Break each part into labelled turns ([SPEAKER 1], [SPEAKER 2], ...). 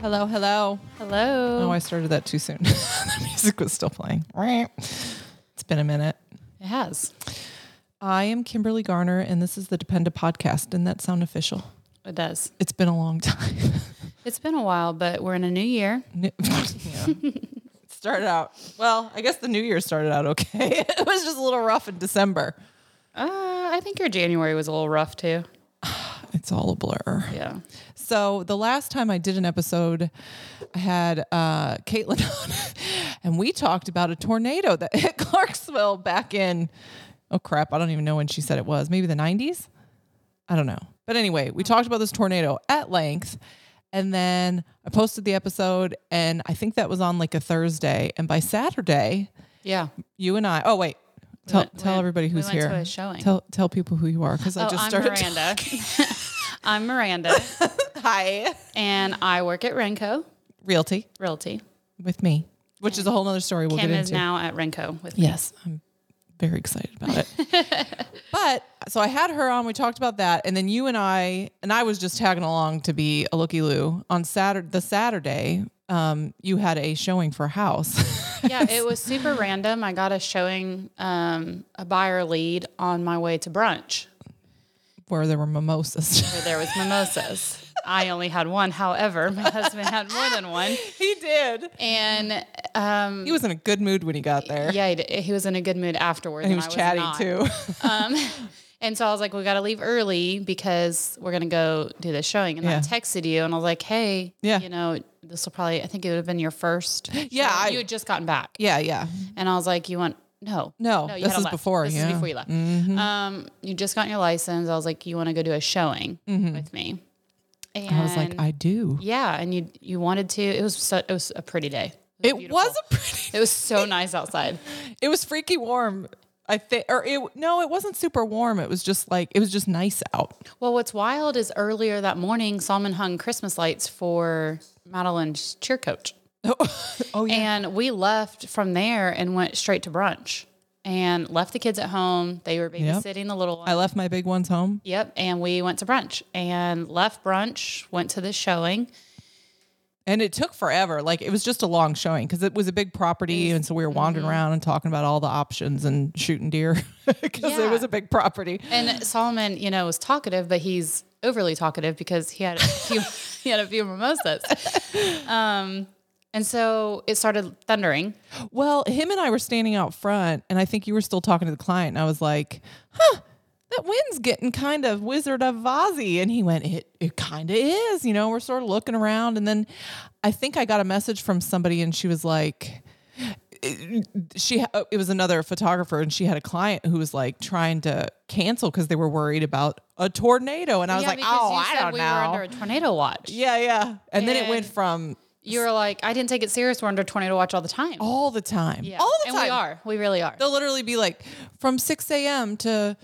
[SPEAKER 1] Hello, hello.
[SPEAKER 2] Hello.
[SPEAKER 1] Oh, I started that too soon. the music was still playing. It's been a minute.
[SPEAKER 2] it has.
[SPEAKER 1] I am Kimberly Garner, and this is the Dependa podcast. Didn't that sound official?
[SPEAKER 2] It does.
[SPEAKER 1] It's been a long time.
[SPEAKER 2] It's been a while, but we're in a new year.
[SPEAKER 1] New- yeah. It started out, well, I guess the new year started out okay. it was just a little rough in December.
[SPEAKER 2] Uh, I think your January was a little rough too.
[SPEAKER 1] It's all a blur.
[SPEAKER 2] Yeah.
[SPEAKER 1] So the last time I did an episode, I had uh, Caitlin on, and we talked about a tornado that hit Clarksville back in oh crap, I don't even know when she said it was. Maybe the 90s. I don't know. But anyway, we talked about this tornado at length. And then I posted the episode, and I think that was on like a Thursday. And by Saturday,
[SPEAKER 2] Yeah.
[SPEAKER 1] you and I. Oh wait, tell
[SPEAKER 2] went-
[SPEAKER 1] tell
[SPEAKER 2] we-
[SPEAKER 1] everybody
[SPEAKER 2] we
[SPEAKER 1] who's
[SPEAKER 2] went
[SPEAKER 1] here.
[SPEAKER 2] to a showing.
[SPEAKER 1] Tell tell people who you are because I
[SPEAKER 2] oh,
[SPEAKER 1] just
[SPEAKER 2] I'm
[SPEAKER 1] started.
[SPEAKER 2] Miranda. I'm Miranda,
[SPEAKER 1] Hi,
[SPEAKER 2] and I work at Renko
[SPEAKER 1] Realty
[SPEAKER 2] Realty.
[SPEAKER 1] with me, which is a whole other story. We'll
[SPEAKER 2] Kim
[SPEAKER 1] get
[SPEAKER 2] is
[SPEAKER 1] into.
[SPEAKER 2] now at Renko with me.
[SPEAKER 1] Yes, I'm very excited about it. but so I had her on. We talked about that, and then you and I and I was just tagging along to be a looky loo on Saturday. The Saturday, um, you had a showing for a house.
[SPEAKER 2] Yeah, it was super random. I got a showing, um, a buyer lead on my way to brunch
[SPEAKER 1] where there were mimosas.
[SPEAKER 2] where there was mimosas. I only had one. However, my husband had more than one.
[SPEAKER 1] he did.
[SPEAKER 2] And um,
[SPEAKER 1] He was in a good mood when he got there.
[SPEAKER 2] Yeah, he, d- he was in a good mood afterwards.
[SPEAKER 1] And he was
[SPEAKER 2] I
[SPEAKER 1] chatty
[SPEAKER 2] not.
[SPEAKER 1] too.
[SPEAKER 2] Um, and so I was like, we got to leave early because we're going to go do this showing. And
[SPEAKER 1] Yeah.
[SPEAKER 2] I texted you and I was like, hey,
[SPEAKER 1] Yeah.
[SPEAKER 2] you know, this will probably, I think it would have been your first.
[SPEAKER 1] Yeah,
[SPEAKER 2] show.
[SPEAKER 1] I-
[SPEAKER 2] you had just gotten back.
[SPEAKER 1] yeah, yeah.
[SPEAKER 2] And I was like, you want, no.
[SPEAKER 1] No,
[SPEAKER 2] you
[SPEAKER 1] this
[SPEAKER 2] had
[SPEAKER 1] is
[SPEAKER 2] left.
[SPEAKER 1] before,
[SPEAKER 2] This
[SPEAKER 1] yeah. Mm-hmm.
[SPEAKER 2] is before you left. Um, you just got your license. I was like, you want to go do a showing with me? And
[SPEAKER 1] Mm-hmm. I was like, I do.
[SPEAKER 2] yeah. And you, you wanted to, it was, so, it was a pretty day.
[SPEAKER 1] It was a pretty.
[SPEAKER 2] It was so nice outside.
[SPEAKER 1] It was freaky warm. I think, or it no, it wasn't super warm. It was just like it was just nice out.
[SPEAKER 2] Well, what's wild is earlier that morning, Solomon hung Christmas lights for Madeline's cheer coach.
[SPEAKER 1] Oh
[SPEAKER 2] And we left from there and went straight to brunch and left the kids at home. They were
[SPEAKER 1] Yep.
[SPEAKER 2] babysitting the little one.
[SPEAKER 1] I left my big ones home.
[SPEAKER 2] yep. And we went to brunch and left brunch, went to the showing.
[SPEAKER 1] And it took forever. Like it was just a long showing because it was Mm-hmm. a big property, and so we were wandering around and talking about all the options and shooting deer because it
[SPEAKER 2] Yeah.
[SPEAKER 1] was a big property.
[SPEAKER 2] And Solomon, you know, was talkative, but he's overly talkative because he had a few, he had a few mimosas. Um, and so it started thundering.
[SPEAKER 1] Well, him and I were standing out front, and I think you were still talking to the client. And I was like, "Huh, that wind's getting kind of Wizard of Ozzy," and he went, "It it kind of is." You know, we're sort of looking around, and then I think I got a message from somebody, and she was like. she uh, it was another photographer and she had a client who was like trying to cancel because they were worried about a tornado and I was
[SPEAKER 2] yeah,
[SPEAKER 1] like
[SPEAKER 2] because
[SPEAKER 1] oh
[SPEAKER 2] you
[SPEAKER 1] I
[SPEAKER 2] said
[SPEAKER 1] don't
[SPEAKER 2] we
[SPEAKER 1] know
[SPEAKER 2] were under a tornado watch.
[SPEAKER 1] yeah yeah and, then it
[SPEAKER 2] And-
[SPEAKER 1] went from
[SPEAKER 2] You were like, I didn't take it serious. We're under tornado watch all the time.
[SPEAKER 1] all the time
[SPEAKER 2] Yeah.
[SPEAKER 1] all the
[SPEAKER 2] and
[SPEAKER 1] time
[SPEAKER 2] we are. We really are.
[SPEAKER 1] They'll literally be like from 6 a.m. to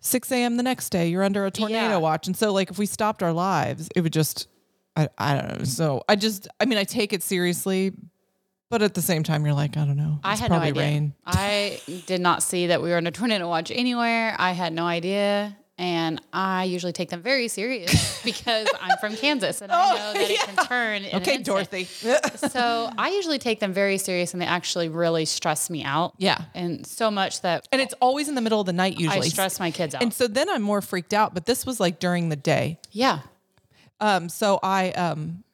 [SPEAKER 1] 6 a.m. the next day, you're under a tornado
[SPEAKER 2] Yeah.
[SPEAKER 1] watch. And so, like, if we stopped our lives, it would just, I, I don't know. So, I just, I mean, I take it seriously, but at the same time, you're like, I don't know.
[SPEAKER 2] I
[SPEAKER 1] It's
[SPEAKER 2] had no
[SPEAKER 1] probably
[SPEAKER 2] idea.
[SPEAKER 1] rain.
[SPEAKER 2] I did not see that we were under tornado watch anywhere. I had no idea. And I usually take them very serious because I'm from Kansas and I know that it can turn. in an
[SPEAKER 1] Oh, Okay,
[SPEAKER 2] instant.
[SPEAKER 1] Dorothy.
[SPEAKER 2] So I usually take them very serious and they actually really stress me out.
[SPEAKER 1] yeah.
[SPEAKER 2] And so much that
[SPEAKER 1] And it's always in the middle of the night,
[SPEAKER 2] I
[SPEAKER 1] usually.
[SPEAKER 2] stress my kids out.
[SPEAKER 1] and so then I'm more freaked out, but this was like during the day.
[SPEAKER 2] yeah.
[SPEAKER 1] Um, so I um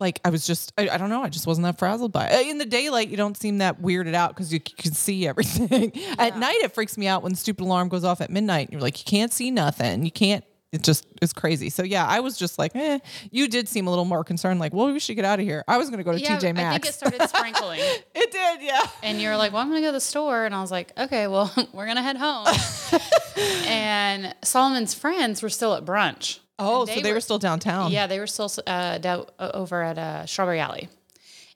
[SPEAKER 1] like I was just I, I don't know, I just wasn't that frazzled by it. Uh, In the daylight, you don't seem that weirded out because you c- can see everything. At night it freaks me out when the stupid alarm goes off at midnight and you're like, you can't see nothing. You can't it just is crazy. So yeah, I was just like, eh. You did seem a little more concerned, like, well, we should get out of here. I was gonna go to
[SPEAKER 2] Yeah.
[SPEAKER 1] TJ
[SPEAKER 2] I think it
[SPEAKER 1] Maxx.
[SPEAKER 2] started sprinkling.
[SPEAKER 1] it did, yeah.
[SPEAKER 2] And you're like, well, I'm going to go to the store. And I was like, okay, well, we're going to head home. and Solomon's friends were still at brunch.
[SPEAKER 1] Oh,
[SPEAKER 2] And
[SPEAKER 1] so they were, still downtown.
[SPEAKER 2] Yeah, they were still uh, down, uh, over at uh, Strawberry Alley.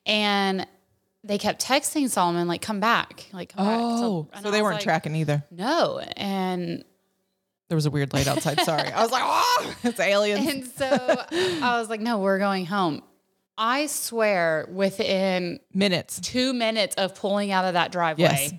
[SPEAKER 2] And they kept texting Solomon, like, come back. Like, come back.
[SPEAKER 1] Oh,
[SPEAKER 2] and
[SPEAKER 1] so
[SPEAKER 2] I
[SPEAKER 1] they
[SPEAKER 2] was
[SPEAKER 1] weren't
[SPEAKER 2] like,
[SPEAKER 1] tracking either.
[SPEAKER 2] No. And
[SPEAKER 1] There was a weird light outside. Sorry. I was like, oh, it's aliens.
[SPEAKER 2] and so I was like, no, we're going home. I swear within
[SPEAKER 1] Minutes.
[SPEAKER 2] two minutes of pulling out of that driveway.
[SPEAKER 1] Yes.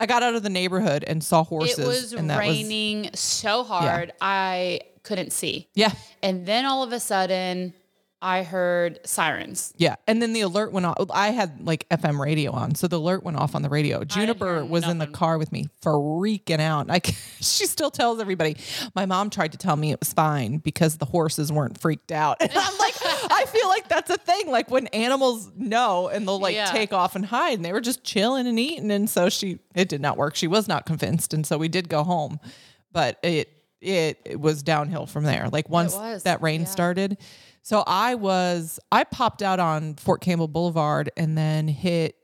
[SPEAKER 1] I got out of the neighborhood and saw horses.
[SPEAKER 2] It was
[SPEAKER 1] and that Was,
[SPEAKER 2] raining so hard, I couldn't see.
[SPEAKER 1] yeah.
[SPEAKER 2] And then all of a sudden, I heard sirens.
[SPEAKER 1] Yeah, and then the alert went off. I had like FM radio on, so the alert went off on the radio. Juniper was in the
[SPEAKER 2] nothing.
[SPEAKER 1] car with me, freaking out. Like she still tells everybody. My mom tried to tell me it was fine because the horses weren't freaked out, and I'm like, I feel like that's a thing. Like when animals know and they'll like
[SPEAKER 2] Yeah.
[SPEAKER 1] take off and hide, and they were just chilling and eating, and so she it did not work. She was not convinced, and so we did go home, but it it, it was downhill from there. Like once
[SPEAKER 2] was,
[SPEAKER 1] that rain
[SPEAKER 2] yeah.
[SPEAKER 1] started started. So I was I popped out on Fort Campbell Boulevard and then hit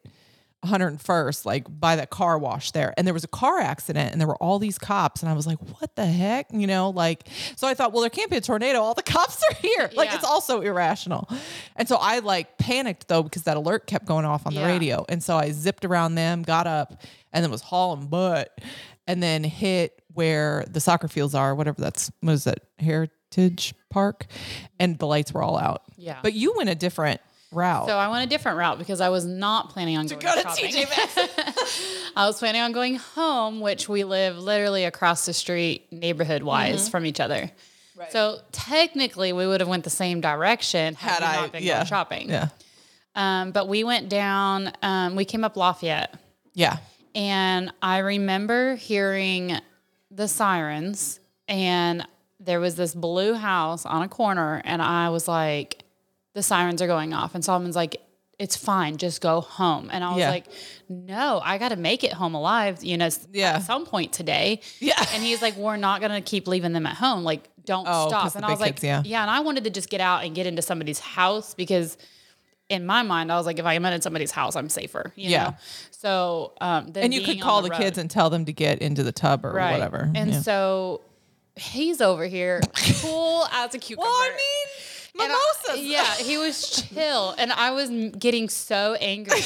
[SPEAKER 1] 101st, like by that car wash there. And there was a car accident and there were all these cops. And I was like, what the heck? You know, like, so I thought, well, there can't be a tornado. All the cops are here. Like,
[SPEAKER 2] Yeah.
[SPEAKER 1] it's also irrational. And so I like panicked though, because that alert kept going off on the
[SPEAKER 2] Yeah.
[SPEAKER 1] radio. And so I zipped around them, got up, and then was hauling butt and then hit where the soccer fields are, whatever that's, what is that, Heritage Park? And the lights were all out.
[SPEAKER 2] Yeah.
[SPEAKER 1] But you went a different route.
[SPEAKER 2] So I went a different route because I was not planning on going
[SPEAKER 1] go to
[SPEAKER 2] shopping.
[SPEAKER 1] TJ
[SPEAKER 2] I was planning on going home, which we live literally across the street, neighborhood wise,
[SPEAKER 1] Mm-hmm.
[SPEAKER 2] from each other. So technically, we would have went the same direction
[SPEAKER 1] Had
[SPEAKER 2] had, we
[SPEAKER 1] I-
[SPEAKER 2] not been
[SPEAKER 1] yeah.
[SPEAKER 2] going shopping.
[SPEAKER 1] yeah.
[SPEAKER 2] Um, but we went down. Um, we came up Lafayette,
[SPEAKER 1] Yeah.
[SPEAKER 2] and I remember hearing the sirens, and there was this blue house on a corner, and I was like, "The sirens are going off," and Solomon's like. It's fine, just go home. And I was
[SPEAKER 1] Yeah.
[SPEAKER 2] like, no, I got to make it home alive, you know, s-
[SPEAKER 1] Yeah.
[SPEAKER 2] at some point today.
[SPEAKER 1] Yeah.
[SPEAKER 2] And he's like, we're not going to keep leaving them at home. Like, don't
[SPEAKER 1] Oh, 'cause
[SPEAKER 2] stop.
[SPEAKER 1] the
[SPEAKER 2] And I
[SPEAKER 1] big
[SPEAKER 2] was like,
[SPEAKER 1] kids, yeah.
[SPEAKER 2] yeah. And I wanted to just get out and get into somebody's house because in my mind, I was like, if I am in somebody's house, I'm safer. You
[SPEAKER 1] Yeah.
[SPEAKER 2] Know? So, um, than
[SPEAKER 1] and you
[SPEAKER 2] being
[SPEAKER 1] could
[SPEAKER 2] on
[SPEAKER 1] call the,
[SPEAKER 2] road.
[SPEAKER 1] kids and tell them to get into the tub or
[SPEAKER 2] Right.
[SPEAKER 1] whatever.
[SPEAKER 2] And
[SPEAKER 1] Yeah.
[SPEAKER 2] so he's over here, cool as a cucumber.
[SPEAKER 1] well, I mean,
[SPEAKER 2] And I-
[SPEAKER 1] mimosas.
[SPEAKER 2] yeah, he was chill, and I was m- getting so angry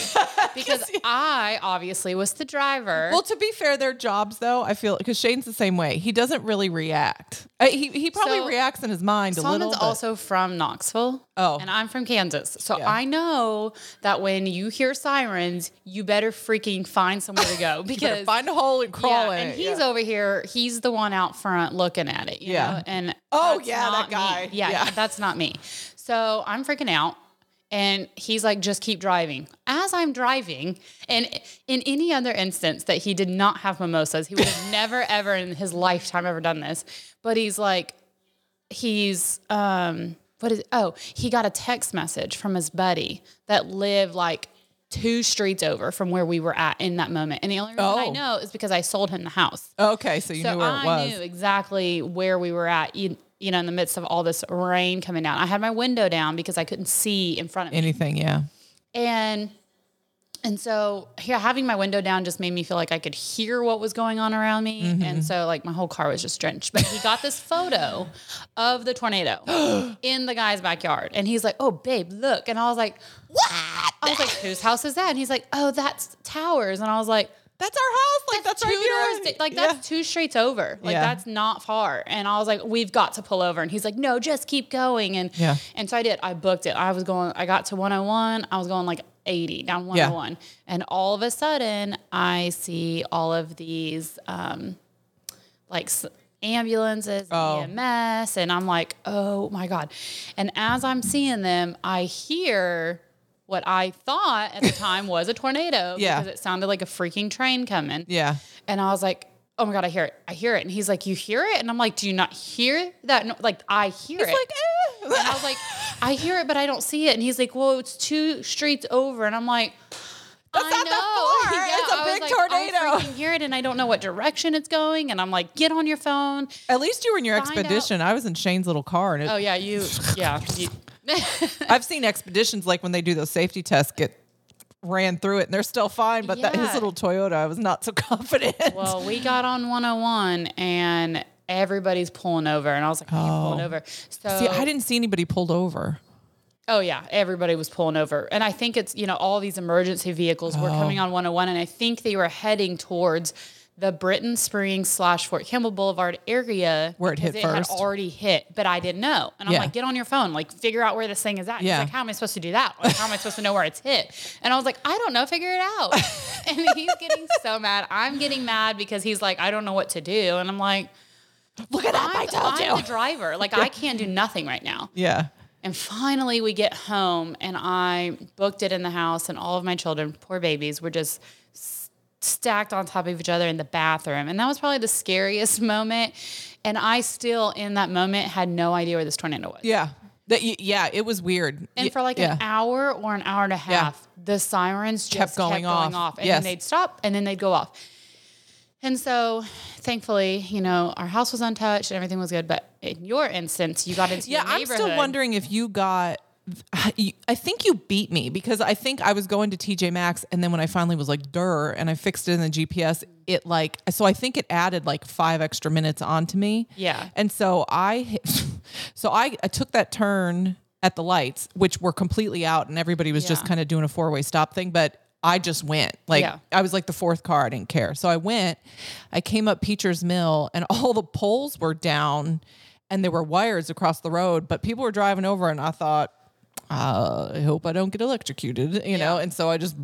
[SPEAKER 2] because I obviously was the driver.
[SPEAKER 1] Well, to be fair, their jobs though, I feel because Shane's the same way. He doesn't really react. Uh, he he probably
[SPEAKER 2] So,
[SPEAKER 1] reacts in his mind a little.
[SPEAKER 2] Solomon's
[SPEAKER 1] but-
[SPEAKER 2] also from Knoxville.
[SPEAKER 1] Oh.
[SPEAKER 2] And I'm from Kansas. So
[SPEAKER 1] Yeah.
[SPEAKER 2] I know that when you hear sirens, you better freaking find somewhere to go
[SPEAKER 1] You better
[SPEAKER 2] because
[SPEAKER 1] find a hole and crawl
[SPEAKER 2] Yeah,
[SPEAKER 1] in.
[SPEAKER 2] and
[SPEAKER 1] it.
[SPEAKER 2] he's
[SPEAKER 1] Yeah.
[SPEAKER 2] over here. He's the one out front looking at it. You
[SPEAKER 1] Yeah.
[SPEAKER 2] Know? And
[SPEAKER 1] Oh,
[SPEAKER 2] that's
[SPEAKER 1] yeah, that
[SPEAKER 2] not me.
[SPEAKER 1] guy.
[SPEAKER 2] Yeah,
[SPEAKER 1] Yeah.
[SPEAKER 2] that's not me. So I'm freaking out. And he's like, just keep driving. As I'm driving, and in any other instance that he did not have mimosas, he would have never, ever in his lifetime ever done this. But he's like, he's um what is oh he got a text message from his buddy that lived like two streets over from where we were at in that moment and the only reason i
[SPEAKER 1] Oh.
[SPEAKER 2] know is because i sold him the house
[SPEAKER 1] okay, so you
[SPEAKER 2] so
[SPEAKER 1] knew where
[SPEAKER 2] i
[SPEAKER 1] it was.
[SPEAKER 2] knew exactly where we were at you, you know in the midst of all this rain coming down i had my window down because i couldn't see in front of me
[SPEAKER 1] Anything, yeah.
[SPEAKER 2] and and so yeah, having my window down just made me feel like I could hear what was going on around me. And so like my whole car was just drenched. But he got this photo of the tornado in the guy's backyard. And he's like, Oh babe, look. And I was like, What? I was like, whose house is that? And he's like, Oh, that's towers. And I was like,
[SPEAKER 1] That's our house. Like that's,
[SPEAKER 2] two
[SPEAKER 1] right
[SPEAKER 2] doors,
[SPEAKER 1] here.
[SPEAKER 2] like
[SPEAKER 1] Yeah.
[SPEAKER 2] that's two streets over. Like
[SPEAKER 1] Yeah.
[SPEAKER 2] that's not far. And I was like, we've got to pull over. And he's like, no, just keep going. And
[SPEAKER 1] Yeah.
[SPEAKER 2] and so I did. I booked it. I was going. I got to 101. I was going like 80 down 101. And all of a sudden, I see all of these um, like s- ambulances,
[SPEAKER 1] Oh.
[SPEAKER 2] EMS, and I'm like, oh my god. And as I'm seeing them, I hear. What I thought at the time was a tornado
[SPEAKER 1] Yeah.
[SPEAKER 2] because it sounded like a freaking train coming.
[SPEAKER 1] Yeah.
[SPEAKER 2] And I was like, oh my God, I hear it. I hear it. And he's like, you hear it? And I'm like, do you not hear that? No, like, I hear it.
[SPEAKER 1] Like, eh.
[SPEAKER 2] and I was like, I hear it, but I don't see it. And he's like, well, it's two streets over. And I'm like, I
[SPEAKER 1] not
[SPEAKER 2] know.
[SPEAKER 1] that far. It's a
[SPEAKER 2] I was
[SPEAKER 1] big
[SPEAKER 2] like,
[SPEAKER 1] tornado.
[SPEAKER 2] I freaking hear it, and I don't know what direction it's going. And I'm like, get on your phone.
[SPEAKER 1] At least you were in your
[SPEAKER 2] Find out-
[SPEAKER 1] expedition. I was in Shane's little car, and it,
[SPEAKER 2] Oh yeah, you. Yeah. you-
[SPEAKER 1] I've seen expeditions like when they do those safety tests get ran through it, and they're still fine. But that his
[SPEAKER 2] Yeah.
[SPEAKER 1] little Toyota, I was not so confident.
[SPEAKER 2] Well, we got on 101, and everybody's pulling over, and I was like, are you pulling over? So
[SPEAKER 1] Oh. See, I didn't see anybody pulled over.
[SPEAKER 2] Oh yeah, everybody was pulling over, and I think it's you know all these emergency vehicles
[SPEAKER 1] Oh.
[SPEAKER 2] were coming on 101, and I think they were heading towards the Britton Springs slash Fort Campbell Boulevard area
[SPEAKER 1] Where it hit
[SPEAKER 2] because
[SPEAKER 1] first.
[SPEAKER 2] had already hit, but I didn't know, and I'm
[SPEAKER 1] Yeah.
[SPEAKER 2] like, get on your phone, like figure out where this thing is at. He's
[SPEAKER 1] Yeah.
[SPEAKER 2] like, how am I supposed to do that? Like, how am I supposed to know where it's hit? And I was like, I don't know, figure it out. and he's getting so mad. I'm getting mad because he's like, I don't know what to do, and I'm like,
[SPEAKER 1] Look at that!
[SPEAKER 2] I'm,
[SPEAKER 1] I told
[SPEAKER 2] I'm
[SPEAKER 1] you.
[SPEAKER 2] the driver. Like I can't do nothing right now.
[SPEAKER 1] yeah.
[SPEAKER 2] And finally, we get home, and I booked it in the house, and all of my children, poor babies, were just s- stacked on top of each other in the bathroom. And that was probably the scariest moment. And I still, in that moment, had no idea where this tornado was.
[SPEAKER 1] Yeah. That y- yeah, it was weird.
[SPEAKER 2] And
[SPEAKER 1] Y-
[SPEAKER 2] for like
[SPEAKER 1] yeah.
[SPEAKER 2] an hour or an hour and a half, the sirens just kept going, off. And
[SPEAKER 1] Yes.
[SPEAKER 2] then they'd stop and then they'd go off. And so thankfully, you know, our house was untouched and everything was good. But in your instance, you got into
[SPEAKER 1] Yeah,
[SPEAKER 2] your
[SPEAKER 1] I'm
[SPEAKER 2] neighborhood.
[SPEAKER 1] still wondering if you got. I I think you beat me because I think I was going to TJ Maxx and then when I finally was like "Durr" and I fixed it in the GPS, it like so I think it added like five extra minutes onto me.
[SPEAKER 2] Yeah.
[SPEAKER 1] and so I, hit- so I, I took that turn at the lights, which were completely out, and everybody was just
[SPEAKER 2] Yeah.
[SPEAKER 1] kind of doing a four way stop thing, but. I just went like
[SPEAKER 2] Yeah.
[SPEAKER 1] I was like the fourth car. I didn't care. So I went, I came up Peacher's Mill and all the poles were down and there were wires across the road, but people were driving over and I thought, uh, I hope I don't get electrocuted, you know? And so I just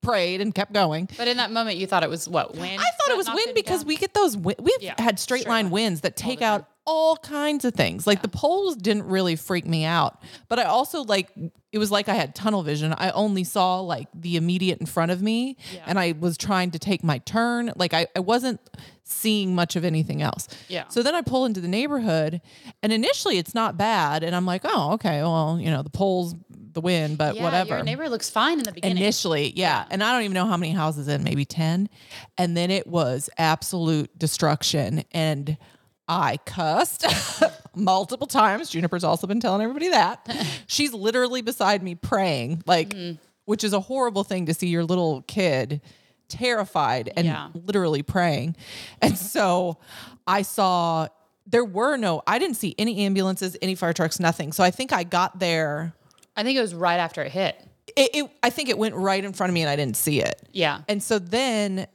[SPEAKER 1] prayed and kept going.
[SPEAKER 2] But in that moment, you thought it was what wind.
[SPEAKER 1] I thought it was wind because we get those, wi- we've
[SPEAKER 2] Yeah,
[SPEAKER 1] had straight,
[SPEAKER 2] straight
[SPEAKER 1] line
[SPEAKER 2] line
[SPEAKER 1] winds that take out all kinds of things. Like the poles didn't really freak me out, but I also like, it was like I had tunnel vision. I only saw like the immediate in front of me and I was trying to take my turn. Like I, I wasn't seeing much of anything else.
[SPEAKER 2] Yeah.
[SPEAKER 1] So then I pull into the neighborhood and initially it's not bad. And I'm like, oh, okay, well, you know, the poles, the wind, but
[SPEAKER 2] yeah,
[SPEAKER 1] whatever
[SPEAKER 2] Your neighbor looks fine in the beginning.
[SPEAKER 1] initially yeah. and i don't even know how many houses in maybe 10 and then it was absolute destruction and i cussed multiple times juniper's also been telling everybody that she's literally beside me praying like
[SPEAKER 2] Mm.
[SPEAKER 1] which is a horrible thing to see your little kid terrified and
[SPEAKER 2] Yeah.
[SPEAKER 1] literally praying and so i saw there were no i didn't see any ambulances any fire trucks nothing so i think i got there
[SPEAKER 2] I think it was right after it hit.
[SPEAKER 1] it, it I think it went right in front of me and I didn't see it.
[SPEAKER 2] Yeah.
[SPEAKER 1] And so then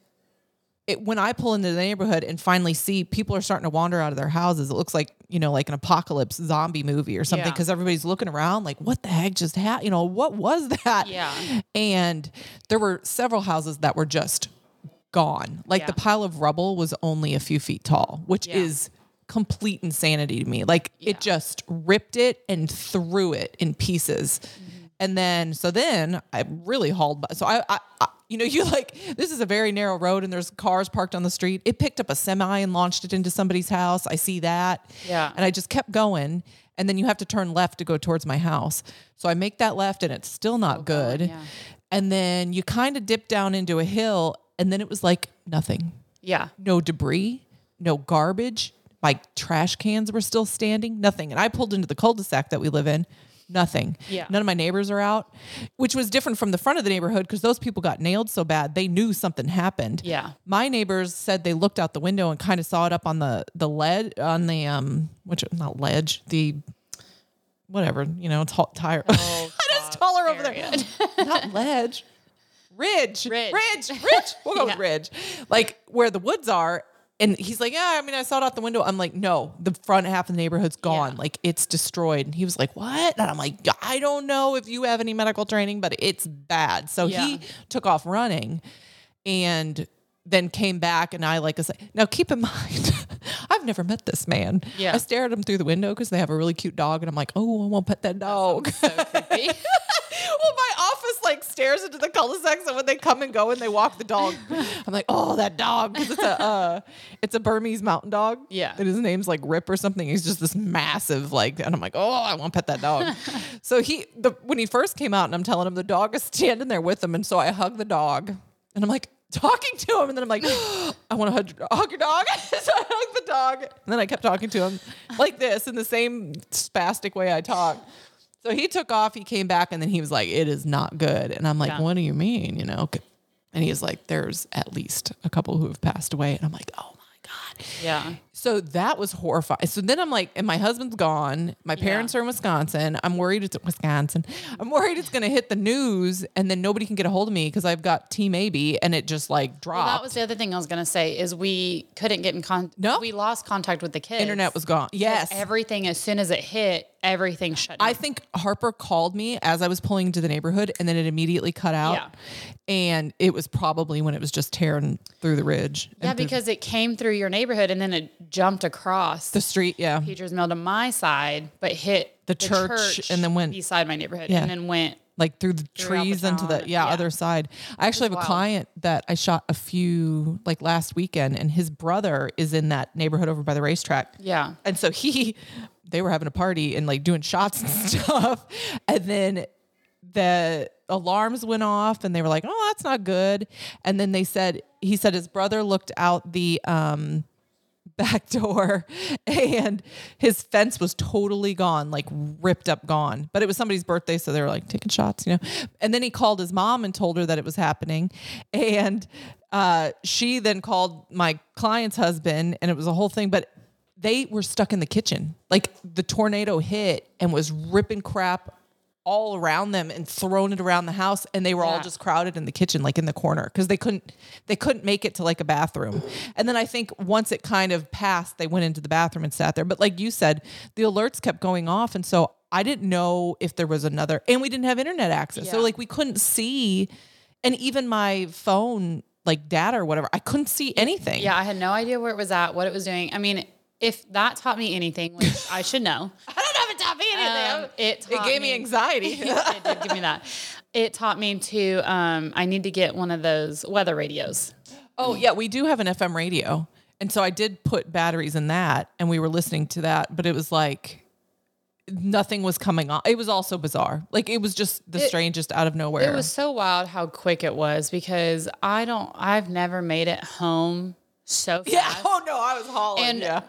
[SPEAKER 1] it, when I pull into the neighborhood and finally see people are starting to wander out of their houses, it looks like, you know, like an apocalypse zombie movie or something
[SPEAKER 2] Yeah.
[SPEAKER 1] because everybody's looking around like, what the heck just happened? You know, what was that?
[SPEAKER 2] Yeah.
[SPEAKER 1] And there were several houses that were just gone. Like
[SPEAKER 2] Yeah.
[SPEAKER 1] the pile of rubble was only a few feet tall, which
[SPEAKER 2] Yeah.
[SPEAKER 1] is complete insanity to me. Like it just ripped it and threw it in pieces.
[SPEAKER 2] Mm-hmm.
[SPEAKER 1] And then, so then I really hauled by. So I, I, I, you know, you like, this is a very narrow road and there's cars parked on the street. It picked up a semi and launched it into somebody's house. I see that.
[SPEAKER 2] Yeah.
[SPEAKER 1] And I just kept going. And then you have to turn left to go towards my house. So I make that left and it's still not good.
[SPEAKER 2] Oh, yeah.
[SPEAKER 1] And then you kind of dip down into a hill and then it was like nothing
[SPEAKER 2] Yeah.
[SPEAKER 1] no debris, no garbage. My trash cans were still standing, nothing. And I pulled into the cul-de-sac that we live in, nothing.
[SPEAKER 2] Yeah.
[SPEAKER 1] None of my neighbors are out, which was different from the front of the neighborhood because those people got nailed so bad they knew something happened.
[SPEAKER 2] Yeah.
[SPEAKER 1] My neighbors said they looked out the window and kind of saw it up on the the lead on the um which not ledge the whatever you know tall tire.
[SPEAKER 2] Oh,
[SPEAKER 1] it's taller over there.
[SPEAKER 2] period.
[SPEAKER 1] Not ledge. Ridge.
[SPEAKER 2] Ridge.
[SPEAKER 1] Ridge. Ridge. We'll go
[SPEAKER 2] Yeah.
[SPEAKER 1] with ridge. Like where the woods are. And he's like, Yeah, I mean, I saw it out the window. I'm like, No, the front half of the neighborhood's gone.
[SPEAKER 2] Yeah.
[SPEAKER 1] Like it's destroyed. And he was like, What? And I'm like, I don't know if you have any medical training, but it's bad. So
[SPEAKER 2] Yeah.
[SPEAKER 1] he took off running and then came back and I like I said, now keep in mind, I've never met this man.
[SPEAKER 2] Yeah.
[SPEAKER 1] I stare at him through the window because they have a really cute dog and I'm like, oh, I want to pet that dog.
[SPEAKER 2] So creepy.
[SPEAKER 1] well, my office like stares into the cul-de-sacs, and when they come and go and they walk the dog, I'm like, oh, that dog. 'Cause It's a uh, it's a Burmese mountain dog.
[SPEAKER 2] Yeah.
[SPEAKER 1] and his name's like Rip or something. He's just this massive like, and I'm like, oh, I want to pet that dog. so he the when he first came out, and I'm telling him the dog is standing there with him, and so I hug the dog, and I'm like. Talking to him, and then I'm like, I want to hug, your- hug your dog. so I hug the dog, and then I kept talking to him like this in the same spastic way I talk. So he took off, he came back, and then he was like, It is not good. And I'm like,
[SPEAKER 2] Yeah.
[SPEAKER 1] What do you mean? You know? c- And he's like, There's at least a couple who have passed away. And I'm like, Oh my God.
[SPEAKER 2] yeah.
[SPEAKER 1] So that was horrifying. So then I'm like, and my husband's gone. My parents are in Wisconsin. I'm worried it's Wisconsin. I'm worried it's going to hit the news and then nobody can get a hold of me because I've got Team AB and it just like dropped.
[SPEAKER 2] That was the other thing I was gonna say is we couldn't get in contact.
[SPEAKER 1] No.
[SPEAKER 2] we lost contact with the kids.
[SPEAKER 1] Internet was gone. Yes.
[SPEAKER 2] everything as soon as it hit, everything shut.
[SPEAKER 1] I
[SPEAKER 2] Down.
[SPEAKER 1] think Harper called me as I was pulling into the neighborhood, and then it immediately cut out.
[SPEAKER 2] Yeah.
[SPEAKER 1] And it was probably when it was just tearing through the ridge.
[SPEAKER 2] yeah,
[SPEAKER 1] and through
[SPEAKER 2] because it came through your neighborhood and then it jumped across
[SPEAKER 1] the street. Yeah.
[SPEAKER 2] Peter's Mill to my side, but hit
[SPEAKER 1] the, church, and then went
[SPEAKER 2] beside my neighborhood
[SPEAKER 1] Yeah.
[SPEAKER 2] and then went
[SPEAKER 1] like through the
[SPEAKER 2] Throughout the
[SPEAKER 1] trees into the
[SPEAKER 2] town.
[SPEAKER 1] yeah,
[SPEAKER 2] Yeah.
[SPEAKER 1] other side. I actually have a
[SPEAKER 2] wild.
[SPEAKER 1] client that I shot a few like last weekend, and his brother is in that neighborhood over by the racetrack.
[SPEAKER 2] yeah
[SPEAKER 1] And so he, they were having a party and like doing shots and stuff. And then the alarms went off and they were like, oh, that's not good. And then they said, he said his brother looked out the um, back door and his fence was totally gone, like ripped up, gone. But it was somebody's birthday. So they were like taking shots, you know. And then he called his mom and told her that it was happening. And uh, she then called my client's husband and it was a whole thing. But they were stuck in the kitchen. Like the tornado hit and was ripping crap all around them and thrown it around the house and they were all
[SPEAKER 2] Yeah.
[SPEAKER 1] just crowded in the kitchen like in the corner because they couldn't they couldn't make it to like a bathroom and then i think once it kind of passed they went into the bathroom and sat there but like you said the alerts kept going off and so i didn't know if there was another and we didn't have internet access so
[SPEAKER 2] Yeah.
[SPEAKER 1] like we couldn't see and even my phone like data or whatever i couldn't see anything
[SPEAKER 2] yeah i had no idea where it was at what it was doing i mean if that taught me anything which i should know
[SPEAKER 1] i don't know if it taught me anything
[SPEAKER 2] um, it,
[SPEAKER 1] it
[SPEAKER 2] taught
[SPEAKER 1] gave me anxiety
[SPEAKER 2] it did give me that it taught me to um, i need to get one of those weather radios
[SPEAKER 1] Oh yeah, we do have an FM radio, and so I did put batteries in that, and we were listening to that, but it was like nothing was coming on. It was also bizarre. Like it was just the strangest out of nowhere.
[SPEAKER 2] It was so wild how quick it was because I don't I've never made it home so fast.
[SPEAKER 1] yeah. Oh no, I was hauling.
[SPEAKER 2] And-
[SPEAKER 1] yeah.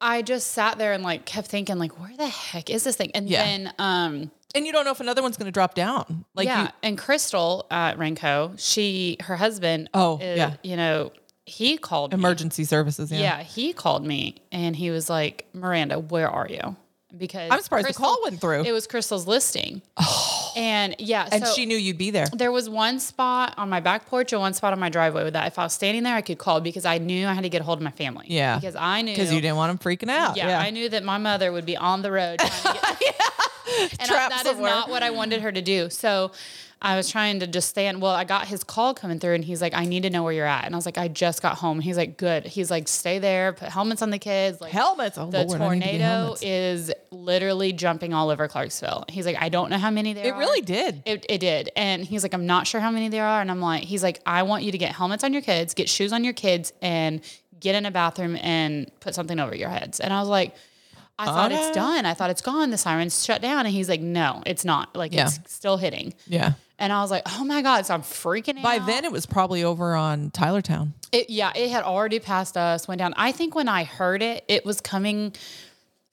[SPEAKER 2] I just sat there and like kept thinking like where the heck is this thing? And
[SPEAKER 1] Yeah.
[SPEAKER 2] then um
[SPEAKER 1] And you don't know if another one's going to drop down. Like
[SPEAKER 2] yeah,
[SPEAKER 1] you,
[SPEAKER 2] and Crystal at Renko, she her husband
[SPEAKER 1] Oh,
[SPEAKER 2] is-
[SPEAKER 1] yeah.
[SPEAKER 2] you know, he called me.
[SPEAKER 1] emergency services. Yeah.
[SPEAKER 2] Yeah, he called me and he was like, Miranda, where are you? Because
[SPEAKER 1] I'm surprised the call went through.
[SPEAKER 2] It was Crystal's listing. And yeah,
[SPEAKER 1] Oh. And
[SPEAKER 2] so-
[SPEAKER 1] she knew you'd be there.
[SPEAKER 2] there was one spot on my back porch and one spot on my driveway that if I was standing there, I could call because I knew I had to get a hold of my family.
[SPEAKER 1] Yeah.
[SPEAKER 2] Because I knew.
[SPEAKER 1] Because you didn't want them freaking out.
[SPEAKER 2] Yeah,
[SPEAKER 1] Uh, Yeah.
[SPEAKER 2] I knew that my mother would be on the road. Trying to get, and I,
[SPEAKER 1] Trapped
[SPEAKER 2] that is
[SPEAKER 1] somewhere.
[SPEAKER 2] not what I wanted her to do. So I was trying to just stand. Well, I got his call coming through, and he's like, "I need to know where you're at." And I was like, "I just got home." He's like, "Good." He's like, "Stay there. Put helmets on the kids." Like,
[SPEAKER 1] Helmets. Oh,
[SPEAKER 2] the
[SPEAKER 1] Lord, I need to get
[SPEAKER 2] tornado
[SPEAKER 1] helmets.
[SPEAKER 2] is literally jumping all over Clarksville. He's like, I don't know how many there
[SPEAKER 1] It
[SPEAKER 2] are.
[SPEAKER 1] really did.
[SPEAKER 2] It, it did. And he's like, I'm not sure how many there are. And I'm like, he's like, I want you to get helmets on your kids, get shoes on your kids, and get in a bathroom and put something over your heads. And I was like, I thought
[SPEAKER 1] Okay.
[SPEAKER 2] it's done. I thought it's gone. The sirens shut down. And he's like, No, it's not. Like,
[SPEAKER 1] Yeah.
[SPEAKER 2] it's still hitting.
[SPEAKER 1] Yeah.
[SPEAKER 2] And I was like, Oh my God. So I'm freaking
[SPEAKER 1] By
[SPEAKER 2] out.
[SPEAKER 1] then it was probably over on Tylertown.
[SPEAKER 2] It, yeah, it had already passed us, went down. I think when I heard it, it was coming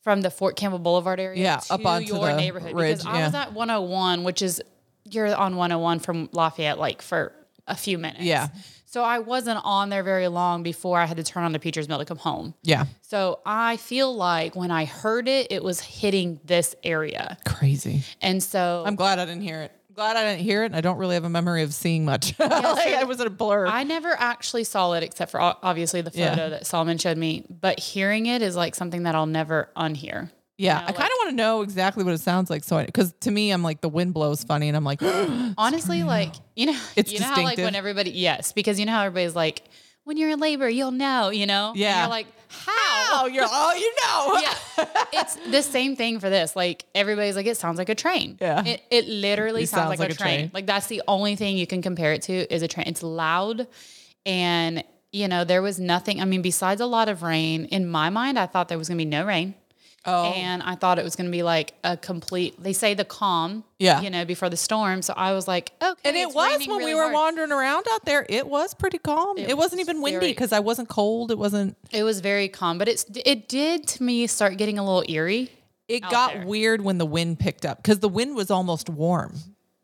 [SPEAKER 2] from the Fort Campbell Boulevard area
[SPEAKER 1] Yeah,
[SPEAKER 2] to
[SPEAKER 1] up onto
[SPEAKER 2] your
[SPEAKER 1] the
[SPEAKER 2] neighborhood.
[SPEAKER 1] ridge,
[SPEAKER 2] because I was
[SPEAKER 1] yeah.
[SPEAKER 2] at 101, which is you're on 101 from Lafayette like for a few minutes.
[SPEAKER 1] Yeah.
[SPEAKER 2] So I wasn't on there very long before I had to turn on the Peters Mill to come home.
[SPEAKER 1] Yeah.
[SPEAKER 2] So I feel like when I heard it, it was hitting this area.
[SPEAKER 1] Crazy.
[SPEAKER 2] And so
[SPEAKER 1] I'm glad I didn't hear it. Glad I didn't hear it. And I don't really have a memory of seeing much. like,
[SPEAKER 2] so
[SPEAKER 1] I was in a blur.
[SPEAKER 2] I never actually saw it except for o- obviously the photo
[SPEAKER 1] Yeah.
[SPEAKER 2] that Solomon showed me, but hearing it is like something that I'll never unhear.
[SPEAKER 1] yeah,
[SPEAKER 2] know,
[SPEAKER 1] I kind of want to know exactly what it sounds like. So, because to me, I'm like the wind blows funny, and I'm like, oh,
[SPEAKER 2] Honestly, like you know,
[SPEAKER 1] It's
[SPEAKER 2] you know how like
[SPEAKER 1] distinctive.
[SPEAKER 2] when everybody yes, because you know how everybody's like when you're in labor, you'll know, you know. And
[SPEAKER 1] Yeah.
[SPEAKER 2] you're like how?
[SPEAKER 1] oh, you're oh, you know,
[SPEAKER 2] yeah, it's the same thing for this. Like everybody's like, it sounds like a train.
[SPEAKER 1] Yeah.
[SPEAKER 2] it, it literally
[SPEAKER 1] It
[SPEAKER 2] sounds, like, a, train. Like that's the only thing you can compare it to is a train. It's loud, and you know there was nothing. I mean, besides a lot of rain. In my mind, I thought there was gonna be no rain.
[SPEAKER 1] Oh.
[SPEAKER 2] and I thought it was gonna be like a complete. They say the calm.
[SPEAKER 1] Yeah.
[SPEAKER 2] you know, before the storm. So I was like, okay.
[SPEAKER 1] And it
[SPEAKER 2] it's
[SPEAKER 1] was
[SPEAKER 2] raining
[SPEAKER 1] when
[SPEAKER 2] really
[SPEAKER 1] we were
[SPEAKER 2] hard.
[SPEAKER 1] wandering around out there. It was pretty calm. It,
[SPEAKER 2] It
[SPEAKER 1] wasn't
[SPEAKER 2] was
[SPEAKER 1] even windy
[SPEAKER 2] very-
[SPEAKER 1] because I wasn't cold. It wasn't.
[SPEAKER 2] It was very calm, but it's it did to me start getting a little eerie.
[SPEAKER 1] It
[SPEAKER 2] Out
[SPEAKER 1] got
[SPEAKER 2] there.
[SPEAKER 1] weird when the wind picked up because the wind was almost warm.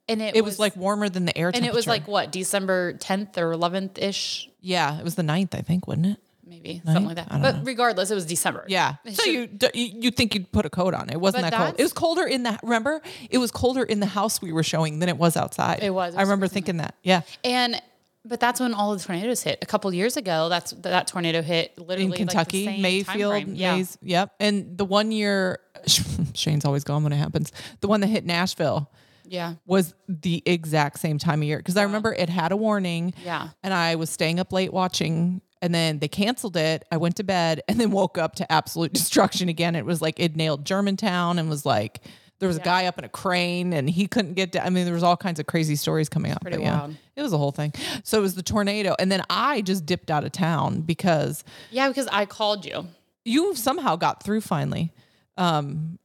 [SPEAKER 2] And it,
[SPEAKER 1] It was, like warmer than the air
[SPEAKER 2] and
[SPEAKER 1] temperature.
[SPEAKER 2] it was like what December 10th or 11th ish,
[SPEAKER 1] yeah, it was the 9th, I think, wasn't it?
[SPEAKER 2] maybe something like that. But regardless, it was December.
[SPEAKER 1] Yeah. So you d- you you think you'd put a coat on? It wasn't
[SPEAKER 2] But
[SPEAKER 1] that cold. It
[SPEAKER 2] that's-
[SPEAKER 1] was colder in the remember. It was colder in the house we were showing than it was outside.
[SPEAKER 2] It was. It
[SPEAKER 1] I
[SPEAKER 2] was
[SPEAKER 1] remember thinking that. Yeah.
[SPEAKER 2] and but that's when all the tornadoes hit. A couple years ago, that's that tornado hit literally
[SPEAKER 1] In
[SPEAKER 2] like, the
[SPEAKER 1] Kentucky,
[SPEAKER 2] same
[SPEAKER 1] Mayfield,
[SPEAKER 2] timeframe. Yeah.
[SPEAKER 1] Mays, yep. And the one year Shane's always gone when it happens. The one that hit Nashville
[SPEAKER 2] yeah.
[SPEAKER 1] was the exact same time of year because I remember it had a warning.
[SPEAKER 2] Yeah.
[SPEAKER 1] And I was staying up late watching. And then they canceled it. I went to bed and then woke up to absolute destruction again. It was like it nailed Germantown and was like There was a guy up in a crane and he couldn't get down. I mean, there was all kinds of crazy stories coming out.
[SPEAKER 2] pretty
[SPEAKER 1] but yeah,
[SPEAKER 2] wild.
[SPEAKER 1] It was a whole thing. So it was the tornado. And then I just dipped out of town because
[SPEAKER 2] Yeah, because I called you.
[SPEAKER 1] you somehow got through finally.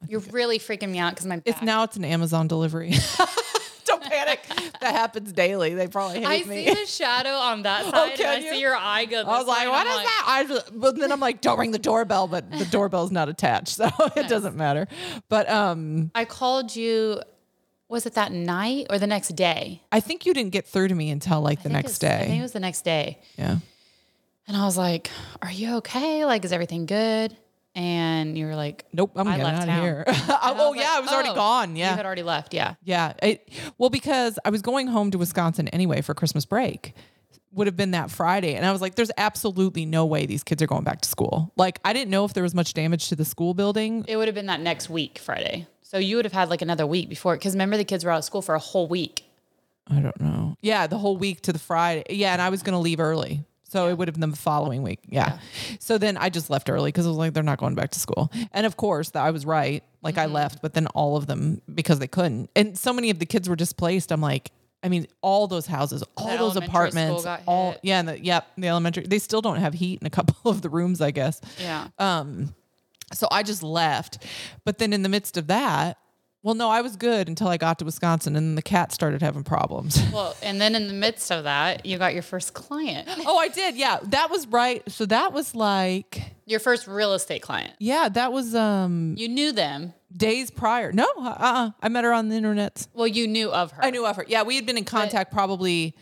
[SPEAKER 2] You're really freaking me out because my back.
[SPEAKER 1] It's now it's an Amazon delivery. Don't panic. that happens daily. They probably hate
[SPEAKER 2] I
[SPEAKER 1] me. Oh,
[SPEAKER 2] see the shadow on that side. and
[SPEAKER 1] can
[SPEAKER 2] I
[SPEAKER 1] you?
[SPEAKER 2] see your eye go. This
[SPEAKER 1] I was like,
[SPEAKER 2] way, and
[SPEAKER 1] what
[SPEAKER 2] I'm
[SPEAKER 1] is
[SPEAKER 2] like,
[SPEAKER 1] that? I was, but then I'm like, don't ring the doorbell, but the doorbell's not attached, so it doesn't matter. But um,
[SPEAKER 2] I called you. Was it that night or the next day?
[SPEAKER 1] I think you didn't get through to me until like the
[SPEAKER 2] I think
[SPEAKER 1] next
[SPEAKER 2] it was- I think it
[SPEAKER 1] day.
[SPEAKER 2] was the next day.
[SPEAKER 1] Yeah.
[SPEAKER 2] And I was like, Are you okay? Like, is everything good? And you were like,
[SPEAKER 1] Nope, I'm
[SPEAKER 2] I
[SPEAKER 1] getting out
[SPEAKER 2] left
[SPEAKER 1] of
[SPEAKER 2] town.
[SPEAKER 1] here.
[SPEAKER 2] And
[SPEAKER 1] oh
[SPEAKER 2] was
[SPEAKER 1] yeah,
[SPEAKER 2] like,
[SPEAKER 1] I was already
[SPEAKER 2] "Oh,
[SPEAKER 1] gone.
[SPEAKER 2] You
[SPEAKER 1] Yeah,
[SPEAKER 2] had already left. Yeah.
[SPEAKER 1] yeah. It, well, because I was going home to Wisconsin anyway for Christmas break. Would have been that Friday, and I was like, "There's absolutely no way these kids are going back to school." Like, I didn't know if there was much damage to the school building.
[SPEAKER 2] It would have been that next week, Friday. So you would have had like another week before. Because remember, the kids were out of school for a whole week.
[SPEAKER 1] I don't know. Yeah, the whole week to the Friday. Yeah, and I was going to leave early. So it would have been the following week. Yeah. So then I just left early because I was like, they're not going back to school. And of course, I was right. Like I left, but then all of them because they couldn't. And so many of the kids were displaced. I'm like, I mean, all those houses, all those
[SPEAKER 2] elementary school
[SPEAKER 1] apartments,
[SPEAKER 2] got
[SPEAKER 1] all
[SPEAKER 2] hit.
[SPEAKER 1] yeah, and the, yep, the elementary. They still don't have heat in a couple of the rooms, I guess.
[SPEAKER 2] Yeah.
[SPEAKER 1] So I just left. But then in the midst of that, well, no, I was good until I got to Wisconsin, and then the cat started having problems.
[SPEAKER 2] well, and then in the midst of that, you got your first client,
[SPEAKER 1] Oh, I did. Yeah, that was right. So that was like,
[SPEAKER 2] your first real estate client.
[SPEAKER 1] yeah, that was um
[SPEAKER 2] You knew them.
[SPEAKER 1] days prior. No, uh, uh I met her on the internet.
[SPEAKER 2] Well, you knew of her.
[SPEAKER 1] I knew of her. Yeah, we had been in contact probably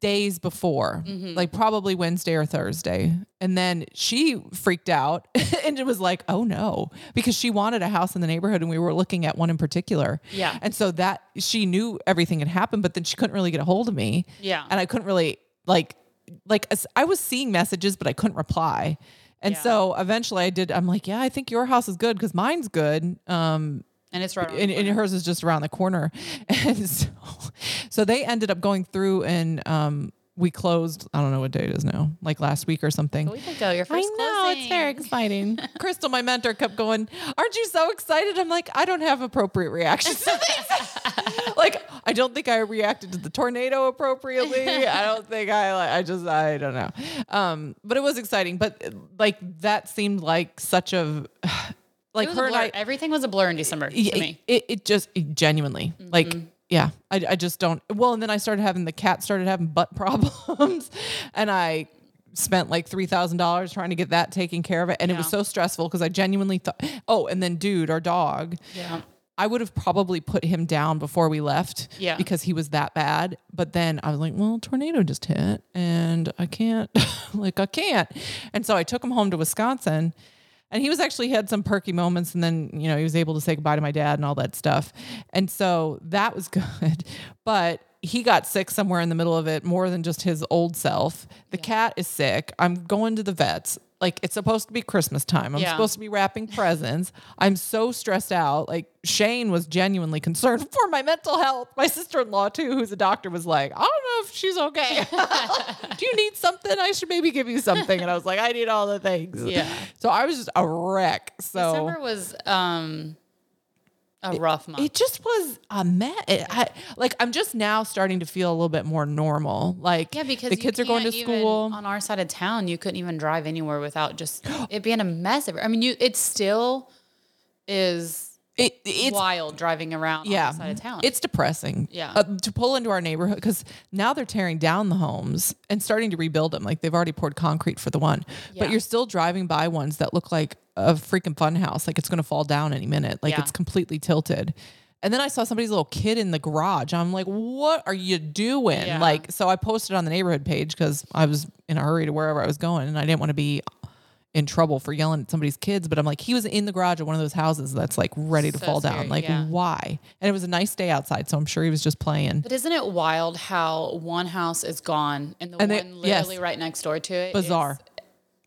[SPEAKER 1] days before,
[SPEAKER 2] Mm-hmm.
[SPEAKER 1] like probably Wednesday or Thursday, and then she freaked out and it was like, oh no, because she wanted a house in the neighborhood and we were looking at one in particular.
[SPEAKER 2] Yeah.
[SPEAKER 1] and so that she knew everything had happened, but then she couldn't really get a hold of me.
[SPEAKER 2] Yeah.
[SPEAKER 1] and I couldn't really like like as- I was seeing messages, but I couldn't reply. And
[SPEAKER 2] Yeah.
[SPEAKER 1] so eventually I did. I'm like, yeah, I think your house is good because mine's good. Um,
[SPEAKER 2] And it's right. around
[SPEAKER 1] and,
[SPEAKER 2] the
[SPEAKER 1] and hers is just around the corner. And so, so they ended up going through and um, we closed. I don't know what day it is now, like last week or something.
[SPEAKER 2] corner. a week ago, your first closing.
[SPEAKER 1] exciting. Crystal, my mentor, kept going, Aren't you so excited? I'm like, I don't have appropriate reactions to these. like, I don't think I reacted to the tornado appropriately. I don't think I, like, I just, I don't know. Um, but it was exciting. But like, that seemed like such a,
[SPEAKER 2] It
[SPEAKER 1] like,
[SPEAKER 2] was a
[SPEAKER 1] her and
[SPEAKER 2] blur.
[SPEAKER 1] I,
[SPEAKER 2] Everything was a blur in December
[SPEAKER 1] yeah,
[SPEAKER 2] to me. Mm-hmm.
[SPEAKER 1] It, it just it genuinely like yeah I, I just don't well and then i started having the cat started having butt problems and i spent like $3000 trying to get that taken care of it and it was
[SPEAKER 2] Yeah.
[SPEAKER 1] so stressful because i genuinely thought oh and then dude our dog
[SPEAKER 2] Yeah.
[SPEAKER 1] I would have probably put him down before we left
[SPEAKER 2] Yeah.
[SPEAKER 1] because he was that bad. But then I was like, well, tornado just hit and I can't, like, I can't. And so I took him home to Wisconsin and he was actually he had some perky moments. And then, you know, he was able to say goodbye to my dad and all that stuff. And so that was good. But he got sick somewhere in the middle of it more than just his old self. The cat is sick. I'm going to the vets. Like, it's supposed to be Christmas time. I'm
[SPEAKER 2] Yeah.
[SPEAKER 1] supposed to be wrapping presents. I'm so stressed out. Like Shane was genuinely concerned for my mental health. My sister-in-law too, who's a doctor, was like, "I don't know if she's okay. Do you need something? I should maybe give you something." And I was like, "I need all the things."
[SPEAKER 2] Yeah.
[SPEAKER 1] So I was just a wreck. So
[SPEAKER 2] December was um a rough month.
[SPEAKER 1] it just was a mess. It- I, like I'm just now starting to feel a little bit more normal. Like
[SPEAKER 2] yeah, because
[SPEAKER 1] the
[SPEAKER 2] you
[SPEAKER 1] kids are going to
[SPEAKER 2] can't even-
[SPEAKER 1] school.
[SPEAKER 2] on our side of town. You couldn't even drive anywhere without just it being a mess. every- I mean, you it still is
[SPEAKER 1] it, it's
[SPEAKER 2] wild driving around
[SPEAKER 1] yeah,
[SPEAKER 2] on the side of town.
[SPEAKER 1] It's depressing.
[SPEAKER 2] Yeah.
[SPEAKER 1] Uh, to pull into our neighborhood because now they're tearing down the homes and starting to rebuild them. Like they've already poured concrete for the one,
[SPEAKER 2] Yeah.
[SPEAKER 1] but you're still driving by ones that look like a freaking fun house. Like it's going to fall down any minute. Like
[SPEAKER 2] Yeah.
[SPEAKER 1] it's completely tilted. And then I saw somebody's little kid in the garage. I'm like, what are you doing?
[SPEAKER 2] Yeah.
[SPEAKER 1] Like, so I posted on the neighborhood page because I was in a hurry to wherever I was going and I didn't want to be in trouble for yelling at somebody's kids. But I'm like, he was in the garage at one of those houses that's like ready to
[SPEAKER 2] So
[SPEAKER 1] fall
[SPEAKER 2] scary,
[SPEAKER 1] down. Like,
[SPEAKER 2] yeah.
[SPEAKER 1] why? And it was a nice day outside, so I'm sure he was just playing.
[SPEAKER 2] but isn't it wild how one house is gone and the
[SPEAKER 1] And
[SPEAKER 2] one
[SPEAKER 1] they- yes.
[SPEAKER 2] literally right next door to it? is-
[SPEAKER 1] Bizarre.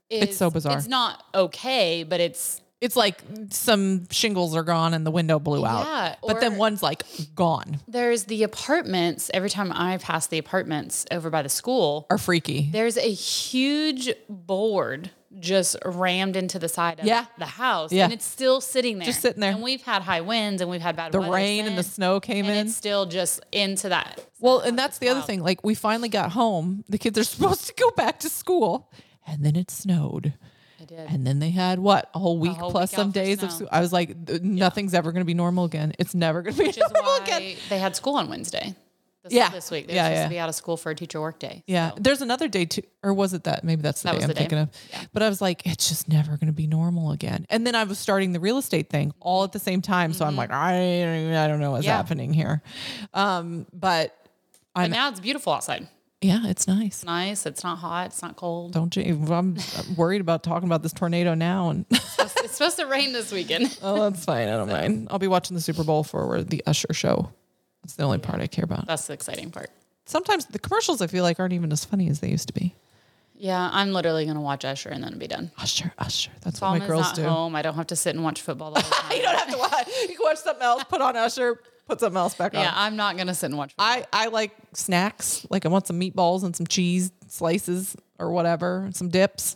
[SPEAKER 2] Is,
[SPEAKER 1] so bizarre.
[SPEAKER 2] It's not okay, but it's
[SPEAKER 1] It's like some shingles are gone and the window blew out.
[SPEAKER 2] Yeah,
[SPEAKER 1] but then
[SPEAKER 2] or-
[SPEAKER 1] one's like gone
[SPEAKER 2] there's the apartments. Every time I pass the apartments over by the school,
[SPEAKER 1] or freaky.
[SPEAKER 2] there's a huge board just rammed into the side of
[SPEAKER 1] Yeah.
[SPEAKER 2] the house.
[SPEAKER 1] Yeah.
[SPEAKER 2] And it's still sitting there.
[SPEAKER 1] Just sitting there.
[SPEAKER 2] And we've had high winds and we've had bad
[SPEAKER 1] the
[SPEAKER 2] weather
[SPEAKER 1] rain and the
[SPEAKER 2] since,
[SPEAKER 1] snow came
[SPEAKER 2] And
[SPEAKER 1] in.
[SPEAKER 2] it's still just into that.
[SPEAKER 1] Well, and that's the other thing. Like we finally got home. The kids are supposed to go back to school, and then it snowed.
[SPEAKER 2] It did.
[SPEAKER 1] And then they had what a whole week
[SPEAKER 2] whole
[SPEAKER 1] plus
[SPEAKER 2] week
[SPEAKER 1] some
[SPEAKER 2] off of
[SPEAKER 1] days of.
[SPEAKER 2] snow.
[SPEAKER 1] School. I was like, th- nothing's ever going to be normal again. It's never going to be
[SPEAKER 2] Which is
[SPEAKER 1] normal again.
[SPEAKER 2] why they had school on Wednesday. This,
[SPEAKER 1] Yeah.
[SPEAKER 2] This week. They're
[SPEAKER 1] Yeah,
[SPEAKER 2] supposed
[SPEAKER 1] yeah.
[SPEAKER 2] to be out of school for a teacher work day.
[SPEAKER 1] Yeah,
[SPEAKER 2] So,
[SPEAKER 1] there's another day too, or was it that? Maybe that's the
[SPEAKER 2] That
[SPEAKER 1] day
[SPEAKER 2] was
[SPEAKER 1] I'm
[SPEAKER 2] the day.
[SPEAKER 1] thinking of.
[SPEAKER 2] Yeah.
[SPEAKER 1] But I was like, it's just never going to be normal again. And then I was starting the real estate thing all at the same time, so I'm like, I don't, even- I don't know what's
[SPEAKER 2] Mm-hmm. Yeah.
[SPEAKER 1] happening here. Um, but
[SPEAKER 2] But now it's beautiful outside.
[SPEAKER 1] yeah, it's nice.
[SPEAKER 2] Nice. It's not hot. It's not cold.
[SPEAKER 1] Don't you? I'm I'm worried about talking about this tornado now, and
[SPEAKER 2] it's supposed to rain this weekend.
[SPEAKER 1] oh, that's fine. I don't mind. I'll be watching the Super Bowl for the Usher show. That's the only part I care about.
[SPEAKER 2] That's the exciting part.
[SPEAKER 1] Sometimes the commercials I feel like aren't even as funny as they used to be.
[SPEAKER 2] Yeah, I'm literally gonna watch Usher and then be done.
[SPEAKER 1] Usher, Usher. That's what
[SPEAKER 2] Mom
[SPEAKER 1] my
[SPEAKER 2] is
[SPEAKER 1] girls
[SPEAKER 2] not
[SPEAKER 1] do.
[SPEAKER 2] home. I don't have to sit and watch football. The whole time.
[SPEAKER 1] You don't have to watch. You can watch something else. Put on Usher. Put something else back
[SPEAKER 2] yeah,
[SPEAKER 1] on.
[SPEAKER 2] I'm not gonna sit and watch. Football.
[SPEAKER 1] I I like snacks. Like I want some meatballs and some cheese slices or whatever, and some dips,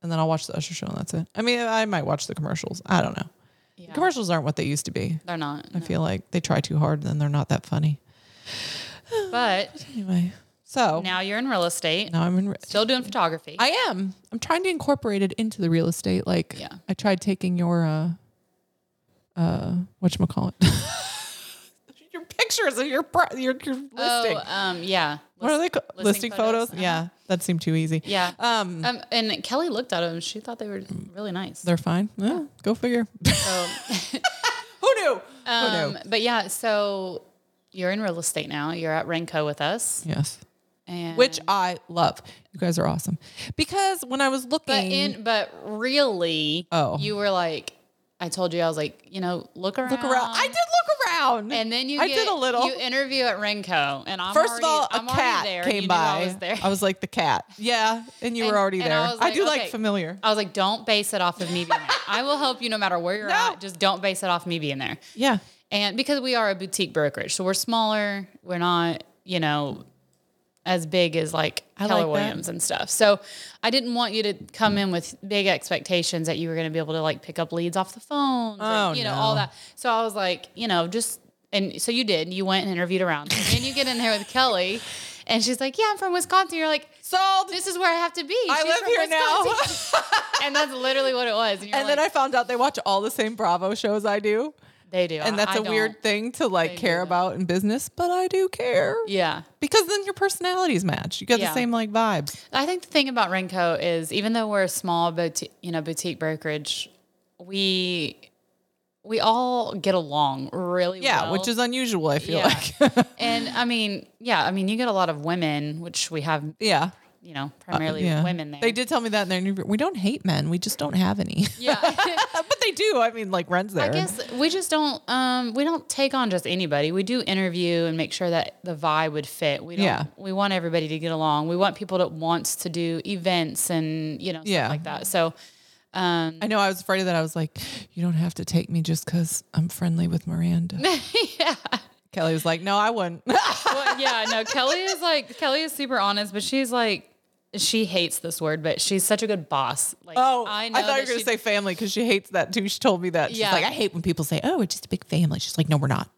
[SPEAKER 1] and then I'll watch the Usher show and that's it. I mean, I might watch the commercials. I don't know. The Commercials aren't what they used to be.
[SPEAKER 2] They're not.
[SPEAKER 1] I feel like they try too hard, and then they're not that funny.
[SPEAKER 2] But
[SPEAKER 1] Anyway, so now,
[SPEAKER 2] now you're in real estate.
[SPEAKER 1] I'm in.
[SPEAKER 2] Still doing photography.
[SPEAKER 1] I am. I'm trying to incorporate it into the real estate. Like
[SPEAKER 2] Yeah.
[SPEAKER 1] I tried taking your uh uh whatchamacallit. your pictures of your pro- your, your listing.
[SPEAKER 2] oh, um, yeah.
[SPEAKER 1] what are they called?
[SPEAKER 2] listing
[SPEAKER 1] Listing, photos?
[SPEAKER 2] photos, uh-huh.
[SPEAKER 1] Yeah. That seemed too easy.
[SPEAKER 2] Yeah.
[SPEAKER 1] Um Mm.
[SPEAKER 2] Um, and Kelly looked at them. She thought they were really nice.
[SPEAKER 1] they're fine. Yeah, Go figure.
[SPEAKER 2] So,
[SPEAKER 1] Who knew? Who
[SPEAKER 2] um,
[SPEAKER 1] knew?
[SPEAKER 2] but yeah, so you're in real estate now. You're at Renko with us,
[SPEAKER 1] Yes.
[SPEAKER 2] and
[SPEAKER 1] Which I love. You guys are awesome. Because when I was looking
[SPEAKER 2] But in but really,
[SPEAKER 1] Oh.
[SPEAKER 2] you were like, I told you, I was like, you know, look around,
[SPEAKER 1] look around. I did look around.
[SPEAKER 2] and then you,
[SPEAKER 1] I
[SPEAKER 2] get,
[SPEAKER 1] did a little
[SPEAKER 2] You interview at Renko, and I'm
[SPEAKER 1] First
[SPEAKER 2] already,
[SPEAKER 1] of all, a
[SPEAKER 2] I'm already
[SPEAKER 1] cat
[SPEAKER 2] there, and
[SPEAKER 1] came
[SPEAKER 2] you knew
[SPEAKER 1] by.
[SPEAKER 2] I was there.
[SPEAKER 1] like the cat. Yeah, and you
[SPEAKER 2] And-
[SPEAKER 1] were already
[SPEAKER 2] and
[SPEAKER 1] there. I,
[SPEAKER 2] I was
[SPEAKER 1] do like
[SPEAKER 2] okay.
[SPEAKER 1] familiar.
[SPEAKER 2] I was like, don't base it off of me being there. I will help you no matter where you're
[SPEAKER 1] No.
[SPEAKER 2] at. Just don't base it off me being there.
[SPEAKER 1] Yeah,
[SPEAKER 2] And because we are a boutique brokerage, so we're smaller, we're not, you know, as big as like Keller
[SPEAKER 1] like that.
[SPEAKER 2] Williams and stuff. So I didn't want you to come in with big expectations that you were going to be able to like pick up leads off the phone,
[SPEAKER 1] Oh,
[SPEAKER 2] you know, all
[SPEAKER 1] no.
[SPEAKER 2] that. So I was like, you know, just and so you did. You went and interviewed around. And then you get in there with Kelly, and she's like, "Yeah, I'm from Wisconsin." You're like,
[SPEAKER 1] sold.
[SPEAKER 2] "This is where I have to be."
[SPEAKER 1] I
[SPEAKER 2] She's
[SPEAKER 1] live
[SPEAKER 2] from
[SPEAKER 1] here
[SPEAKER 2] Wisconsin." and that's literally what it was. And, you're
[SPEAKER 1] now. and
[SPEAKER 2] like,
[SPEAKER 1] then I found out they watch all the same Bravo shows I do,
[SPEAKER 2] they do,
[SPEAKER 1] and that's
[SPEAKER 2] a
[SPEAKER 1] a weird thing to like care about in business. But I do care
[SPEAKER 2] Yeah,
[SPEAKER 1] because then your personalities match. You got the
[SPEAKER 2] Yeah.
[SPEAKER 1] same like vibes.
[SPEAKER 2] I think the thing about Renko is even though we're a small boutique, you know, boutique brokerage, we we all get along really
[SPEAKER 1] Yeah,
[SPEAKER 2] well.
[SPEAKER 1] which is unusual. I feel
[SPEAKER 2] Yeah.
[SPEAKER 1] like.
[SPEAKER 2] and I mean, yeah, I mean, you get a lot of women, which we have,
[SPEAKER 1] yeah.
[SPEAKER 2] you know, primarily
[SPEAKER 1] Uh, yeah.
[SPEAKER 2] women there.
[SPEAKER 1] They did tell me that in their interview. We don't hate men. We just don't have any.
[SPEAKER 2] Yeah.
[SPEAKER 1] but they do. I mean, like Ren's there.
[SPEAKER 2] I guess we just don't um we don't take on just anybody. We do interview and make sure that the vibe would fit. We don't
[SPEAKER 1] Yeah.
[SPEAKER 2] we want everybody to get along. We want people that wants to do events and, you know, stuff
[SPEAKER 1] Yeah.
[SPEAKER 2] like that. So um
[SPEAKER 1] I know I was afraid of that. I was like, you don't have to take me just because I'm friendly with Miranda. yeah. Kelly was like, no, I wouldn't.
[SPEAKER 2] well, yeah, no, Kelly is like Kelly is super honest, but she's like she hates this word, but she's such a good boss. Like
[SPEAKER 1] oh, I,
[SPEAKER 2] I know
[SPEAKER 1] thought you were
[SPEAKER 2] that
[SPEAKER 1] going to
[SPEAKER 2] she-
[SPEAKER 1] say family because she hates that too. She told me that. She's
[SPEAKER 2] Yeah.
[SPEAKER 1] like, I hate when people say, oh, it's just a big family. She's like, no, we're not.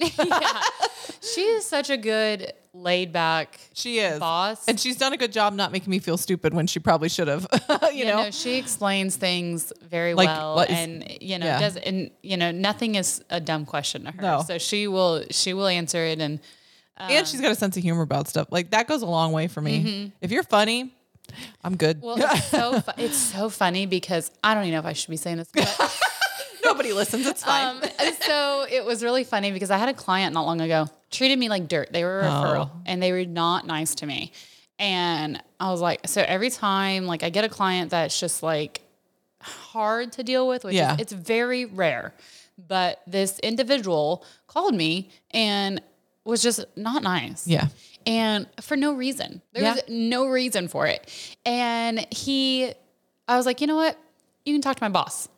[SPEAKER 2] she is such a good laid back
[SPEAKER 1] She is.
[SPEAKER 2] boss.
[SPEAKER 1] And she's done a good job not making me feel stupid when she probably should have. you
[SPEAKER 2] Yeah,
[SPEAKER 1] know?
[SPEAKER 2] no, she explains things very
[SPEAKER 1] Like,
[SPEAKER 2] well,
[SPEAKER 1] what is-
[SPEAKER 2] and you know,
[SPEAKER 1] yeah.
[SPEAKER 2] does and you know, nothing is a dumb question to her.
[SPEAKER 1] No.
[SPEAKER 2] So she will, she will answer it, and
[SPEAKER 1] and
[SPEAKER 2] um,
[SPEAKER 1] she's got a sense of humor about stuff. Like, that goes a long way for me. If you're funny, I'm good.
[SPEAKER 2] Mm-hmm. well, it's so fu- it's so funny because I don't even know if I should be saying this. But,
[SPEAKER 1] Nobody listens. It's fine.
[SPEAKER 2] um, so it was really funny because I had a client not long ago treated me like dirt. They were a referral,
[SPEAKER 1] Oh.
[SPEAKER 2] and they were not nice to me, and I was like, so every time like I get a client that's just like hard to deal with, which
[SPEAKER 1] Yeah.
[SPEAKER 2] is, it's very rare. But this individual called me and was just not nice.
[SPEAKER 1] yeah.
[SPEAKER 2] And for no reason. There was no reason for it. And he, I was like, you know what? You can talk to my boss.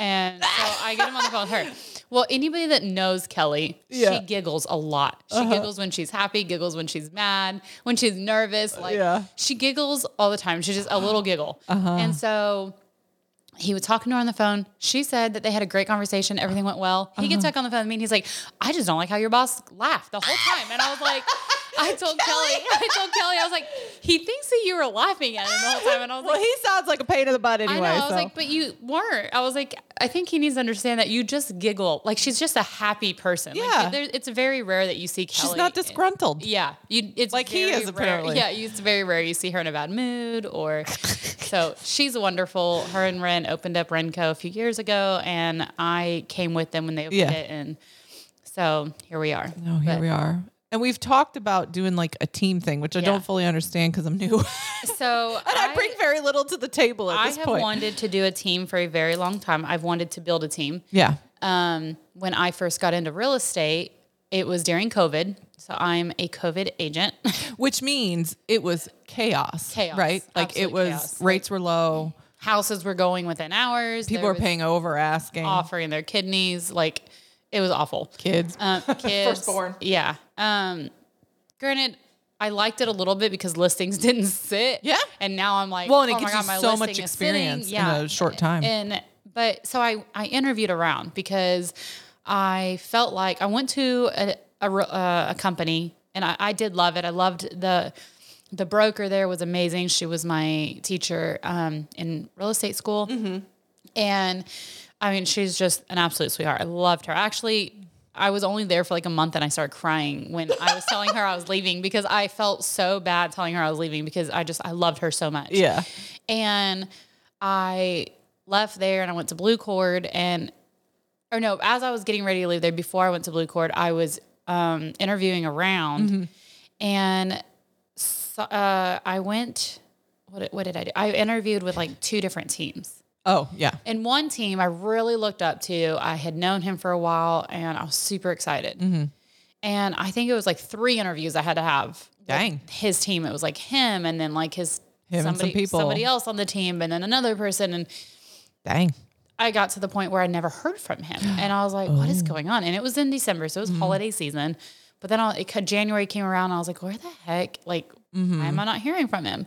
[SPEAKER 2] And so I get him on the phone with her. Well, anybody that knows Kelly,
[SPEAKER 1] Yeah. Uh-huh.
[SPEAKER 2] she giggles a lot. She giggles when she's happy, giggles when she's mad, when she's nervous. Like
[SPEAKER 1] Yeah. Uh-huh.
[SPEAKER 2] she giggles all the time. She's just a little giggle. And so He was talking to her on the phone. She said that they had a great conversation. Everything went well. He
[SPEAKER 1] Uh-huh.
[SPEAKER 2] gets back on the phone with me and he's like, I just don't like how your boss laughed the whole time. And I was like, I told Kelly, I told Kelly, I was like, he thinks that you were laughing at him the whole time. And I was
[SPEAKER 1] Well,
[SPEAKER 2] like,
[SPEAKER 1] he sounds like a pain in the butt anyway.
[SPEAKER 2] I know. I was
[SPEAKER 1] so.
[SPEAKER 2] like, but you weren't. I was like, I think he needs to understand that you just giggle. Like she's just a happy person. Like,
[SPEAKER 1] Yeah.
[SPEAKER 2] there- it's very rare that you see Kelly. eh,
[SPEAKER 1] She's not disgruntled.
[SPEAKER 2] Yeah, you. It's
[SPEAKER 1] Like he
[SPEAKER 2] very
[SPEAKER 1] is,
[SPEAKER 2] rare-
[SPEAKER 1] apparently.
[SPEAKER 2] Yeah, you- it's very rare you see her in a bad mood or. so she's wonderful. Her and Ren opened up Renco a few years ago, and I came with them when they opened
[SPEAKER 1] Yeah.
[SPEAKER 2] it, and so here we are.
[SPEAKER 1] Oh, here we are. And we've talked about doing like a team thing, which I
[SPEAKER 2] Yeah.
[SPEAKER 1] don't fully understand because I'm new. and
[SPEAKER 2] So
[SPEAKER 1] I, bring very little to the table at
[SPEAKER 2] I
[SPEAKER 1] this
[SPEAKER 2] have
[SPEAKER 1] point.
[SPEAKER 2] wanted to do a team for a very long time. I've wanted to build a team.
[SPEAKER 1] Yeah.
[SPEAKER 2] um, when I first got into real estate, it was during COVID. So I'm a COVID agent.
[SPEAKER 1] Which means it was chaos.
[SPEAKER 2] Chaos.
[SPEAKER 1] Right? Like
[SPEAKER 2] Absolute
[SPEAKER 1] it was
[SPEAKER 2] chaos.
[SPEAKER 1] rates were low.
[SPEAKER 2] Houses were going within hours.
[SPEAKER 1] People
[SPEAKER 2] There
[SPEAKER 1] were
[SPEAKER 2] was
[SPEAKER 1] paying over asking.
[SPEAKER 2] offering their kidneys. Like it was awful.
[SPEAKER 1] Kids.
[SPEAKER 2] Um, kids,
[SPEAKER 1] Firstborn.
[SPEAKER 2] Yeah. Um, granted, I liked it a little bit because listings didn't sit.
[SPEAKER 1] Yeah.
[SPEAKER 2] And now I'm like,
[SPEAKER 1] Well, and it
[SPEAKER 2] oh my
[SPEAKER 1] gives you
[SPEAKER 2] God, my
[SPEAKER 1] so
[SPEAKER 2] listing
[SPEAKER 1] much
[SPEAKER 2] is sitting.
[SPEAKER 1] experience in
[SPEAKER 2] Yeah.
[SPEAKER 1] a short time.
[SPEAKER 2] And but so I I interviewed around because I felt like I went to a a, re- uh, a company and I, I did love it. I loved the the broker there was amazing. She was my teacher um, in real estate school,
[SPEAKER 1] Mm-hmm.
[SPEAKER 2] and I mean she's just an absolute sweetheart. I loved her. Actually, I was only there for like a month and I started crying when I was telling her I was leaving because I felt so bad telling her I was leaving because I just I loved her so much
[SPEAKER 1] yeah.
[SPEAKER 2] and I left there and I went to Blue Cord and or no, as I was getting ready to leave there before I went to Blue Cord, I was um, interviewing around and so, uh, I went what did- what did I do? I interviewed with like two different teams.
[SPEAKER 1] Oh, yeah.
[SPEAKER 2] And one team I really looked up to. I had known him for a while and I was super excited.
[SPEAKER 1] Mm-hmm.
[SPEAKER 2] And I think it was like three interviews I had to have. with
[SPEAKER 1] Dang.
[SPEAKER 2] His team. It was like him and then like his
[SPEAKER 1] Him and some
[SPEAKER 2] somebody,
[SPEAKER 1] people.
[SPEAKER 2] somebody else on the team and then another person. And
[SPEAKER 1] Dang.
[SPEAKER 2] I got to the point where I never heard from him. And I was like, what
[SPEAKER 1] Oh.
[SPEAKER 2] is going on? And it was in December, so it was
[SPEAKER 1] Mm-hmm.
[SPEAKER 2] holiday season. But then I, it, ca- January came around, and I was like, where the heck? Like, why
[SPEAKER 1] Mm-hmm.
[SPEAKER 2] am I not hearing from him?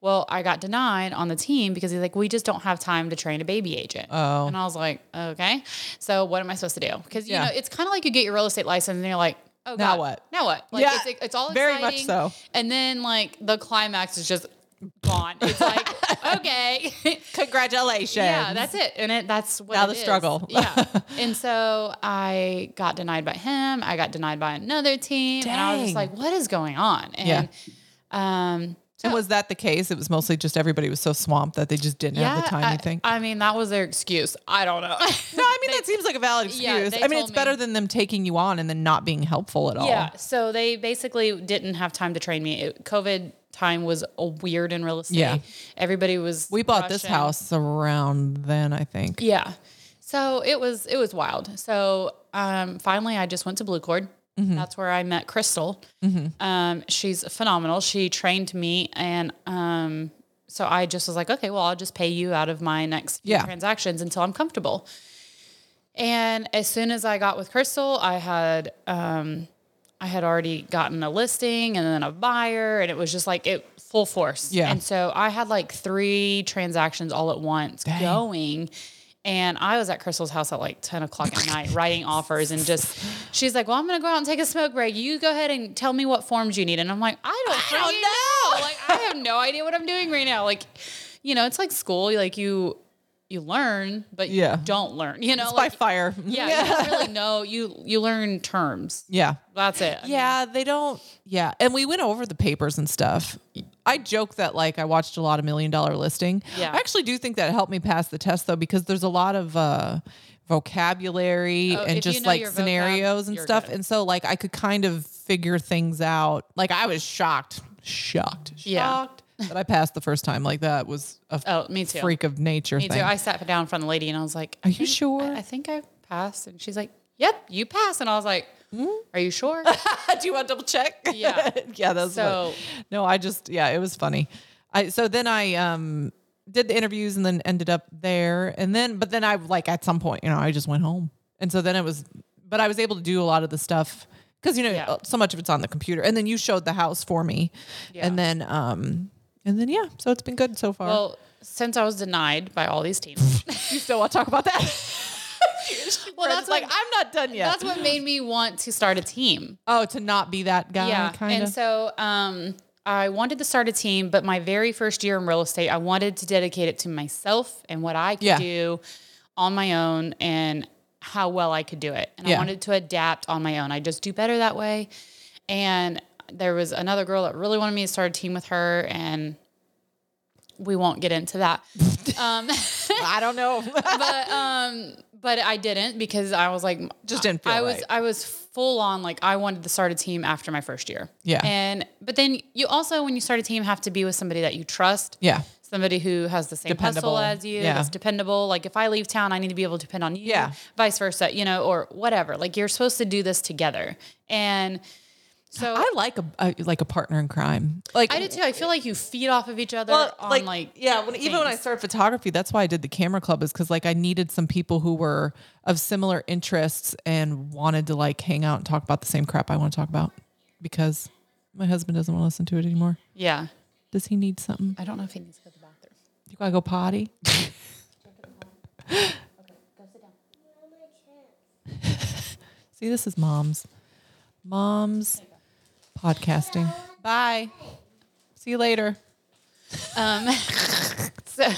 [SPEAKER 2] Well, I got denied on the team because he's like, we just don't have time to train a baby agent.
[SPEAKER 1] Oh.
[SPEAKER 2] And I was like, okay. So what am I supposed to do? Because, you
[SPEAKER 1] Yeah.
[SPEAKER 2] know, it's kind of like you get your real estate license and you're like, oh,
[SPEAKER 1] Now
[SPEAKER 2] God,
[SPEAKER 1] what?
[SPEAKER 2] Now what? Like,
[SPEAKER 1] Yeah,
[SPEAKER 2] it's, it's all
[SPEAKER 1] very much
[SPEAKER 2] exciting.
[SPEAKER 1] so.
[SPEAKER 2] And then, like, the climax is just gone. It's like, okay.
[SPEAKER 1] Congratulations.
[SPEAKER 2] Yeah, that's it. And it that's what
[SPEAKER 1] Now
[SPEAKER 2] it
[SPEAKER 1] the
[SPEAKER 2] is.
[SPEAKER 1] struggle.
[SPEAKER 2] Yeah. and so I got denied by him. I got denied by another team. And I was just
[SPEAKER 1] Dang.
[SPEAKER 2] like, what is going on? And um
[SPEAKER 1] And was that the case? It was mostly just everybody was so swamped that they just didn't
[SPEAKER 2] yeah,
[SPEAKER 1] have the time,
[SPEAKER 2] I,
[SPEAKER 1] you think?
[SPEAKER 2] I mean, that was their excuse. I don't know.
[SPEAKER 1] no, I mean, that seems like a valid
[SPEAKER 2] yeah,
[SPEAKER 1] excuse.
[SPEAKER 2] they
[SPEAKER 1] I mean,
[SPEAKER 2] told
[SPEAKER 1] it's
[SPEAKER 2] me-
[SPEAKER 1] better than them taking you on and then not being helpful at all.
[SPEAKER 2] Yeah. So they basically didn't have time to train me. It, COVID time was a weird in real estate.
[SPEAKER 1] Yeah.
[SPEAKER 2] Everybody was
[SPEAKER 1] We bought this
[SPEAKER 2] rushing.
[SPEAKER 1] house around then, I think.
[SPEAKER 2] Yeah. So it was it was wild. So um, finally, I just went to Blue Cord. That's where I met Crystal. Um, she's phenomenal. She trained me, and um, so I just was like, okay, well, I'll just pay you out of my next few
[SPEAKER 1] Yeah.
[SPEAKER 2] transactions until I'm comfortable. And as soon as I got with Crystal, I had um, I had already gotten a listing and then a buyer, and it was just like it full force.
[SPEAKER 1] Yeah.
[SPEAKER 2] And so I had like three transactions all at once going. And I was at Crystal's house at like 10 o'clock at night writing offers and just she's like, Well, I'm gonna go out and take a smoke break. You go ahead and tell me what forms you need. And I'm like, I don't,
[SPEAKER 1] don't know."
[SPEAKER 2] freaking know. Like I have no idea what I'm doing right now. Like, you know, it's like school, like you you learn, but
[SPEAKER 1] Yeah.
[SPEAKER 2] you don't learn. You know,
[SPEAKER 1] It's
[SPEAKER 2] like
[SPEAKER 1] by fire.
[SPEAKER 2] yeah, you don't really know. You you learn terms.
[SPEAKER 1] Yeah.
[SPEAKER 2] That's it. I mean,
[SPEAKER 1] Yeah, they don't. Yeah. And we went over the papers and stuff. I joke that like I watched a lot of million dollar listing.
[SPEAKER 2] Yeah.
[SPEAKER 1] I actually do think that helped me pass the test though, because there's a lot of uh, vocabulary
[SPEAKER 2] Oh, if
[SPEAKER 1] and
[SPEAKER 2] you
[SPEAKER 1] just
[SPEAKER 2] know
[SPEAKER 1] like
[SPEAKER 2] your vocab,
[SPEAKER 1] scenarios and
[SPEAKER 2] you're
[SPEAKER 1] stuff.
[SPEAKER 2] good.
[SPEAKER 1] And so like I could kind of figure things out. Like I was shocked, shocked,
[SPEAKER 2] Yeah.
[SPEAKER 1] shocked that I passed the first time. Like that was a
[SPEAKER 2] Oh, me too.
[SPEAKER 1] freak of nature
[SPEAKER 2] Me
[SPEAKER 1] thing.
[SPEAKER 2] too. I sat down in front of the lady and I was like,
[SPEAKER 1] Are you sure?
[SPEAKER 2] I, I think I passed. And she's like, Yep, you passed. And I was like,
[SPEAKER 1] Hmm?
[SPEAKER 2] Are you sure?
[SPEAKER 1] Do you want to double check?
[SPEAKER 2] Yeah.
[SPEAKER 1] yeah, that's so.
[SPEAKER 2] So-
[SPEAKER 1] no, I just yeah, it was funny. I so then I um did the interviews and then ended up there and then but then I like at some point, you know, I just went home. And so then it was but I was able to do a lot of the stuff cuz you know,
[SPEAKER 2] Yeah.
[SPEAKER 1] so much of it's on the computer. And then you showed the house for me.
[SPEAKER 2] Yeah.
[SPEAKER 1] And then um and then yeah, so it's been good so far.
[SPEAKER 2] well, since I was denied by all these teams.
[SPEAKER 1] You still want to talk about that?
[SPEAKER 2] well,
[SPEAKER 1] Fred's
[SPEAKER 2] that's like
[SPEAKER 1] like, I'm not done yet.
[SPEAKER 2] that's what made me want to start a team.
[SPEAKER 1] oh, to not be that guy,
[SPEAKER 2] yeah
[SPEAKER 1] kind
[SPEAKER 2] and
[SPEAKER 1] of.
[SPEAKER 2] so um i wanted to start a team but my very first year in real estate i wanted to dedicate it to myself and what i could
[SPEAKER 1] Yeah.
[SPEAKER 2] do on my own and how well i could do it and
[SPEAKER 1] Yeah.
[SPEAKER 2] i wanted to adapt on my own i just do better that way and there was another girl that really wanted me to start a team with her and we won't get into that um,
[SPEAKER 1] I don't know.
[SPEAKER 2] but um but I didn't because I was like
[SPEAKER 1] Just didn't feel
[SPEAKER 2] I was
[SPEAKER 1] right.
[SPEAKER 2] I was full on like I wanted to start a team after my first year.
[SPEAKER 1] Yeah.
[SPEAKER 2] And but then you also when you start a team have to be with somebody that you trust.
[SPEAKER 1] yeah.
[SPEAKER 2] Somebody who has the same
[SPEAKER 1] Dependable.
[SPEAKER 2] hustle as you,
[SPEAKER 1] Yeah.
[SPEAKER 2] that's dependable. Like if I leave town, I need to be able to depend on you.
[SPEAKER 1] Yeah.
[SPEAKER 2] Vice versa, you know, or whatever. Like you're supposed to do this together. And so I,
[SPEAKER 1] I like a, a like a partner in crime. Like
[SPEAKER 2] do too. I feel like you feed off of each other
[SPEAKER 1] Well,
[SPEAKER 2] on
[SPEAKER 1] like,
[SPEAKER 2] like,
[SPEAKER 1] yeah when, even when i
[SPEAKER 2] things.
[SPEAKER 1] started photography that's why i did the camera club is because like i needed some people who were of similar interests and wanted to like hang out and talk about the same crap i want to talk about because my husband doesn't want to listen to it anymore
[SPEAKER 2] Yeah.
[SPEAKER 1] does he need something
[SPEAKER 2] I don't know if he needs to go to the bathroom.
[SPEAKER 1] you gotta go potty see this is moms moms podcasting bye see you later
[SPEAKER 2] Um, so,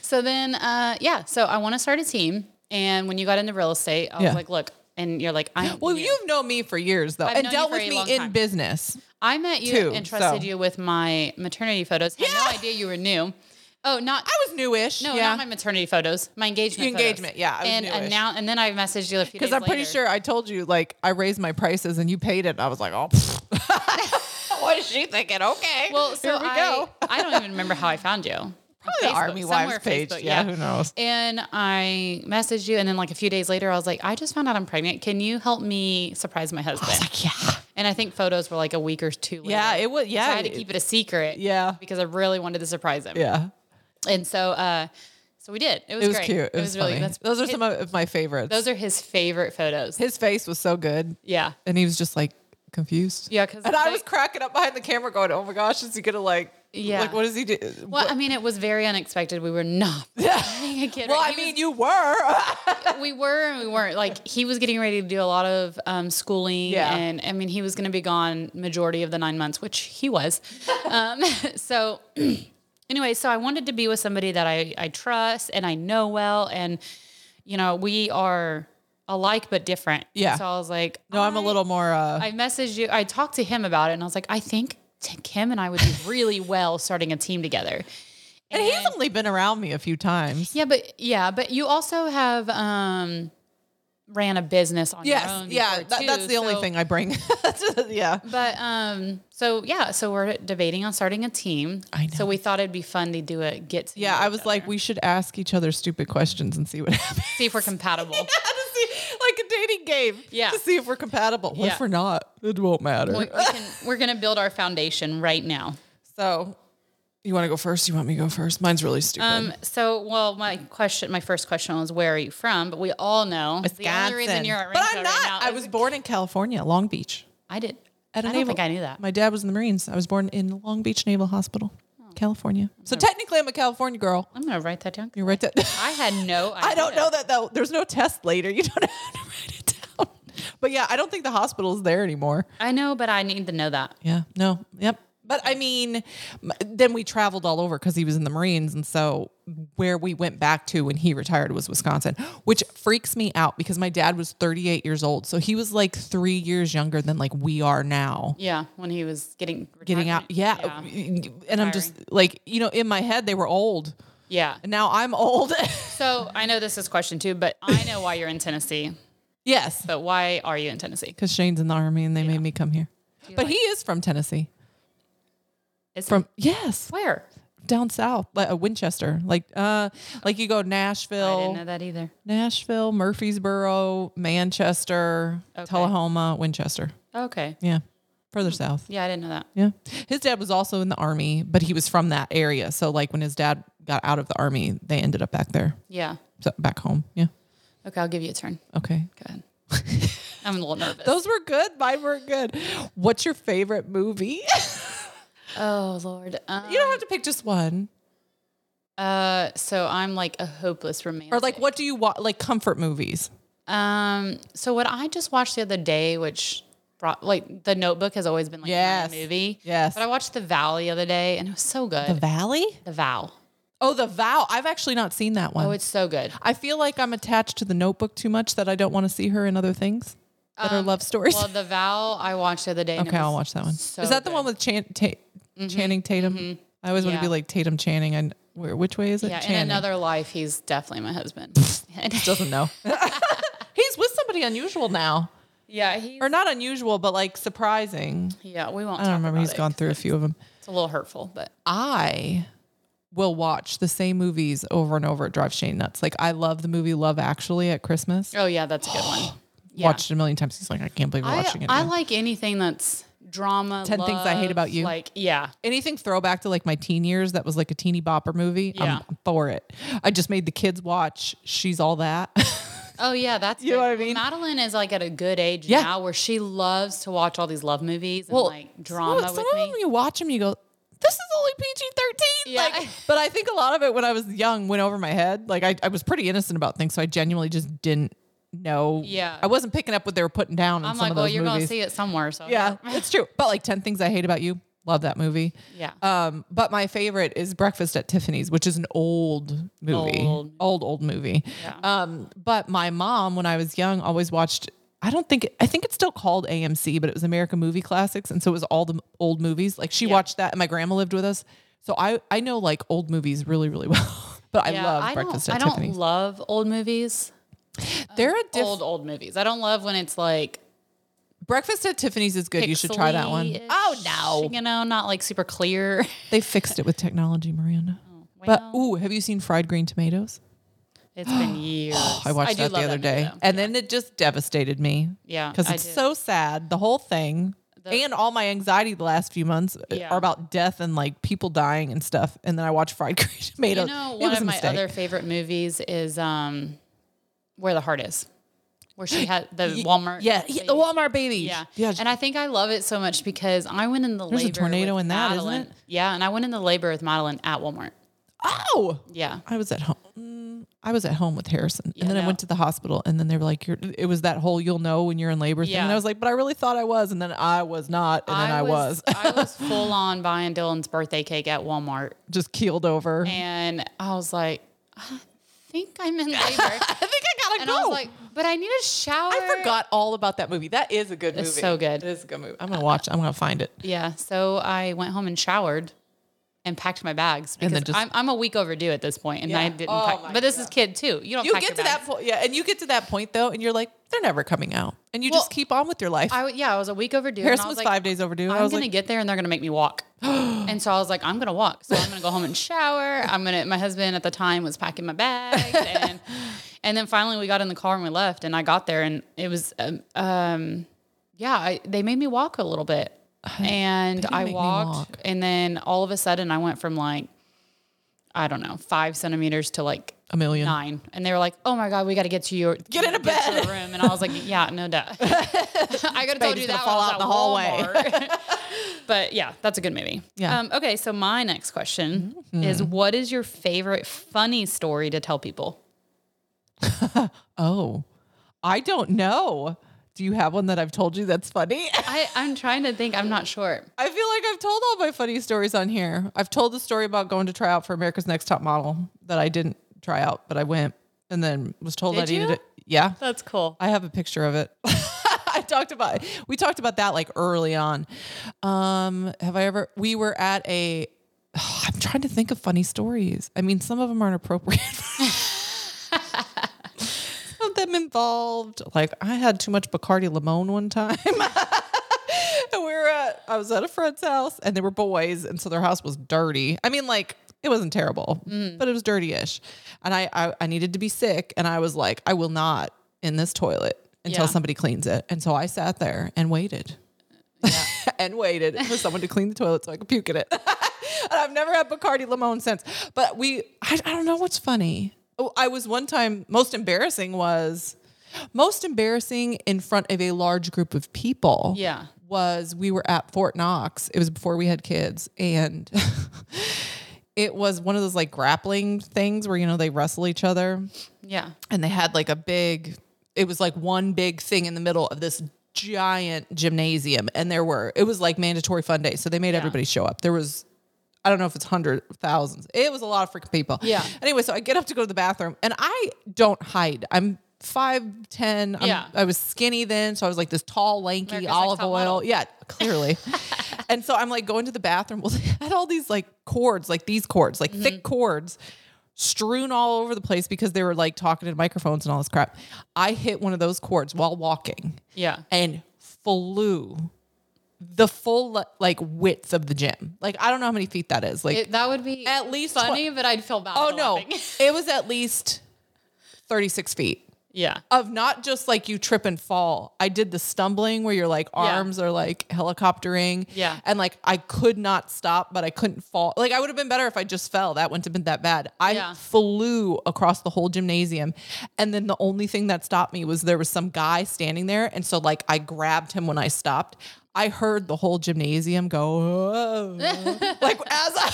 [SPEAKER 2] so then, uh, yeah. So I want to start a team. And when you got into real estate, I was
[SPEAKER 1] Yeah.
[SPEAKER 2] like, look, and you're like, I
[SPEAKER 1] well you've known me for years though
[SPEAKER 2] I've
[SPEAKER 1] and
[SPEAKER 2] known you
[SPEAKER 1] dealt
[SPEAKER 2] for
[SPEAKER 1] with
[SPEAKER 2] a
[SPEAKER 1] me
[SPEAKER 2] long
[SPEAKER 1] in
[SPEAKER 2] time.
[SPEAKER 1] business
[SPEAKER 2] I met you
[SPEAKER 1] too,
[SPEAKER 2] and trusted
[SPEAKER 1] so.
[SPEAKER 2] you with my maternity photos. Had no idea you were new. Oh, not
[SPEAKER 1] i was newish
[SPEAKER 2] no,
[SPEAKER 1] yeah.
[SPEAKER 2] not my maternity photos. My engagement.
[SPEAKER 1] Your
[SPEAKER 2] photos.
[SPEAKER 1] engagement, yeah, I was
[SPEAKER 2] and
[SPEAKER 1] newish.
[SPEAKER 2] and now and then I messaged you a few
[SPEAKER 1] Because
[SPEAKER 2] days
[SPEAKER 1] I'm pretty
[SPEAKER 2] later.
[SPEAKER 1] sure I told you, like, I raised my prices and you paid it. And I was like, oh, what is she thinking? Okay.
[SPEAKER 2] Well, so
[SPEAKER 1] here we
[SPEAKER 2] I
[SPEAKER 1] go.
[SPEAKER 2] I don't even remember how I found you. On
[SPEAKER 1] Probably the
[SPEAKER 2] Facebook,
[SPEAKER 1] Army
[SPEAKER 2] somewhere
[SPEAKER 1] Wives page.
[SPEAKER 2] Facebook,
[SPEAKER 1] yeah. who knows?
[SPEAKER 2] And I messaged you, and then like a few days later, I was like, I just found out I'm pregnant. Can you help me surprise my husband?
[SPEAKER 1] yeah.
[SPEAKER 2] and I think photos were like a week or two. Later.
[SPEAKER 1] Yeah, it was-
[SPEAKER 2] So
[SPEAKER 1] yeah,
[SPEAKER 2] I had to
[SPEAKER 1] it-
[SPEAKER 2] keep it a secret.
[SPEAKER 1] Yeah.
[SPEAKER 2] because I really wanted to surprise him.
[SPEAKER 1] Yeah.
[SPEAKER 2] and so uh, so we did. It was,
[SPEAKER 1] It was
[SPEAKER 2] great.
[SPEAKER 1] cute. It, was,
[SPEAKER 2] really.
[SPEAKER 1] funny.
[SPEAKER 2] That's,
[SPEAKER 1] those are
[SPEAKER 2] his,
[SPEAKER 1] some of my favorites.
[SPEAKER 2] Those are his favorite photos.
[SPEAKER 1] His face was so good.
[SPEAKER 2] yeah,
[SPEAKER 1] And he was just like confused.
[SPEAKER 2] yeah. Because
[SPEAKER 1] And I was cracking up behind the camera going, oh my gosh, is he going to like,
[SPEAKER 2] Yeah.
[SPEAKER 1] like, what does he do?
[SPEAKER 2] Well, I mean, it was very unexpected. We were not having a kid.
[SPEAKER 1] Well,
[SPEAKER 2] He
[SPEAKER 1] I
[SPEAKER 2] was-
[SPEAKER 1] mean, you were.
[SPEAKER 2] we were and we weren't. Like he was getting ready to do a lot of um, schooling,
[SPEAKER 1] Yeah.
[SPEAKER 2] and I mean he was going to be gone majority of the nine months, which he was. um, so anyway, so I wanted to be with somebody that I I trust and I know well, and you know we are alike but different.
[SPEAKER 1] Yeah.
[SPEAKER 2] So I was like,
[SPEAKER 1] no, I'm a little more, uh,
[SPEAKER 2] I messaged you. I talked to him about it, and I was like, I think t- Kim and I would do really well starting a team together.
[SPEAKER 1] and he's only been around me a few times.
[SPEAKER 2] Yeah, but yeah, but you also have um ran a business on
[SPEAKER 1] Yes,
[SPEAKER 2] your own.
[SPEAKER 1] yeah,
[SPEAKER 2] before,
[SPEAKER 1] that,
[SPEAKER 2] too,
[SPEAKER 1] that's the only
[SPEAKER 2] so-
[SPEAKER 1] thing I bring. yeah,
[SPEAKER 2] But um, so yeah, so we're debating on starting a team.
[SPEAKER 1] I know.
[SPEAKER 2] So we thought it'd be fun to do a get. To
[SPEAKER 1] yeah.
[SPEAKER 2] know
[SPEAKER 1] I
[SPEAKER 2] each
[SPEAKER 1] was
[SPEAKER 2] other,
[SPEAKER 1] like, we should ask each other stupid questions and see what happens.
[SPEAKER 2] see if we're compatible.
[SPEAKER 1] to see, like a dating game.
[SPEAKER 2] Yeah.
[SPEAKER 1] to see if we're compatible. What
[SPEAKER 2] Yeah.
[SPEAKER 1] if we're not? It won't matter.
[SPEAKER 2] we, we can, we're gonna build our foundation right now.
[SPEAKER 1] so, you want to go first? You want me to go first? Mine's really stupid.
[SPEAKER 2] Um, so well, my question, my first question was, where are you from? But we all know the only reason you're at
[SPEAKER 1] but
[SPEAKER 2] Rancho
[SPEAKER 1] I'm
[SPEAKER 2] right
[SPEAKER 1] not.
[SPEAKER 2] now
[SPEAKER 1] I
[SPEAKER 2] is-
[SPEAKER 1] was born in California, Long Beach.
[SPEAKER 2] I did.
[SPEAKER 1] At a
[SPEAKER 2] I don't
[SPEAKER 1] naval-
[SPEAKER 2] think I knew that.
[SPEAKER 1] My dad was in the Marines. I was born in Long Beach Naval Hospital,
[SPEAKER 2] Oh.
[SPEAKER 1] California. So technically, I'm a California girl.
[SPEAKER 2] I'm gonna write that down.
[SPEAKER 1] You're right. That-
[SPEAKER 2] I had no. Idea.
[SPEAKER 1] I don't know that though. There's no test later. You don't have to write it down. But yeah, I don't think the hospital's there anymore.
[SPEAKER 2] I know, but I need to know that.
[SPEAKER 1] Yeah. No. Yep. But I mean, m- then we traveled all over because he was in the Marines, and so where we went back to when he retired was Wisconsin, which freaks me out because my dad was 38 years old, so he was like three years younger than like we are now.
[SPEAKER 2] Yeah, when he was getting
[SPEAKER 1] Getting out,
[SPEAKER 2] retirement.
[SPEAKER 1] yeah. And I'm just like, you know, in my head they were old,
[SPEAKER 2] yeah.
[SPEAKER 1] and now I'm old.
[SPEAKER 2] So I know this is question two, but I know why you're in Tennessee.
[SPEAKER 1] yes.
[SPEAKER 2] But why are you in Tennessee?
[SPEAKER 1] because Shane's in the army and they made me come here. But he is from Tennessee.
[SPEAKER 2] Is
[SPEAKER 1] From yes,
[SPEAKER 2] where?
[SPEAKER 1] down south, like uh, Winchester, like uh, like you go
[SPEAKER 2] I didn't
[SPEAKER 1] Nashville,
[SPEAKER 2] know that either.
[SPEAKER 1] Nashville, Murfreesboro, Manchester, Tullahoma, Winchester.
[SPEAKER 2] Okay.
[SPEAKER 1] Yeah,
[SPEAKER 2] Hmm.
[SPEAKER 1] further south.
[SPEAKER 2] Yeah, I didn't know that.
[SPEAKER 1] Yeah, his dad was also in the army, but he was from that area. So like when his dad got out of the army, they ended up back there,
[SPEAKER 2] Yeah.
[SPEAKER 1] so back home. Yeah.
[SPEAKER 2] Okay, I'll give you a turn.
[SPEAKER 1] Okay.
[SPEAKER 2] Go ahead. I'm a little nervous.
[SPEAKER 1] Those were good. Mine were good. What's your favorite movie?
[SPEAKER 2] oh Lord. Um,
[SPEAKER 1] you don't have to pick just one.
[SPEAKER 2] Uh, so I'm like a hopeless romantic.
[SPEAKER 1] Or like, what do you watch? Like comfort movies.
[SPEAKER 2] Um, so what I just watched the other day, which brought like The Notebook has always been like
[SPEAKER 1] Yes.
[SPEAKER 2] my movie.
[SPEAKER 1] Yes.
[SPEAKER 2] But I watched The Vow the other day, and it was so good.
[SPEAKER 1] The
[SPEAKER 2] The,
[SPEAKER 1] Valley.
[SPEAKER 2] Vow.
[SPEAKER 1] Oh, The Vow. I've actually not seen that one.
[SPEAKER 2] Oh, it's so good.
[SPEAKER 1] I feel like I'm attached to the Notebook too much that I don't want to see her in other things that are love stories.
[SPEAKER 2] Um, Well, The Vow I watched the other day. and it
[SPEAKER 1] okay, I'll watch
[SPEAKER 2] was
[SPEAKER 1] that one.
[SPEAKER 2] so
[SPEAKER 1] is that the
[SPEAKER 2] good. Mm-hmm,
[SPEAKER 1] one with Chan- Ta- Channing Tatum? I always want
[SPEAKER 2] Yeah.
[SPEAKER 1] to be like Tatum Channing. And where, which way is it?
[SPEAKER 2] Yeah,
[SPEAKER 1] Channing.
[SPEAKER 2] in another life, he's definitely my husband.
[SPEAKER 1] doesn't know. He's with somebody unusual now,
[SPEAKER 2] yeah, he's,
[SPEAKER 1] or not unusual, but like surprising.
[SPEAKER 2] yeah, we won't.
[SPEAKER 1] I don't remember.
[SPEAKER 2] He's
[SPEAKER 1] He's gone through a few of them.
[SPEAKER 2] It's a little hurtful, but
[SPEAKER 1] I will watch the same movies over and over. It drives Shane nuts. Like I love the movie Love Actually at Christmas.
[SPEAKER 2] oh yeah, that's a good one. Yeah.
[SPEAKER 1] Watched it a million times. He's like, I can't believe we're
[SPEAKER 2] I,
[SPEAKER 1] watching it.
[SPEAKER 2] I
[SPEAKER 1] again."
[SPEAKER 2] like anything that's drama.
[SPEAKER 1] 10 Things I Hate
[SPEAKER 2] love,
[SPEAKER 1] About You.
[SPEAKER 2] Like yeah,
[SPEAKER 1] anything throwback to like my teen years that was like a teeny bopper movie,
[SPEAKER 2] Yeah.
[SPEAKER 1] I'm, I'm for it. I just made the kids watch She's All That.
[SPEAKER 2] Oh yeah, that's
[SPEAKER 1] You know
[SPEAKER 2] good.
[SPEAKER 1] what I
[SPEAKER 2] Well,
[SPEAKER 1] mean?
[SPEAKER 2] Madeline is like at a good age
[SPEAKER 1] Yeah.
[SPEAKER 2] now where she loves to watch all these love movies and like drama
[SPEAKER 1] some, some
[SPEAKER 2] with
[SPEAKER 1] of
[SPEAKER 2] me.
[SPEAKER 1] them you watch them, you go, this is only PG 13.
[SPEAKER 2] Yeah.
[SPEAKER 1] Like, but I think a lot of it when I was young went over my head. Like I, I was pretty innocent about things. So I genuinely just didn't know.
[SPEAKER 2] Yeah.
[SPEAKER 1] I wasn't picking up what they were putting down in
[SPEAKER 2] I'm
[SPEAKER 1] some
[SPEAKER 2] like,
[SPEAKER 1] of
[SPEAKER 2] well,
[SPEAKER 1] those
[SPEAKER 2] you're gonna
[SPEAKER 1] movies.
[SPEAKER 2] see it somewhere. So
[SPEAKER 1] yeah, it's true. But like 10 Things I Hate About You. Love that movie.
[SPEAKER 2] Yeah.
[SPEAKER 1] Um, but my favorite is Breakfast at Tiffany's, which is an old movie.
[SPEAKER 2] Old.
[SPEAKER 1] Old, old, movie.
[SPEAKER 2] Yeah.
[SPEAKER 1] Um, but my mom, when I was young, always watched I don't think I think it's still called AMC, but it was American Movie Classics, and so it was all the m- old movies. Like she watched that, and my grandma lived with us, so I I know like old movies really really well. But I
[SPEAKER 2] Yeah,
[SPEAKER 1] love
[SPEAKER 2] I
[SPEAKER 1] Breakfast
[SPEAKER 2] don't,
[SPEAKER 1] at
[SPEAKER 2] I don't
[SPEAKER 1] Tiffany's.
[SPEAKER 2] love old movies.
[SPEAKER 1] They're a diff-
[SPEAKER 2] old old movies. I don't love when it's like
[SPEAKER 1] Breakfast at Tiffany's is good. You should try that one.
[SPEAKER 2] pixely-ish,
[SPEAKER 1] Oh no,
[SPEAKER 2] you know, not like super clear.
[SPEAKER 1] they fixed it with technology, Miranda.
[SPEAKER 2] Oh,
[SPEAKER 1] But ooh, have you seen Fried Green Tomatoes?
[SPEAKER 2] It's been years.
[SPEAKER 1] I watched
[SPEAKER 2] do
[SPEAKER 1] that the
[SPEAKER 2] love
[SPEAKER 1] other
[SPEAKER 2] movie,
[SPEAKER 1] day,
[SPEAKER 2] though.
[SPEAKER 1] and then it just devastated me.
[SPEAKER 2] Yeah,
[SPEAKER 1] because
[SPEAKER 2] I
[SPEAKER 1] it's
[SPEAKER 2] did.
[SPEAKER 1] so sad. The whole thing, and all my anxiety the last few months uh,
[SPEAKER 2] Yeah.
[SPEAKER 1] are about death and like people dying and stuff. And then I watch Fried Green Tomatoes.
[SPEAKER 2] You know,
[SPEAKER 1] It
[SPEAKER 2] one
[SPEAKER 1] was
[SPEAKER 2] of
[SPEAKER 1] a
[SPEAKER 2] my
[SPEAKER 1] mistake.
[SPEAKER 2] other favorite movies is um, Where the Heart Is, where she had the Walmart.
[SPEAKER 1] yeah, yeah, the Walmart baby.
[SPEAKER 2] Yeah.
[SPEAKER 1] yeah.
[SPEAKER 2] And I think I love it so much because I went in the
[SPEAKER 1] There's a
[SPEAKER 2] labor.
[SPEAKER 1] tornado
[SPEAKER 2] with
[SPEAKER 1] in that, isn't
[SPEAKER 2] Madeline.
[SPEAKER 1] it?
[SPEAKER 2] Yeah. And I went in the labor with Madeline at Walmart.
[SPEAKER 1] oh,
[SPEAKER 2] Yeah.
[SPEAKER 1] I was at home. Mm, I was at home with Harrison, and then
[SPEAKER 2] no.
[SPEAKER 1] I went to the hospital, and then they were like, You're, "It was that whole you'll know when you're in labor thing."
[SPEAKER 2] Yeah.
[SPEAKER 1] And I was like, "But I really thought I was," and then I was not, and then I, was,
[SPEAKER 2] I was full on buying Dylan's birthday cake at Walmart.
[SPEAKER 1] just keeled over.
[SPEAKER 2] And I was like, I think I'm in labor.
[SPEAKER 1] I think I gotta
[SPEAKER 2] and
[SPEAKER 1] go.
[SPEAKER 2] I was like, but I need a shower.
[SPEAKER 1] I forgot all about that movie. That is a good movie.
[SPEAKER 2] It's so good.
[SPEAKER 1] It is a good movie. I'm gonna watch. I'm gonna find it.
[SPEAKER 2] Yeah. So I went home and showered and packed my bags because
[SPEAKER 1] then just-
[SPEAKER 2] I'm, I'm a week overdue at this point and I
[SPEAKER 1] Yeah.
[SPEAKER 2] didn't
[SPEAKER 1] Oh
[SPEAKER 2] pack.
[SPEAKER 1] my
[SPEAKER 2] But this is kid too. You don't
[SPEAKER 1] You
[SPEAKER 2] pack
[SPEAKER 1] get
[SPEAKER 2] your
[SPEAKER 1] to
[SPEAKER 2] bags.
[SPEAKER 1] that point, yeah, and you get to that point though, and you're like, they're never coming out, and you
[SPEAKER 2] Well,
[SPEAKER 1] just keep on with your life.
[SPEAKER 2] I w- yeah, I was a week overdue. and
[SPEAKER 1] Harrison
[SPEAKER 2] I
[SPEAKER 1] was,
[SPEAKER 2] was, like,
[SPEAKER 1] five days overdue. I
[SPEAKER 2] I'm
[SPEAKER 1] was
[SPEAKER 2] gonna
[SPEAKER 1] like,
[SPEAKER 2] get there and they're gonna make me walk. and so I was like, I'm gonna walk. So I'm gonna go home and shower. I'm gonna. My husband at the time was packing my bags, and and then finally we got in the car and we left. And I got there and it was, um, um yeah, I, they made me walk a little bit, and
[SPEAKER 1] didn't
[SPEAKER 2] I
[SPEAKER 1] make me
[SPEAKER 2] walked.
[SPEAKER 1] walk.
[SPEAKER 2] And then all of a sudden, I went from like, I don't know, five centimeters to like.
[SPEAKER 1] a million.
[SPEAKER 2] Nine, and they were like, "Oh my god, we got to get to your
[SPEAKER 1] Get in a
[SPEAKER 2] to the room," and I was like, "Yeah, no doubt." I could have told
[SPEAKER 1] Baby's
[SPEAKER 2] you
[SPEAKER 1] gonna
[SPEAKER 2] that
[SPEAKER 1] fall
[SPEAKER 2] when I
[SPEAKER 1] out
[SPEAKER 2] was
[SPEAKER 1] in the
[SPEAKER 2] at Walmart. but yeah, that's a good movie.
[SPEAKER 1] Yeah. Mm-hmm.
[SPEAKER 2] Um, okay, so my next question is, what is your favorite funny story to tell people?
[SPEAKER 1] Oh, I don't know. Do you have one that I've told you that's funny?
[SPEAKER 2] I, I'm trying to think. I'm not sure.
[SPEAKER 1] I feel like I've told all my funny stories on here. I've told the story about going to try out for America's Next Top Model that I didn't try out, but I went and then was told
[SPEAKER 2] Did
[SPEAKER 1] I needed
[SPEAKER 2] you?
[SPEAKER 1] it. Yeah.
[SPEAKER 2] That's cool.
[SPEAKER 1] I have a picture of it. I talked about we talked about that like early on. Um, have I ever? We were at a. am trying to think of funny stories. I mean, some of them aren't appropriate. some of them involved like I had too much Bacardi Limon one time. and we were at I was at a friend's house and they were boys and so their house was dirty. I mean like it wasn't terrible,
[SPEAKER 2] Mm.
[SPEAKER 1] but it was dirty-ish. And I, I I needed to be sick and I was like I will not in this toilet until
[SPEAKER 2] Yeah.
[SPEAKER 1] somebody cleans it. And so I sat there and waited. and waited for someone to clean the toilet so I could puke in it. and I've never had Bacardi Limon since. But we, I, I don't know what's funny. Oh, I was one time, most embarrassing was, most embarrassing in front of a large group of people
[SPEAKER 2] Yeah.
[SPEAKER 1] was we were at Fort Knox. It was before we had kids. And it was one of those like grappling things where you know they wrestle each other
[SPEAKER 2] Yeah.
[SPEAKER 1] and they had like a big it was like one big thing in the middle of this giant gymnasium and there were it was like mandatory fun day so they made everybody show up there was i don't know if it's hundred thousands it was a lot of freaking people
[SPEAKER 2] Yeah.
[SPEAKER 1] anyway so i get up to go to the bathroom and i don't hide i'm 510 I'm-
[SPEAKER 2] Yeah.
[SPEAKER 1] i was skinny then so i was like this tall lanky
[SPEAKER 2] America's
[SPEAKER 1] olive
[SPEAKER 2] Next Top
[SPEAKER 1] oil
[SPEAKER 2] Model.
[SPEAKER 1] yeah clearly and so i'm like going to the bathroom well they had all these like cords like these cords like
[SPEAKER 2] Mm-hmm.
[SPEAKER 1] thick cords strewn all over the place because they were like talking to microphones and all this crap. I hit one of those cords while walking
[SPEAKER 2] Yeah.
[SPEAKER 1] and flew the full le- like width of the gym. Like I don't know how many feet that is. Like
[SPEAKER 2] It, that would be
[SPEAKER 1] At least
[SPEAKER 2] funny, but I'd feel bad.
[SPEAKER 1] oh
[SPEAKER 2] for
[SPEAKER 1] no,
[SPEAKER 2] laughing.
[SPEAKER 1] it was at least 36 feet
[SPEAKER 2] yeah.
[SPEAKER 1] of not just like you trip and fall. I did the stumbling where your like arms are like helicoptering.
[SPEAKER 2] Yeah.
[SPEAKER 1] And like I could not stop, but I couldn't fall. Like I would have been better if I just fell. That wouldn't have been that bad. I
[SPEAKER 2] Yeah.
[SPEAKER 1] flew across the whole gymnasium. And then the only thing that stopped me was there was some guy standing there. And so like I grabbed him when I stopped. I heard the whole gymnasium go, "Whoa." like as I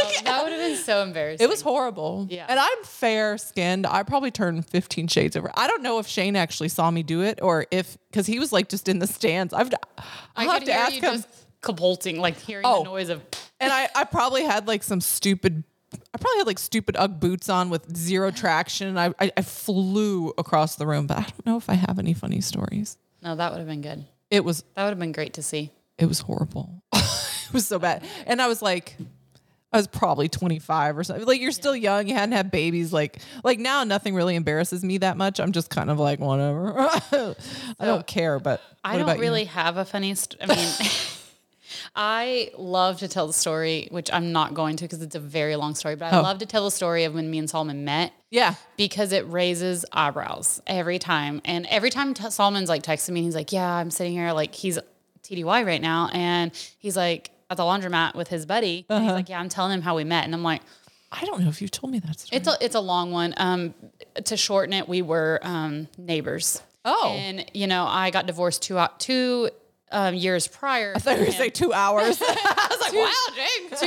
[SPEAKER 2] Oh, that would have been so embarrassing.
[SPEAKER 1] It was horrible.
[SPEAKER 2] Yeah.
[SPEAKER 1] And I'm fair skinned. I probably turned 15 shades over. I don't know if Shane actually saw me do it or if, because he was like just in the stands. I've, I
[SPEAKER 2] I could
[SPEAKER 1] have to
[SPEAKER 2] hear
[SPEAKER 1] ask
[SPEAKER 2] you
[SPEAKER 1] him.
[SPEAKER 2] just catapulting, like hearing
[SPEAKER 1] Oh.
[SPEAKER 2] the noise of.
[SPEAKER 1] and I, I probably had like some stupid, I probably had like stupid Ugg boots on with zero traction. And I, I, I flew across the room, but I don't know if I have any funny stories.
[SPEAKER 2] No, that would have been good.
[SPEAKER 1] It was
[SPEAKER 2] That would have been great to see.
[SPEAKER 1] it was horrible. it was so bad. And I was like, I was probably 25 or something. Like you're still young, you hadn't had babies. Like like now nothing really embarrasses me that much. I'm just kind of like whatever. I don't care, but
[SPEAKER 2] I
[SPEAKER 1] what about
[SPEAKER 2] don't
[SPEAKER 1] you?
[SPEAKER 2] really have a funny. St- I mean, I love to tell the story, which I'm not going to because it's a very long story. But
[SPEAKER 1] Oh.
[SPEAKER 2] I love to tell the story of when me and Solomon met
[SPEAKER 1] Yeah.
[SPEAKER 2] because it raises eyebrows every time. And every time t- Solomon's like texting me, he's like, "Yeah, I'm sitting here like he's TDY right now," and he's like at the laundromat with his buddy. And
[SPEAKER 1] Uh-huh.
[SPEAKER 2] he's like, "Yeah, I'm telling him how we met," and I'm like.
[SPEAKER 1] I don't know if you told me that story.
[SPEAKER 2] It's a it's a long one. Um, to shorten it, we were um, neighbors.
[SPEAKER 1] Oh.
[SPEAKER 2] and you know, I got divorced two ou- two um, years prior.
[SPEAKER 1] I thought you were gonna say two hours. I was like, wow,
[SPEAKER 2] two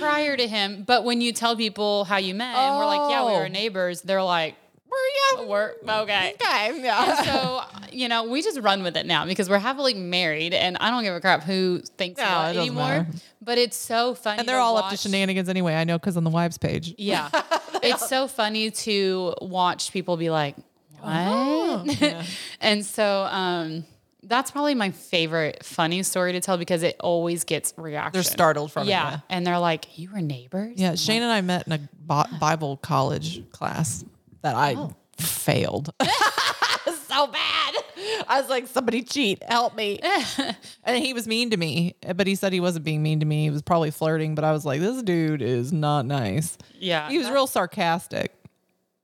[SPEAKER 2] prior to him. But when you tell people how you met, and we're like, yeah, we
[SPEAKER 1] Oh.
[SPEAKER 2] were neighbors. They're like,
[SPEAKER 1] were you?
[SPEAKER 2] we're okay.
[SPEAKER 1] Okay. Yeah.
[SPEAKER 2] So you know, we just run with it now because we're happily married, and I don't give a crap who thinks
[SPEAKER 1] No,
[SPEAKER 2] what
[SPEAKER 1] it doesn't
[SPEAKER 2] anymore.
[SPEAKER 1] matter.
[SPEAKER 2] But it's so funny.
[SPEAKER 1] And they're
[SPEAKER 2] to
[SPEAKER 1] all up to
[SPEAKER 2] watch-
[SPEAKER 1] shenanigans anyway. I know because on the wives page.
[SPEAKER 2] Yeah. it's so funny to watch people be like, what?
[SPEAKER 1] Oh.
[SPEAKER 2] and so um, that's probably my favorite funny story to tell because it always gets reaction.
[SPEAKER 1] They're startled from it,
[SPEAKER 2] yeah.
[SPEAKER 1] yeah.
[SPEAKER 2] And they're like, you were neighbors?
[SPEAKER 1] Yeah, Shane and I met in a Bi- Bible college class that I
[SPEAKER 2] Oh.
[SPEAKER 1] failed. so bad. I was like, somebody cheat, help me. and he was mean to me, but he said he wasn't being mean to me. He was probably flirting, but I was like, this dude is not nice.
[SPEAKER 2] Yeah.
[SPEAKER 1] He was real sarcastic,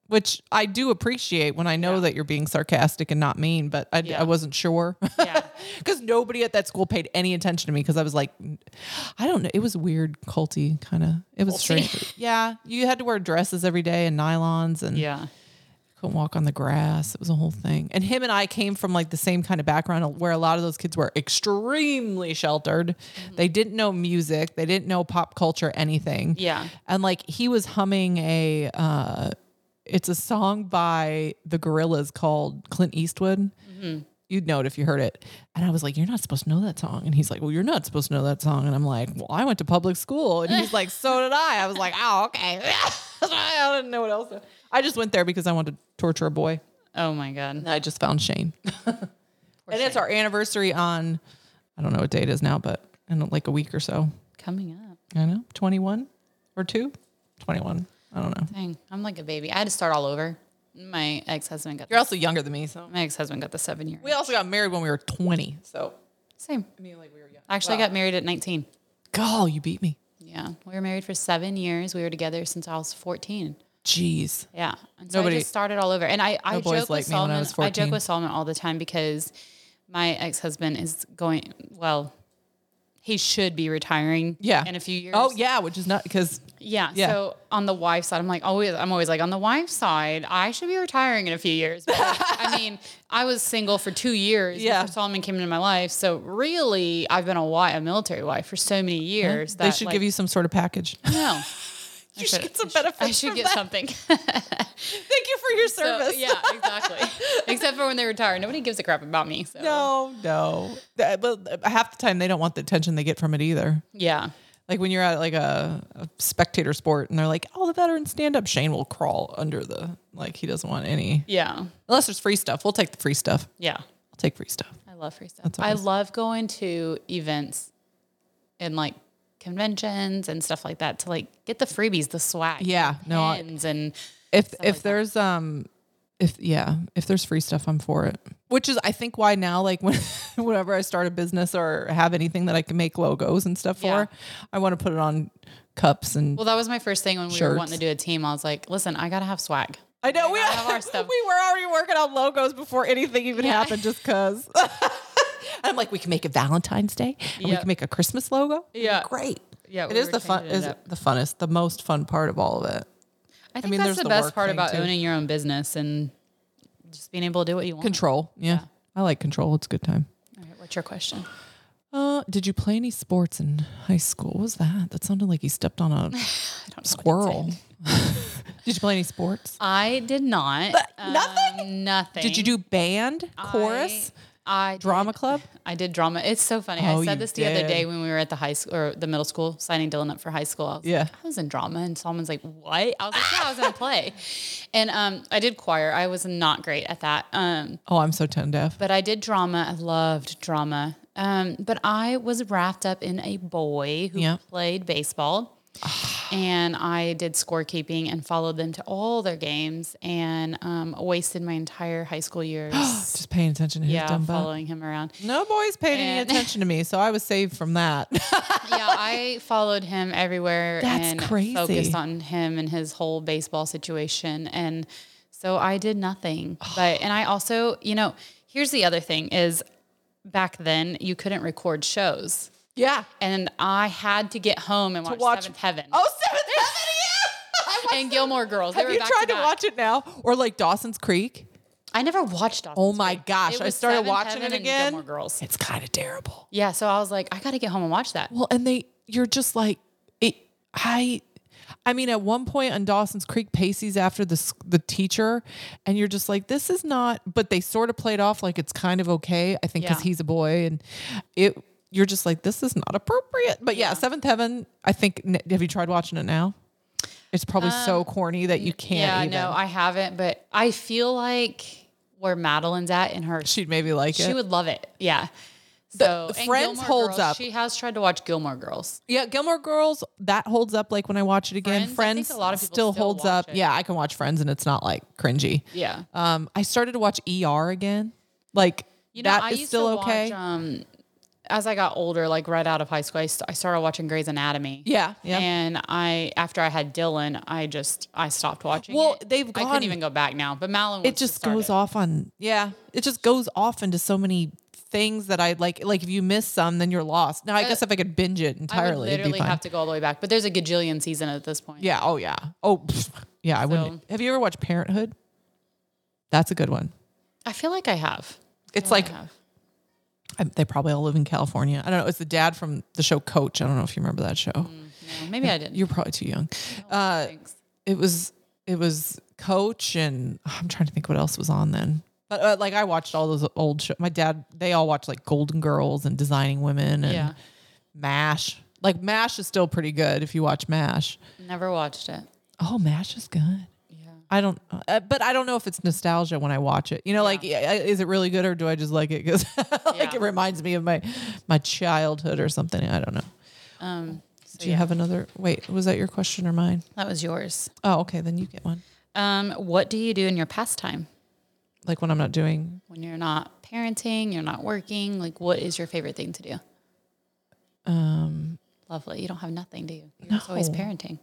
[SPEAKER 1] which I do appreciate when I know that you're being sarcastic and not mean, but I,
[SPEAKER 2] Yeah.
[SPEAKER 1] I wasn't sure.
[SPEAKER 2] Yeah.
[SPEAKER 1] Because nobody at that school paid any attention to me because I was like, I don't know. It was weird, culty kind of. It was strange. yeah. You had to wear dresses every day and nylons and
[SPEAKER 2] yeah.
[SPEAKER 1] couldn't walk on the grass. It was a whole thing. And him and I came from like the same kind of background where a lot of those kids were extremely sheltered. They didn't know music, they didn't know pop culture, anything.
[SPEAKER 2] Yeah.
[SPEAKER 1] And like he was humming a, uh, it's a song by the Gorillas called Clint Eastwood. You'd know it if you heard it. And I was like, You're not supposed to know that song. And he's like, Well, you're not supposed to know that song. And I'm like, Well, I went to public school. And he's like, So did I. I was like, Oh, okay. I didn't know what else. to- I just went there because I wanted to torture a boy.
[SPEAKER 2] Oh my God.
[SPEAKER 1] And I just found Shane. and it's our anniversary on, I don't know what day it is now, but in like a week or so.
[SPEAKER 2] Coming up.
[SPEAKER 1] I know, 21 or 2? 21. I don't know.
[SPEAKER 2] Dang. I'm like a baby. I had to start all over. My ex husband got
[SPEAKER 1] You're also younger than me, so.
[SPEAKER 2] my ex husband got the seven year.
[SPEAKER 1] We also got married when we were 20. So,
[SPEAKER 2] Same.
[SPEAKER 1] I mean, like, we were young.
[SPEAKER 2] Actually, I got married at 19.
[SPEAKER 1] God, you beat me.
[SPEAKER 2] Yeah. We were married for seven years. We were together since I was 14.
[SPEAKER 1] Jeez.
[SPEAKER 2] Yeah. And so I
[SPEAKER 1] Nobody-
[SPEAKER 2] just started all over. And I, I
[SPEAKER 1] No boys
[SPEAKER 2] joke with
[SPEAKER 1] liked me when I
[SPEAKER 2] Solomon.
[SPEAKER 1] was
[SPEAKER 2] I, joke
[SPEAKER 1] 14.
[SPEAKER 2] with Solomon all the time because my ex husband is going well, he should be retiring
[SPEAKER 1] Yeah.
[SPEAKER 2] in a few years.
[SPEAKER 1] Oh, yeah, which is not because,
[SPEAKER 2] Yeah.
[SPEAKER 1] Yeah.
[SPEAKER 2] So on the wife side, I'm like always I'm always like on the wife side, I should be retiring in a few years. But I mean, I was single for two years
[SPEAKER 1] Yeah.
[SPEAKER 2] before Solomon came into my life. So really I've been a wife a military wife for so many years
[SPEAKER 1] they should
[SPEAKER 2] like,
[SPEAKER 1] give you some sort of package.
[SPEAKER 2] no.
[SPEAKER 1] You should get some
[SPEAKER 2] benefit.
[SPEAKER 1] benefits.
[SPEAKER 2] I should
[SPEAKER 1] from
[SPEAKER 2] get
[SPEAKER 1] that.
[SPEAKER 2] something.
[SPEAKER 1] Thank you for your
[SPEAKER 2] So,
[SPEAKER 1] service.
[SPEAKER 2] yeah, exactly. Except for when they retire, nobody gives a crap about me. So.
[SPEAKER 1] No, no. That- But half the time they don't want the attention they get from it either.
[SPEAKER 2] Yeah.
[SPEAKER 1] Like when you're at like a, a spectator sport and they're like, "Oh, the veteran stand up." Shane will crawl under the like he doesn't want any
[SPEAKER 2] Yeah.
[SPEAKER 1] unless there's free stuff. We'll take the free stuff.
[SPEAKER 2] Yeah.
[SPEAKER 1] I'll take free stuff.
[SPEAKER 2] I love free stuff.
[SPEAKER 1] That's
[SPEAKER 2] I
[SPEAKER 1] always-
[SPEAKER 2] love going to events and like conventions and stuff like that to like get the freebies, the swag.
[SPEAKER 1] Yeah, no, I-
[SPEAKER 2] Pins and
[SPEAKER 1] If if there's um if yeah if there's free stuff, I'm for it. Which is I think why now like when whenever I start a business or have anything that I can make logos and stuff
[SPEAKER 2] Yeah.
[SPEAKER 1] for, I want to put it on cups and
[SPEAKER 2] well, that was my first thing when we were wanting
[SPEAKER 1] Shirts.
[SPEAKER 2] to do a team. I was like, listen, I gotta have swag.
[SPEAKER 1] I know we
[SPEAKER 2] gotta have our stuff.
[SPEAKER 1] We were already working on logos before anything even
[SPEAKER 2] Yeah.
[SPEAKER 1] happened, just cause. I'm like, we can make a Valentine's Day, and we
[SPEAKER 2] Yeah.
[SPEAKER 1] can make a Christmas logo. It'd be
[SPEAKER 2] Yeah.
[SPEAKER 1] great.
[SPEAKER 2] Yeah,
[SPEAKER 1] it
[SPEAKER 2] we
[SPEAKER 1] is
[SPEAKER 2] were
[SPEAKER 1] the fun.
[SPEAKER 2] changing it
[SPEAKER 1] Is
[SPEAKER 2] up.
[SPEAKER 1] the funnest, the most fun part of all of it.
[SPEAKER 2] I think
[SPEAKER 1] mean, there's
[SPEAKER 2] that's the,
[SPEAKER 1] the work
[SPEAKER 2] best part
[SPEAKER 1] thing,
[SPEAKER 2] about
[SPEAKER 1] too.
[SPEAKER 2] owning your own business and just being able to do what you want.
[SPEAKER 1] Control. Yeah, I like control. It's a good time.
[SPEAKER 2] All right, what's your question?
[SPEAKER 1] Uh, did you play any sports in high school? What was that? That sounded like you stepped on a squirrel. did you play any sports?
[SPEAKER 2] I did not.
[SPEAKER 1] Uh, nothing?
[SPEAKER 2] Um, nothing.
[SPEAKER 1] Did you do band, chorus,
[SPEAKER 2] I, I
[SPEAKER 1] drama club?
[SPEAKER 2] I did drama. It's so funny.
[SPEAKER 1] Oh,
[SPEAKER 2] I
[SPEAKER 1] you
[SPEAKER 2] said this the
[SPEAKER 1] did.
[SPEAKER 2] other day when we were at the high school or the middle school signing Dylan up for high school. I was
[SPEAKER 1] Yeah.
[SPEAKER 2] like, I was in drama, and someone's like, "What?" I was like, "Yeah, I was in a play," and um, I did choir. I was not great at that. Um,
[SPEAKER 1] Oh, I'm so tone deaf.
[SPEAKER 2] but I did drama. I loved drama. Um, but I was wrapped up in a boy who
[SPEAKER 1] Yeah.
[SPEAKER 2] played baseball. And I did scorekeeping and followed them to all their games and um, wasted my entire high school years.
[SPEAKER 1] Just paying attention to his
[SPEAKER 2] yeah,
[SPEAKER 1] dumb butt.
[SPEAKER 2] following him around.
[SPEAKER 1] No boys paid any
[SPEAKER 2] And-
[SPEAKER 1] attention to me, so I was saved from that.
[SPEAKER 2] yeah, I followed him everywhere
[SPEAKER 1] That's
[SPEAKER 2] and
[SPEAKER 1] crazy.
[SPEAKER 2] focused on him and his whole baseball situation. And so I did nothing. But and I also, you know, here's the other thing is back then you couldn't record shows.
[SPEAKER 1] yeah.
[SPEAKER 2] And I had to get home and watch,
[SPEAKER 1] watch-
[SPEAKER 2] Seventh Heaven
[SPEAKER 1] Oh, seventh heaven. yeah! I
[SPEAKER 2] and Gilmore Girls.
[SPEAKER 1] Have
[SPEAKER 2] they were
[SPEAKER 1] you
[SPEAKER 2] back
[SPEAKER 1] tried to,
[SPEAKER 2] back.
[SPEAKER 1] watch it now, or like Dawson's Creek?
[SPEAKER 2] I never watched. Dawson's
[SPEAKER 1] Oh my
[SPEAKER 2] Creek.
[SPEAKER 1] gosh,
[SPEAKER 2] It
[SPEAKER 1] I
[SPEAKER 2] was
[SPEAKER 1] started
[SPEAKER 2] Seventh
[SPEAKER 1] watching
[SPEAKER 2] Heaven
[SPEAKER 1] it
[SPEAKER 2] and
[SPEAKER 1] again.
[SPEAKER 2] Gilmore Girls.
[SPEAKER 1] It's kind of terrible.
[SPEAKER 2] Yeah, so I was like, I got to get home and watch that.
[SPEAKER 1] Well, and they, you're just like it. I, I mean, at one point on Dawson's Creek, Pacey's after the s- the teacher, and you're just like, this is not. But they sort of played off like it's kind of okay. I think because
[SPEAKER 2] Yeah.
[SPEAKER 1] he's a boy, and it. You're just like, this is not appropriate. But yeah, Seventh Heaven. I think. n- Have you tried watching it now? It's probably so corny that you can't.
[SPEAKER 2] Um, yeah,
[SPEAKER 1] even.
[SPEAKER 2] no, I haven't, but I feel like where Madeline's at in her
[SPEAKER 1] she'd maybe like
[SPEAKER 2] She
[SPEAKER 1] it.
[SPEAKER 2] would love it. Yeah. So and
[SPEAKER 1] Friends
[SPEAKER 2] Gilmore
[SPEAKER 1] holds
[SPEAKER 2] Girls,
[SPEAKER 1] up.
[SPEAKER 2] She has tried to watch Gilmore Girls.
[SPEAKER 1] Yeah, Gilmore Girls that holds up. Like when I watch it again,
[SPEAKER 2] Friends, I
[SPEAKER 1] Friends,
[SPEAKER 2] think a lot of people
[SPEAKER 1] still
[SPEAKER 2] still
[SPEAKER 1] holds
[SPEAKER 2] watch
[SPEAKER 1] up.
[SPEAKER 2] it.
[SPEAKER 1] Yeah, I can watch Friends and it's not like cringy.
[SPEAKER 2] Yeah.
[SPEAKER 1] Um, I started to watch ER again. Like that is still okay.
[SPEAKER 2] Watch, um, as I got older, like right out of high school, I, st- I started watching Grey's Anatomy.
[SPEAKER 1] yeah, yeah.
[SPEAKER 2] And I, after I had Dylan, I just I stopped watching.
[SPEAKER 1] Well,
[SPEAKER 2] it.
[SPEAKER 1] they've
[SPEAKER 2] I
[SPEAKER 1] gone-
[SPEAKER 2] couldn't even go back now. But Malin,
[SPEAKER 1] it just goes off on. Yeah, it just goes off into so many things that I like. Like if you miss some, then you're lost. Now I guess if I could binge it
[SPEAKER 2] Uh, I would
[SPEAKER 1] entirely, it'd be
[SPEAKER 2] literally
[SPEAKER 1] fine.
[SPEAKER 2] have to go all the way back. But there's a gajillion season at this point.
[SPEAKER 1] yeah. Oh yeah. Oh pfft. yeah. I wouldn't. Have you ever watched Parenthood? That's a good one.
[SPEAKER 2] I feel like I have.
[SPEAKER 1] It's like
[SPEAKER 2] have.
[SPEAKER 1] I, they probably all live in California. I don't know. It's the dad from the show Coach. I don't know if you remember that show.
[SPEAKER 2] No, maybe I didn't.
[SPEAKER 1] You're probably too young. Uh,
[SPEAKER 2] Thanks.
[SPEAKER 1] it was it was Coach, and oh, I'm trying to think what else was on then. But uh, like I watched all those old shows. My dad, they all watched like Golden Girls and Designing Women and
[SPEAKER 2] Yeah.
[SPEAKER 1] Mash. Like Mash is still pretty good if you watch Mash.
[SPEAKER 2] Never watched it.
[SPEAKER 1] Oh, Mash is good.
[SPEAKER 2] Yeah.
[SPEAKER 1] I don't, uh, but I don't know if it's nostalgia when I watch it. You know, like, yeah, is it really good or do I just like it because like
[SPEAKER 2] Yeah.
[SPEAKER 1] it reminds me of my my childhood or something? I don't know.
[SPEAKER 2] Um. So
[SPEAKER 1] Do you
[SPEAKER 2] yeah,
[SPEAKER 1] have another? Wait, was that your question or mine?
[SPEAKER 2] that was yours.
[SPEAKER 1] Oh, okay, then you get one.
[SPEAKER 2] Um, what do you do in your pastime
[SPEAKER 1] Like when I'm not doing,
[SPEAKER 2] when you're not parenting, you're not working? Like, what is your favorite thing to do?
[SPEAKER 1] um,
[SPEAKER 2] Lovely. You don't have nothing, do you? You're just always
[SPEAKER 1] No.
[SPEAKER 2] parenting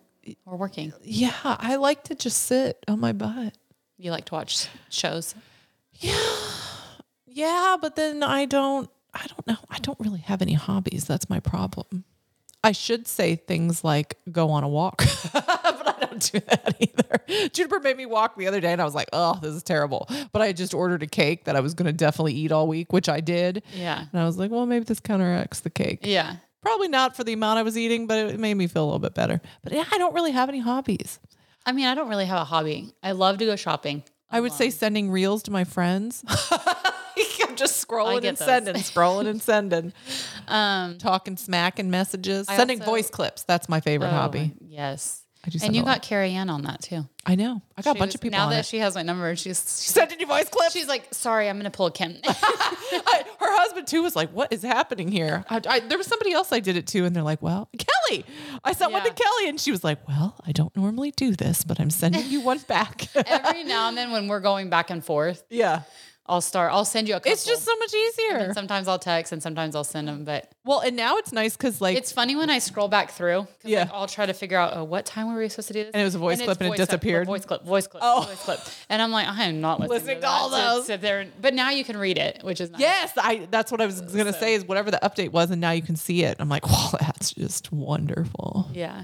[SPEAKER 2] or working.
[SPEAKER 1] yeah, I like to just sit on my butt.
[SPEAKER 2] You like to watch shows.
[SPEAKER 1] Yeah, but then I don't I don't know. I don't really have any hobbies. That's my problem. I should say things like go on a walk, but I don't do that either. Juniper made me walk the other day and I was like, oh, this is terrible. But I had just ordered a cake that I was going to definitely eat all week, which I did.
[SPEAKER 2] Yeah.
[SPEAKER 1] And I was like, well, maybe this counteracts the cake.
[SPEAKER 2] Yeah.
[SPEAKER 1] Probably not for the amount I was eating, but it made me feel a little bit better. But yeah, I don't really have any hobbies.
[SPEAKER 2] I mean, I don't really have a hobby. I love to go shopping.
[SPEAKER 1] I would say sending reels to my friends. I'm just
[SPEAKER 2] I
[SPEAKER 1] scrolling
[SPEAKER 2] get
[SPEAKER 1] and
[SPEAKER 2] those.
[SPEAKER 1] sending, scrolling and sending,
[SPEAKER 2] Um,
[SPEAKER 1] talking smack and messages,
[SPEAKER 2] I
[SPEAKER 1] sending
[SPEAKER 2] also-
[SPEAKER 1] voice clips. That's my favorite hobby.
[SPEAKER 2] oh, yes.
[SPEAKER 1] I do send
[SPEAKER 2] And you
[SPEAKER 1] a lot.
[SPEAKER 2] got Carrie Ann on that too.
[SPEAKER 1] I know. I got a bunch
[SPEAKER 2] She was-
[SPEAKER 1] of people.
[SPEAKER 2] Now
[SPEAKER 1] on
[SPEAKER 2] that
[SPEAKER 1] it.
[SPEAKER 2] she has my number, she's she's,
[SPEAKER 1] sending you voice clips.
[SPEAKER 2] she's like, sorry, I'm gonna pull a Kim.
[SPEAKER 1] I, her husband too was like, "What is happening here?" I, I, there was somebody else I did it to, and they're like, "Well, Kelly." I sent one to
[SPEAKER 2] Yeah.
[SPEAKER 1] Kelly, and she was like, "Well, I don't normally do this, but I'm sending you one back."
[SPEAKER 2] Every now and then, when we're going back and forth,
[SPEAKER 1] yeah,
[SPEAKER 2] I'll start. I'll send you a. Couple.
[SPEAKER 1] it's just so much easier.
[SPEAKER 2] And sometimes I'll text and sometimes I'll send them, but
[SPEAKER 1] well, and now it's nice because like,
[SPEAKER 2] it's funny when I scroll back through. 'cause, like,
[SPEAKER 1] Yeah.
[SPEAKER 2] I'll try to figure out oh, what time were we supposed to do this,
[SPEAKER 1] And it was a voice
[SPEAKER 2] it's
[SPEAKER 1] clip and it
[SPEAKER 2] voice clip,
[SPEAKER 1] disappeared?
[SPEAKER 2] Voice clip, voice clip,
[SPEAKER 1] Oh.
[SPEAKER 2] voice clip, and I'm like, I am not listening,
[SPEAKER 1] Listening
[SPEAKER 2] to,
[SPEAKER 1] to all
[SPEAKER 2] that,
[SPEAKER 1] those.
[SPEAKER 2] Sit there, and, but now you can read it, which is nice.
[SPEAKER 1] yes, I. That's what I was gonna
[SPEAKER 2] So-
[SPEAKER 1] say is whatever the update was, and now you can see it. I'm like, "Wow, that's just wonderful."
[SPEAKER 2] yeah.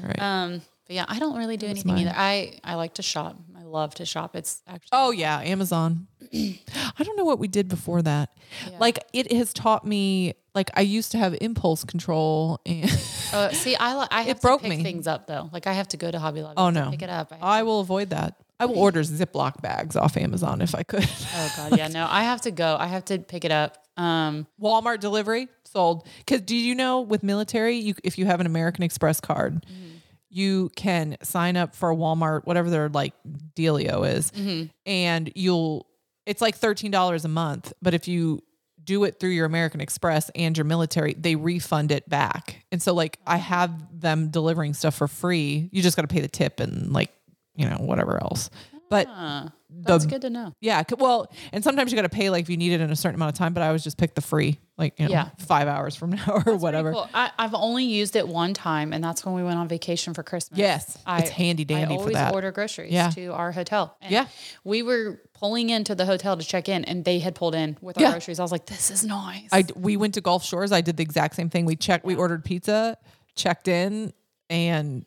[SPEAKER 1] All right.
[SPEAKER 2] Um, but yeah, I don't really do anything
[SPEAKER 1] mine.
[SPEAKER 2] either. I I like to shop. I love to shop. It's actually
[SPEAKER 1] Oh yeah, Amazon. I don't know what we did before that. Like it has taught me like I used to have impulse control and
[SPEAKER 2] Uh, see, I li- I have to
[SPEAKER 1] broke
[SPEAKER 2] pick
[SPEAKER 1] me.
[SPEAKER 2] things up though. Like I have to go to Hobby Lobby. I
[SPEAKER 1] Oh
[SPEAKER 2] have to
[SPEAKER 1] no.
[SPEAKER 2] pick it up. I have
[SPEAKER 1] I will avoid that. I will order Ziploc bags off Amazon if I could.
[SPEAKER 2] oh god, yeah, no, I have to go. I have to pick it up. Um,
[SPEAKER 1] Walmart delivery sold. Because do you know with military, you if you have an American Express card, you can sign up for Walmart, whatever their like dealio is, and you'll. It's like thirteen dollars a month, but if you do it through your American Express and your military, they refund it back. And so like I have them delivering stuff for free. You just got to pay the tip and like you know whatever else. But
[SPEAKER 2] huh,
[SPEAKER 1] The-
[SPEAKER 2] that's good to know.
[SPEAKER 1] yeah. c- Well, and sometimes you got to pay like if you need it in a certain amount of time, but I always just pick the free, like, you know,
[SPEAKER 2] Yeah.
[SPEAKER 1] five hours from now or whatever.
[SPEAKER 2] Pretty cool. I, I've only used it one time, and that's when we went on vacation for Christmas.
[SPEAKER 1] Yes,
[SPEAKER 2] I,
[SPEAKER 1] it's handy dandy
[SPEAKER 2] I
[SPEAKER 1] for
[SPEAKER 2] always
[SPEAKER 1] that.
[SPEAKER 2] order groceries
[SPEAKER 1] Yeah.
[SPEAKER 2] to our hotel. And
[SPEAKER 1] Yeah.
[SPEAKER 2] we were pulling into the hotel to check in, and they had pulled in with our
[SPEAKER 1] Yeah.
[SPEAKER 2] groceries. I was like, "This is nice."
[SPEAKER 1] I, d- we went to Gulf Shores. I did the exact same thing. We checked, we ordered pizza, checked in, and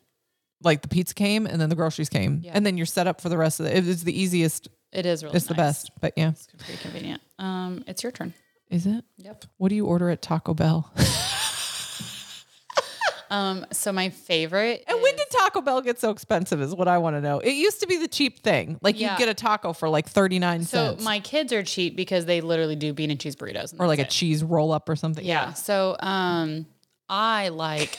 [SPEAKER 1] like the pizza came and then the groceries came. And then you're set up for the rest of the, it was the easiest,
[SPEAKER 2] it is really
[SPEAKER 1] it's the
[SPEAKER 2] nice.
[SPEAKER 1] best. But yeah.
[SPEAKER 2] It's pretty convenient. Um, it's your turn.
[SPEAKER 1] Is it?
[SPEAKER 2] Yep.
[SPEAKER 1] What do you order at Taco Bell?
[SPEAKER 2] Um, so my favorite.
[SPEAKER 1] And when did Taco Bell get so expensive is what I want to know. It used to be the cheap thing. Like
[SPEAKER 2] Yeah.
[SPEAKER 1] you'd get a taco for like 39
[SPEAKER 2] So
[SPEAKER 1] cents
[SPEAKER 2] my kids are cheap because they literally do bean and cheese burritos and
[SPEAKER 1] or like a
[SPEAKER 2] that's it.
[SPEAKER 1] cheese roll up or something.
[SPEAKER 2] yeah. So um, I like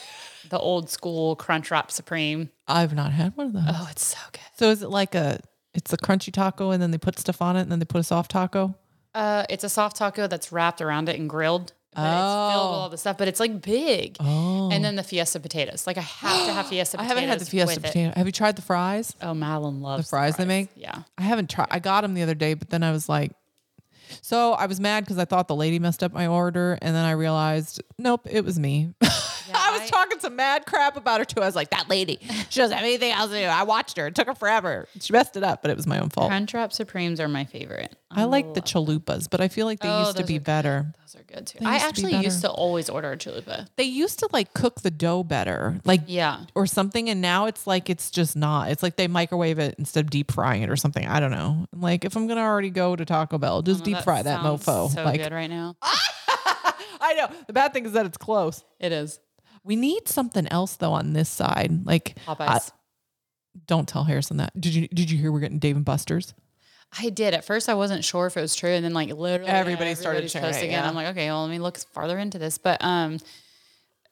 [SPEAKER 2] the old school Crunch Wrap Supreme.
[SPEAKER 1] I've not had one of those.
[SPEAKER 2] Oh, it's so good.
[SPEAKER 1] So is it like a it's a crunchy taco and then they put stuff on it and then they put a soft taco?
[SPEAKER 2] Uh, it's a soft taco that's wrapped around it and grilled. But it's filled with
[SPEAKER 1] Oh.
[SPEAKER 2] all the stuff, but it's like big.
[SPEAKER 1] Oh.
[SPEAKER 2] And then the fiesta potatoes. Like I have to have fiesta
[SPEAKER 1] I
[SPEAKER 2] potatoes.
[SPEAKER 1] haven't had the fiesta
[SPEAKER 2] with it.
[SPEAKER 1] potato. Have you tried the fries?
[SPEAKER 2] Oh, Madeline loves
[SPEAKER 1] fries they make?
[SPEAKER 2] Yeah.
[SPEAKER 1] I haven't tried. I got them the other day, but then I was like so I was mad because I thought the lady messed up my order and then I realized, nope, it was me. I was
[SPEAKER 2] I-
[SPEAKER 1] talking some mad crap about her too. I was like, that lady, she doesn't have anything else to do. I watched her. It took her forever. She messed it up, but it was my own fault.
[SPEAKER 2] Crunch Wrap Supremes are my favorite.
[SPEAKER 1] I like the chalupas, but I feel like they
[SPEAKER 2] Oh,
[SPEAKER 1] used to
[SPEAKER 2] those
[SPEAKER 1] be
[SPEAKER 2] are good.
[SPEAKER 1] better.
[SPEAKER 2] Those are good too.
[SPEAKER 1] They
[SPEAKER 2] I
[SPEAKER 1] used to be
[SPEAKER 2] actually
[SPEAKER 1] better.
[SPEAKER 2] used to always order a chalupa.
[SPEAKER 1] They used to like cook the dough better. Like
[SPEAKER 2] Yeah.
[SPEAKER 1] or something and now it's like it's just not it's like they microwave it instead of deep frying it or something i don't know I'm like if i'm gonna already go to taco bell just deep fry that
[SPEAKER 2] Oh,
[SPEAKER 1] mofo
[SPEAKER 2] sounds So
[SPEAKER 1] like Ah!
[SPEAKER 2] good right now.
[SPEAKER 1] i know the bad thing is that it's close
[SPEAKER 2] It is.
[SPEAKER 1] we need something else though on this side like
[SPEAKER 2] Popeyes.
[SPEAKER 1] I- don't tell harrison that did you did you hear we're getting dave and buster's
[SPEAKER 2] I did. At first, I wasn't sure if it was true, and then like literally
[SPEAKER 1] Everybody started
[SPEAKER 2] everybody's
[SPEAKER 1] sharing it,
[SPEAKER 2] posting
[SPEAKER 1] yeah.
[SPEAKER 2] I'm like, okay, well, let me look farther into this. But um,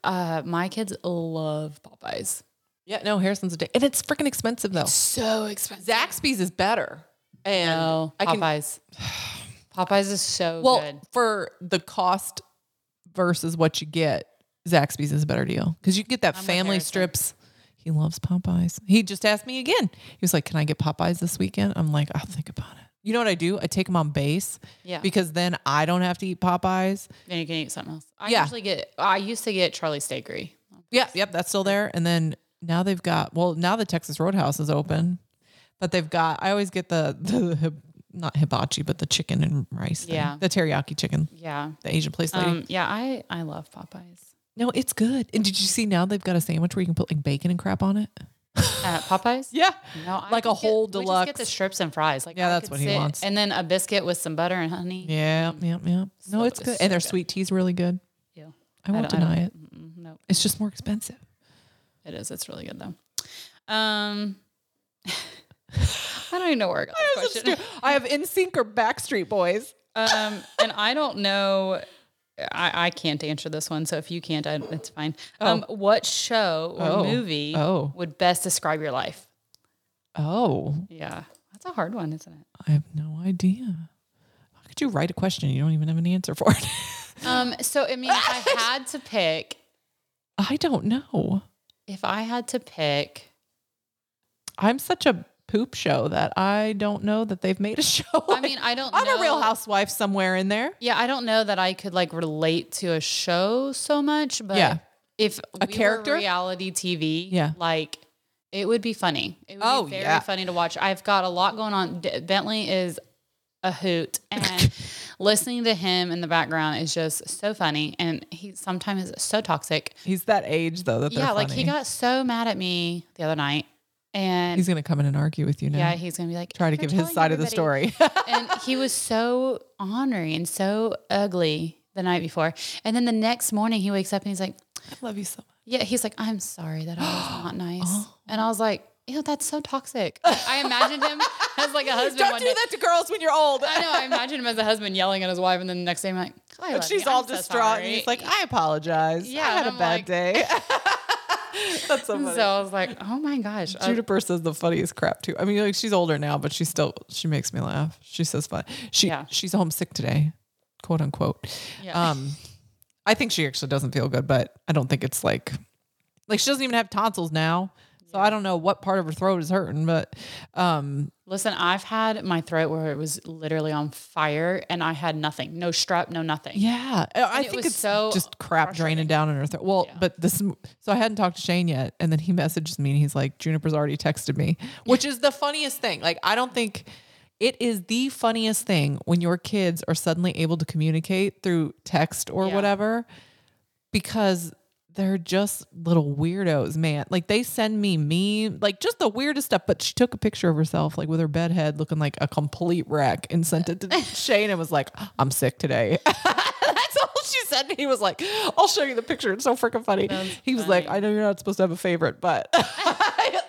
[SPEAKER 2] uh, my kids love Popeyes.
[SPEAKER 1] yeah no harrison's a dave and it's freaking expensive though
[SPEAKER 2] So expensive.
[SPEAKER 1] zaxby's is better and
[SPEAKER 2] No,
[SPEAKER 1] i can
[SPEAKER 2] Popeyes. Popeyes is so
[SPEAKER 1] well
[SPEAKER 2] good.
[SPEAKER 1] for the cost versus what you get zaxby's is a better deal because you can get that
[SPEAKER 2] with
[SPEAKER 1] family
[SPEAKER 2] Harrison.
[SPEAKER 1] strips he loves popeyes he just asked me again he was like can i get popeyes this weekend i'm like i'll think about it you know what i do i take him on base
[SPEAKER 2] Yeah.
[SPEAKER 1] because then i don't have to eat popeyes
[SPEAKER 2] Then you can eat something else. I
[SPEAKER 1] Yeah.
[SPEAKER 2] usually get. I used to get Charlie Steakery.
[SPEAKER 1] yeah yep that's still there and then now they've got well now the texas roadhouse is open but they've got i always get the the hib- not hibachi but the chicken and rice thing.
[SPEAKER 2] Yeah.
[SPEAKER 1] the teriyaki chicken
[SPEAKER 2] Yeah.
[SPEAKER 1] the asian place lady
[SPEAKER 2] Um. Yeah. I I love Popeyes.
[SPEAKER 1] No, it's good. And did you see now they've got a sandwich where you can put like bacon and crap on it?
[SPEAKER 2] Uh, Popeyes.
[SPEAKER 1] Yeah.
[SPEAKER 2] No, I
[SPEAKER 1] Like a
[SPEAKER 2] just get-
[SPEAKER 1] whole
[SPEAKER 2] We just get the
[SPEAKER 1] deluxe.
[SPEAKER 2] strips and fries. Like
[SPEAKER 1] Yeah,
[SPEAKER 2] I
[SPEAKER 1] that's
[SPEAKER 2] could
[SPEAKER 1] what he
[SPEAKER 2] sit-
[SPEAKER 1] wants.
[SPEAKER 2] And then a biscuit with some butter and honey.
[SPEAKER 1] Yeah, yeah, yeah. No, it's
[SPEAKER 2] it's
[SPEAKER 1] good. And their
[SPEAKER 2] Mm. so good.
[SPEAKER 1] sweet tea's really good.
[SPEAKER 2] Yeah.
[SPEAKER 1] I
[SPEAKER 2] I
[SPEAKER 1] won't
[SPEAKER 2] don't- I
[SPEAKER 1] deny it.
[SPEAKER 2] Mm-mm. Nope.
[SPEAKER 1] It's just more expensive.
[SPEAKER 2] It is. It's really good though. Um, I don't even know where I got this question.
[SPEAKER 1] I have in sync or Backstreet Boys.
[SPEAKER 2] Um, and I don't know. I, I can't answer this one, so if you can't, I, it's fine. Um, what show or
[SPEAKER 1] Oh.
[SPEAKER 2] movie
[SPEAKER 1] Oh.
[SPEAKER 2] would best describe your life?
[SPEAKER 1] Oh,
[SPEAKER 2] Yeah, that's a hard one, isn't it?
[SPEAKER 1] I have no idea. How could you write a question you don't even have an answer for it?
[SPEAKER 2] Um, so I mean, if I had to pick,
[SPEAKER 1] I don't know.
[SPEAKER 2] if I had to pick,
[SPEAKER 1] I'm such a poop show that I don't know that they've made a show.
[SPEAKER 2] I mean, I don't.
[SPEAKER 1] I'm
[SPEAKER 2] know,
[SPEAKER 1] a real housewife somewhere in there.
[SPEAKER 2] Yeah, I don't know that I could like relate to a show so much, but
[SPEAKER 1] Yeah.
[SPEAKER 2] if
[SPEAKER 1] A
[SPEAKER 2] we
[SPEAKER 1] character?
[SPEAKER 2] were reality TV,
[SPEAKER 1] Yeah.
[SPEAKER 2] like it would be funny. It would
[SPEAKER 1] Oh,
[SPEAKER 2] be very
[SPEAKER 1] yeah.
[SPEAKER 2] funny to watch. I've got a lot going on. D- Bentley is a hoot, and listening to him in the background is just so funny. And he sometimes is so toxic.
[SPEAKER 1] He's that age though that they're
[SPEAKER 2] yeah, like he
[SPEAKER 1] funny.
[SPEAKER 2] got so mad at me the other night, and
[SPEAKER 1] He's gonna come in and argue with you now.
[SPEAKER 2] yeah, he's gonna be like,
[SPEAKER 1] Try to
[SPEAKER 2] "You're
[SPEAKER 1] give his
[SPEAKER 2] telling
[SPEAKER 1] side of the
[SPEAKER 2] everybody
[SPEAKER 1] story.
[SPEAKER 2] and he was so ornery and so ugly the night before. And then the next morning he wakes up and he's like,
[SPEAKER 1] love you so much.
[SPEAKER 2] Yeah, he's like, I'm sorry that I was not nice.
[SPEAKER 1] Oh.
[SPEAKER 2] And I was like, Ew, that's so toxic. I imagined him as like a husband
[SPEAKER 1] Don't
[SPEAKER 2] one
[SPEAKER 1] do
[SPEAKER 2] day.
[SPEAKER 1] that to girls when you're old.
[SPEAKER 2] I know, I imagined him as a husband yelling at his wife, and then the next day I'm like, "Oh, "I
[SPEAKER 1] And
[SPEAKER 2] love
[SPEAKER 1] she's
[SPEAKER 2] you.
[SPEAKER 1] all
[SPEAKER 2] I'm so
[SPEAKER 1] distraught, and he's
[SPEAKER 2] sorry."
[SPEAKER 1] like, "I apologize.
[SPEAKER 2] Yeah,
[SPEAKER 1] I had
[SPEAKER 2] and
[SPEAKER 1] a
[SPEAKER 2] I'm
[SPEAKER 1] bad
[SPEAKER 2] like-
[SPEAKER 1] day." That's so funny.
[SPEAKER 2] So I was like, Oh my gosh. I-
[SPEAKER 1] Juniper says the funniest crap too. I mean, like she's older now, but she still she makes me laugh. She says fun. She
[SPEAKER 2] Yeah.
[SPEAKER 1] she's homesick today, quote unquote.
[SPEAKER 2] Yeah.
[SPEAKER 1] Um, I think she actually doesn't feel good, but I don't think it's like like she doesn't even have tonsils now, so I don't know what part of her throat is hurting. But um,
[SPEAKER 2] Listen, I've had my throat where it was literally on fire and I had nothing. No strep, no nothing.
[SPEAKER 1] Yeah, I- I
[SPEAKER 2] it
[SPEAKER 1] think
[SPEAKER 2] was
[SPEAKER 1] it's
[SPEAKER 2] so
[SPEAKER 1] just crap draining down in her throat. Well, but this, so I hadn't talked to Shane yet, and then he messaged me and he's like, "Juniper's already texted me," which is the funniest thing. Like, I don't think it is the funniest thing when your kids are suddenly able to communicate through text or
[SPEAKER 2] Yeah.
[SPEAKER 1] whatever, because they're just little weirdos, man. Like they send me meme, like just the weirdest stuff. But she took a picture of herself, like with her bed head looking like a complete wreck, and sent it to Shane and was like, "I'm sick today." That's all she said. And he was like, "I'll show you the picture. It's so freaking funny." he was like, "I know you're not supposed to have a favorite, but."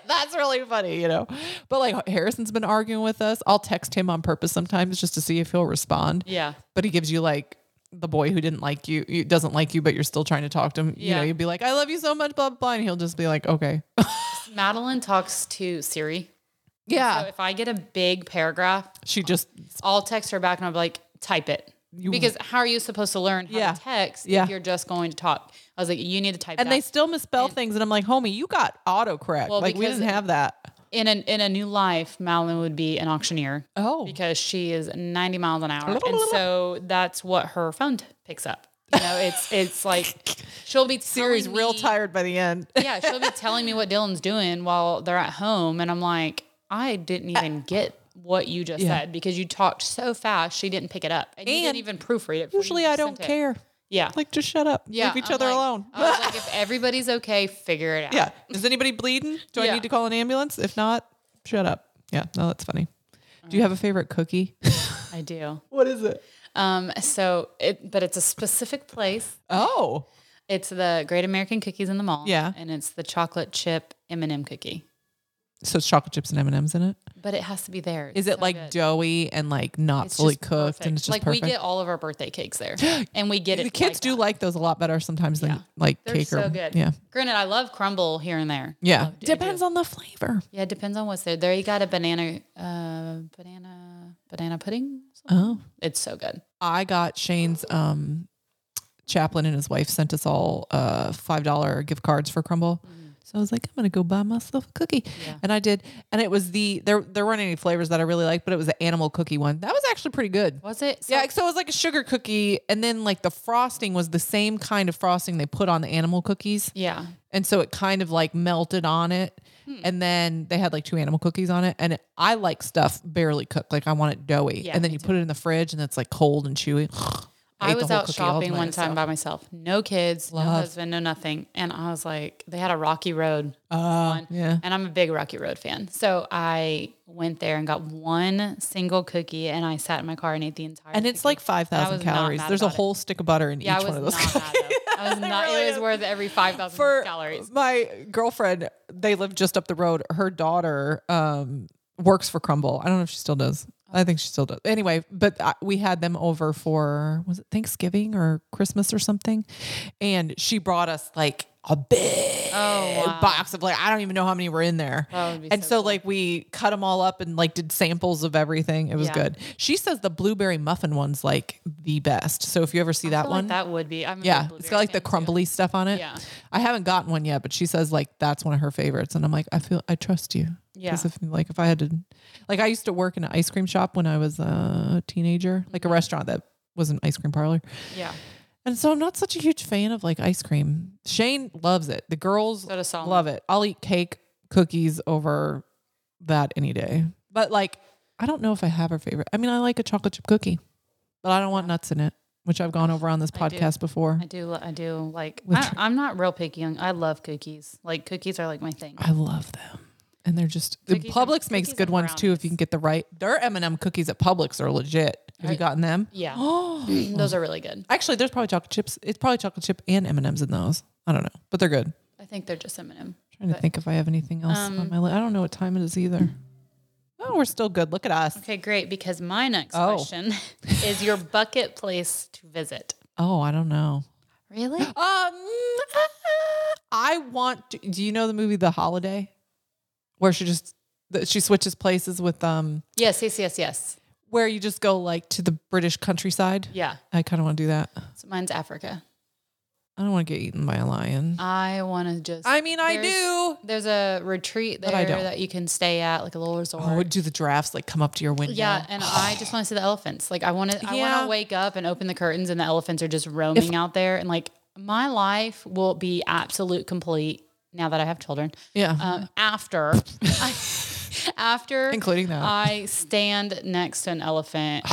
[SPEAKER 1] That's really funny, you know. But like Harrison's been arguing with us. I'll text him on purpose sometimes just to see if he'll respond
[SPEAKER 2] Yeah.
[SPEAKER 1] but he gives you like the boy who didn't like you, you doesn't like you, but you're still trying to talk to him. You know,
[SPEAKER 2] Yeah.
[SPEAKER 1] you'd be like, "I love you so much," blah blah, blah and he'll just be like, "Okay,
[SPEAKER 2] Madeline talks to Siri. So
[SPEAKER 1] yeah."
[SPEAKER 2] if I get a big paragraph,
[SPEAKER 1] She just
[SPEAKER 2] I'll text her back and I'll be like, type it. because how are you supposed to learn how
[SPEAKER 1] Yeah.
[SPEAKER 2] to text
[SPEAKER 1] Yeah.
[SPEAKER 2] if you're just going to talk? I was like, you need to type
[SPEAKER 1] and
[SPEAKER 2] that
[SPEAKER 1] they still misspell things, and I'm like, "Homie, you got autocorrect.
[SPEAKER 2] Well,
[SPEAKER 1] like we
[SPEAKER 2] because-
[SPEAKER 1] didn't have that."
[SPEAKER 2] in a in a new life, Madeline would be an auctioneer
[SPEAKER 1] Oh,
[SPEAKER 2] because she is 90 miles an hour, and so that's what her phone t- picks up. You know, it's it's like she'll be
[SPEAKER 1] Siri's
[SPEAKER 2] telling
[SPEAKER 1] real
[SPEAKER 2] me-
[SPEAKER 1] tired by the end.
[SPEAKER 2] yeah, she'll be telling me what Dylan's doing while they're at home, and I'm like, I didn't even get what you just
[SPEAKER 1] Yeah.
[SPEAKER 2] said because you talked so fast, she didn't pick it up, and, you
[SPEAKER 1] And
[SPEAKER 2] didn't even proofread it. before you
[SPEAKER 1] Usually, I don't
[SPEAKER 2] sent it.
[SPEAKER 1] care.
[SPEAKER 2] Yeah,
[SPEAKER 1] Like, just shut up.
[SPEAKER 2] yeah,
[SPEAKER 1] Leave each
[SPEAKER 2] I'm
[SPEAKER 1] other
[SPEAKER 2] like- uh,
[SPEAKER 1] alone.
[SPEAKER 2] I was like, if everybody's okay, figure it out.
[SPEAKER 1] Yeah. Is anybody bleeding? Do I
[SPEAKER 2] Yeah.
[SPEAKER 1] need to call an ambulance? If not, shut up. Yeah. No, that's funny. Do you have a favorite cookie?
[SPEAKER 2] I do.
[SPEAKER 1] what is it?
[SPEAKER 2] Um, so it, but it's a specific place.
[SPEAKER 1] Oh,
[SPEAKER 2] It's the Great American Cookies in the Mall.
[SPEAKER 1] Yeah.
[SPEAKER 2] and it's the chocolate chip M and m cookie,
[SPEAKER 1] so it's chocolate chips and M and M's in it.
[SPEAKER 2] but it has to be there.
[SPEAKER 1] Is it
[SPEAKER 2] so
[SPEAKER 1] like
[SPEAKER 2] good.
[SPEAKER 1] doughy and like not
[SPEAKER 2] It's
[SPEAKER 1] fully
[SPEAKER 2] just
[SPEAKER 1] cooked and it's just
[SPEAKER 2] like
[SPEAKER 1] perfect?
[SPEAKER 2] we get all of our birthday cakes there, and we get it.
[SPEAKER 1] the kids
[SPEAKER 2] like
[SPEAKER 1] do
[SPEAKER 2] that.
[SPEAKER 1] like those a lot better sometimes
[SPEAKER 2] Yeah.
[SPEAKER 1] than like
[SPEAKER 2] They're
[SPEAKER 1] cake
[SPEAKER 2] so
[SPEAKER 1] or
[SPEAKER 2] good.
[SPEAKER 1] yeah,
[SPEAKER 2] Granted, I love crumble here and there.
[SPEAKER 1] yeah.
[SPEAKER 2] Love- I do.
[SPEAKER 1] Depends on the flavor.
[SPEAKER 2] Yeah, it depends on what's there. There you got a banana, uh, banana, banana pudding.
[SPEAKER 1] Oh,
[SPEAKER 2] It's so good.
[SPEAKER 1] I got Shane's um, chaplain and his wife sent us all uh, five dollar gift cards for Crumble. So I was like, I'm gonna go buy myself a cookie,
[SPEAKER 2] Mm-hmm. Yeah.
[SPEAKER 1] and I did. And it was the there there weren't any flavors that I really liked, but it was the animal cookie one. That was actually pretty good.
[SPEAKER 2] Was it? So-
[SPEAKER 1] Yeah, so it was like a sugar cookie, and then like the frosting was the same kind of frosting they put on the animal cookies.
[SPEAKER 2] yeah.
[SPEAKER 1] and so it kind of like melted on it
[SPEAKER 2] Hmm.
[SPEAKER 1] and then they had like two animal cookies on it and it, i like stuff barely cooked like i want it doughy
[SPEAKER 2] Yeah,
[SPEAKER 1] and then
[SPEAKER 2] me
[SPEAKER 1] you put it in the fridge and it's like cold and chewy
[SPEAKER 2] I,
[SPEAKER 1] ate the
[SPEAKER 2] was
[SPEAKER 1] whole
[SPEAKER 2] out
[SPEAKER 1] cookie all
[SPEAKER 2] shopping
[SPEAKER 1] by
[SPEAKER 2] one time
[SPEAKER 1] myself.
[SPEAKER 2] by myself. No kids, no
[SPEAKER 1] Love.
[SPEAKER 2] husband, no nothing. And I was like, they had a rocky road.
[SPEAKER 1] oh yeah
[SPEAKER 2] And I'm a big Rocky Road fan. So I went there and got one single cookie and I sat in my car and ate the entire
[SPEAKER 1] and it's
[SPEAKER 2] cookie.
[SPEAKER 1] like 5000
[SPEAKER 2] was not
[SPEAKER 1] calories
[SPEAKER 2] mad
[SPEAKER 1] there's a
[SPEAKER 2] about it.
[SPEAKER 1] whole stick of butter in
[SPEAKER 2] yeah,
[SPEAKER 1] each
[SPEAKER 2] I
[SPEAKER 1] one
[SPEAKER 2] was
[SPEAKER 1] of those
[SPEAKER 2] not mad
[SPEAKER 1] cookies.
[SPEAKER 2] though. I I was not.
[SPEAKER 1] really
[SPEAKER 2] it was
[SPEAKER 1] is.
[SPEAKER 2] worth every five thousand
[SPEAKER 1] for
[SPEAKER 2] calories.
[SPEAKER 1] my girlfriend they live just up the road her daughter um works for crumble i don't know if she still does i think she still does anyway but I, we had them over for was it thanksgiving or christmas or something and she brought us like a big
[SPEAKER 2] Oh, wow.
[SPEAKER 1] box of like i don't even know how many were in there
[SPEAKER 2] That would be
[SPEAKER 1] and so,
[SPEAKER 2] so
[SPEAKER 1] like we cut them all up and like did samples of everything it was
[SPEAKER 2] Yeah.
[SPEAKER 1] good she says the blueberry muffin one's like the best so if you ever see
[SPEAKER 2] I
[SPEAKER 1] that
[SPEAKER 2] feel
[SPEAKER 1] one
[SPEAKER 2] Like that would be. I'm a
[SPEAKER 1] yeah,
[SPEAKER 2] big
[SPEAKER 1] it's got like the
[SPEAKER 2] blueberry fan, too.
[SPEAKER 1] crumbly stuff on it.
[SPEAKER 2] Yeah.
[SPEAKER 1] I haven't gotten one yet, but she says like that's one of her favorites, and I'm like, I feel I trust you. 'Cause
[SPEAKER 2] Yeah.
[SPEAKER 1] if like if I had to, like I used to work in an ice cream shop when I was a teenager, like a
[SPEAKER 2] Mm-hmm.
[SPEAKER 1] restaurant that was an ice cream parlor,
[SPEAKER 2] Yeah.
[SPEAKER 1] and so I'm not such a huge fan of like ice cream. Shane loves it. The girls
[SPEAKER 2] So does Solomon.
[SPEAKER 1] love it. I'll eat cake, cookies over that any day. But like, I don't know if I have a favorite. I mean, I like a chocolate chip cookie, but I don't want nuts in it, which I've gone over on this
[SPEAKER 2] I do.
[SPEAKER 1] podcast before.
[SPEAKER 2] I do. lo- I do like.
[SPEAKER 1] With
[SPEAKER 2] I,
[SPEAKER 1] tr-
[SPEAKER 2] I'm not real picky. on- I love cookies. Like cookies are like my thing.
[SPEAKER 1] I love them. And they're just the
[SPEAKER 2] Cookies and-
[SPEAKER 1] Publix makes
[SPEAKER 2] cookies
[SPEAKER 1] good
[SPEAKER 2] and
[SPEAKER 1] ones too if you
[SPEAKER 2] brownies.
[SPEAKER 1] can get the right. Their M and m cookies at Publix are legit. Have you
[SPEAKER 2] Right.
[SPEAKER 1] gotten them?
[SPEAKER 2] Yeah.
[SPEAKER 1] Oh,
[SPEAKER 2] Mm, Those are really good.
[SPEAKER 1] actually, there's probably chocolate chips. It's probably chocolate chip and M and M's in those. I don't know, but they're good.
[SPEAKER 2] I think they're just M&M.
[SPEAKER 1] trying to
[SPEAKER 2] But-
[SPEAKER 1] think if I have anything else on
[SPEAKER 2] Um,
[SPEAKER 1] my list. I don't know what time it is either. Oh, we're still good. Look at us.
[SPEAKER 2] Okay, great. Because my next
[SPEAKER 1] Oh.
[SPEAKER 2] question is your bucket place to visit.
[SPEAKER 1] Oh, I don't know.
[SPEAKER 2] Really?
[SPEAKER 1] Um, I want. To, do you know the movie The Holiday, where she just that she switches places with um,
[SPEAKER 2] Yes, yes, yes, yes.
[SPEAKER 1] where you just go like to the British countryside.
[SPEAKER 2] Yeah.
[SPEAKER 1] I kind of want to do that.
[SPEAKER 2] So mine's Africa.
[SPEAKER 1] I don't want to get eaten by a lion.
[SPEAKER 2] I want to just.
[SPEAKER 1] I mean, I
[SPEAKER 2] Um, there's-
[SPEAKER 1] do.
[SPEAKER 2] There's a retreat
[SPEAKER 1] But
[SPEAKER 2] there
[SPEAKER 1] I don't. Oh,
[SPEAKER 2] that you can stay at, like a little resort.
[SPEAKER 1] I would do the giraffes like come up to your window.
[SPEAKER 2] yeah, and I just want to see the elephants. Like I want to, I want
[SPEAKER 1] Yeah.
[SPEAKER 2] to wake up and open the curtains, and the elephants are just roaming out there. And like my life will be absolute complete now that I have children.
[SPEAKER 1] yeah.
[SPEAKER 2] Um, after, I, after
[SPEAKER 1] Including that.
[SPEAKER 2] I stand next to an elephant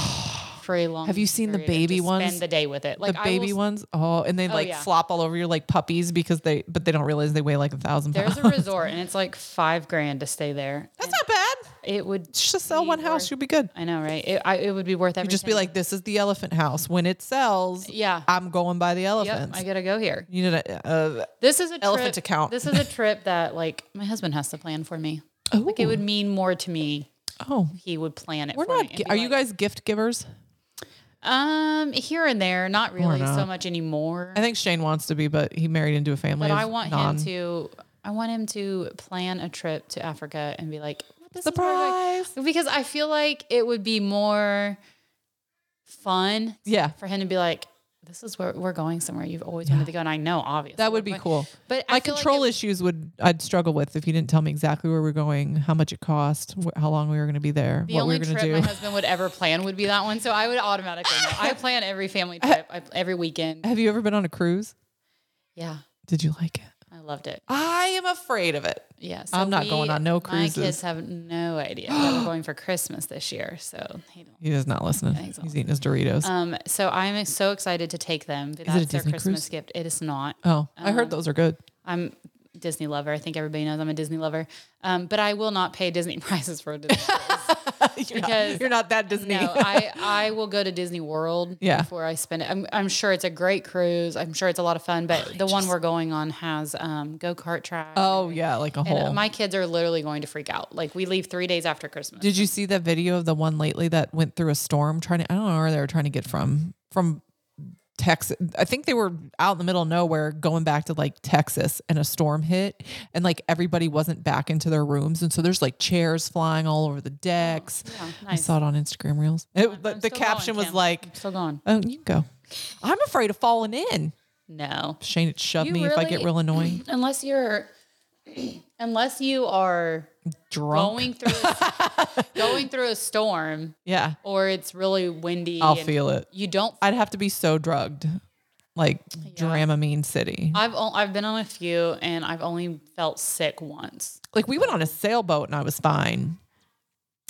[SPEAKER 2] for a long.
[SPEAKER 1] Have you seen the
[SPEAKER 2] period and
[SPEAKER 1] baby
[SPEAKER 2] just
[SPEAKER 1] ones?
[SPEAKER 2] Spend the day with it, like
[SPEAKER 1] the
[SPEAKER 2] I
[SPEAKER 1] baby
[SPEAKER 2] will,
[SPEAKER 1] ones. Oh, and they like
[SPEAKER 2] yeah.
[SPEAKER 1] flop all over you like puppies because they, but they don't realize they weigh like a thousand pounds.
[SPEAKER 2] There's a resort, and it's like five grand to stay there.
[SPEAKER 1] That's not bad.
[SPEAKER 2] It would
[SPEAKER 1] Just sell
[SPEAKER 2] be
[SPEAKER 1] one house,
[SPEAKER 2] worth-
[SPEAKER 1] you'll be good.
[SPEAKER 2] I know, right? It, I, it would be worth everything.
[SPEAKER 1] Just be like, this is the elephant house. When it sells,
[SPEAKER 2] yeah,
[SPEAKER 1] I'm going by the
[SPEAKER 2] yep,
[SPEAKER 1] elephants.
[SPEAKER 2] I gotta go here.
[SPEAKER 1] you know that? Uh,
[SPEAKER 2] This is a
[SPEAKER 1] Elephant
[SPEAKER 2] trip,
[SPEAKER 1] account.
[SPEAKER 2] This is a trip that like my husband has to plan for me.
[SPEAKER 1] oh,
[SPEAKER 2] Like it would mean more to me.
[SPEAKER 1] oh,
[SPEAKER 2] He would plan it.
[SPEAKER 1] we're
[SPEAKER 2] for
[SPEAKER 1] not.
[SPEAKER 2] Me and
[SPEAKER 1] gi-
[SPEAKER 2] be
[SPEAKER 1] Are you
[SPEAKER 2] like,
[SPEAKER 1] guys gift givers?
[SPEAKER 2] Um, here and there, not really so
[SPEAKER 1] not.
[SPEAKER 2] much anymore.
[SPEAKER 1] I think Shane wants to be, but he married into a family.
[SPEAKER 2] But I
[SPEAKER 1] of
[SPEAKER 2] want
[SPEAKER 1] non-
[SPEAKER 2] him to. I want him to plan a trip to Africa and be like, this is where I-
[SPEAKER 1] surprise.
[SPEAKER 2] because I feel like it would be more fun
[SPEAKER 1] Yeah,
[SPEAKER 2] for him to be like, this is where we're going somewhere you've always wanted to go, and I know obviously
[SPEAKER 1] that would
[SPEAKER 2] we're
[SPEAKER 1] be
[SPEAKER 2] going-
[SPEAKER 1] cool.
[SPEAKER 2] But I
[SPEAKER 1] my
[SPEAKER 2] feel like
[SPEAKER 1] control
[SPEAKER 2] it-
[SPEAKER 1] issues would I'd struggle with if you didn't tell me exactly where we're going, how much it cost, wh- how long we were going to be there,
[SPEAKER 2] The
[SPEAKER 1] what we
[SPEAKER 2] only
[SPEAKER 1] were going
[SPEAKER 2] trip
[SPEAKER 1] to do.
[SPEAKER 2] my husband would ever plan would be that one, so I would automatically. know. I plan every family trip, I, every weekend.
[SPEAKER 1] Have you ever been on a cruise?
[SPEAKER 2] Yeah,
[SPEAKER 1] Did you like it?
[SPEAKER 2] I loved it.
[SPEAKER 1] I am afraid of it.
[SPEAKER 2] Yeah,
[SPEAKER 1] I'm not going on no
[SPEAKER 2] My
[SPEAKER 1] cruises.
[SPEAKER 2] kids have no idea that we're going for Christmas this year, so they don't.
[SPEAKER 1] He is not listening.
[SPEAKER 2] he's
[SPEAKER 1] He's,
[SPEAKER 2] not
[SPEAKER 1] eating his Doritos.
[SPEAKER 2] Um, so I'm so excited to take them. That's
[SPEAKER 1] it a
[SPEAKER 2] their
[SPEAKER 1] Disney
[SPEAKER 2] Christmas
[SPEAKER 1] cruise?
[SPEAKER 2] gift. It is not.
[SPEAKER 1] oh, I
[SPEAKER 2] uh,
[SPEAKER 1] heard those are good.
[SPEAKER 2] I'm a Disney lover. I think everybody knows I'm a Disney lover. Um, but I will not pay Disney prices for a Disney.
[SPEAKER 1] You're
[SPEAKER 2] because-
[SPEAKER 1] not, you're not that Disney.
[SPEAKER 2] no, I I will go to Disney World
[SPEAKER 1] Yeah.
[SPEAKER 2] before I spend it. I'm I'm sure it's a great cruise. I'm sure it's a lot of fun. But the one we're going on has um, go kart track.
[SPEAKER 1] oh yeah, like a
[SPEAKER 2] and uh,
[SPEAKER 1] whole.
[SPEAKER 2] my kids are literally going to freak out. Like we leave three days after Christmas.
[SPEAKER 1] Did you see that video of the one lately that went through a storm trying to I don't know where they were trying to get from from Texas. I think they were out in the middle of nowhere going back to like Texas and a storm hit and like everybody wasn't back into their rooms and so there's like chairs flying all over the decks.
[SPEAKER 2] Oh, yeah,
[SPEAKER 1] I
[SPEAKER 2] nice.
[SPEAKER 1] saw it on Instagram Reels. It, the
[SPEAKER 2] I'm
[SPEAKER 1] the
[SPEAKER 2] still
[SPEAKER 1] caption
[SPEAKER 2] going,
[SPEAKER 1] was
[SPEAKER 2] Kim.
[SPEAKER 1] like,
[SPEAKER 2] I'm still gone.
[SPEAKER 1] "Oh, you can go. I'm afraid of falling in."
[SPEAKER 2] No,
[SPEAKER 1] Shane, it shove
[SPEAKER 2] You
[SPEAKER 1] me if I get
[SPEAKER 2] really-
[SPEAKER 1] real annoying.
[SPEAKER 2] unless you're, unless you are
[SPEAKER 1] Drunk.
[SPEAKER 2] going through a, going through a storm
[SPEAKER 1] yeah.
[SPEAKER 2] or it's really windy.
[SPEAKER 1] I'll
[SPEAKER 2] and
[SPEAKER 1] feel it.
[SPEAKER 2] You don't.
[SPEAKER 1] I'd have to be so drugged. Like Dramamine City.
[SPEAKER 2] I've o- I've been on a few and I've only felt sick once.
[SPEAKER 1] Like we went on a sailboat and I was fine,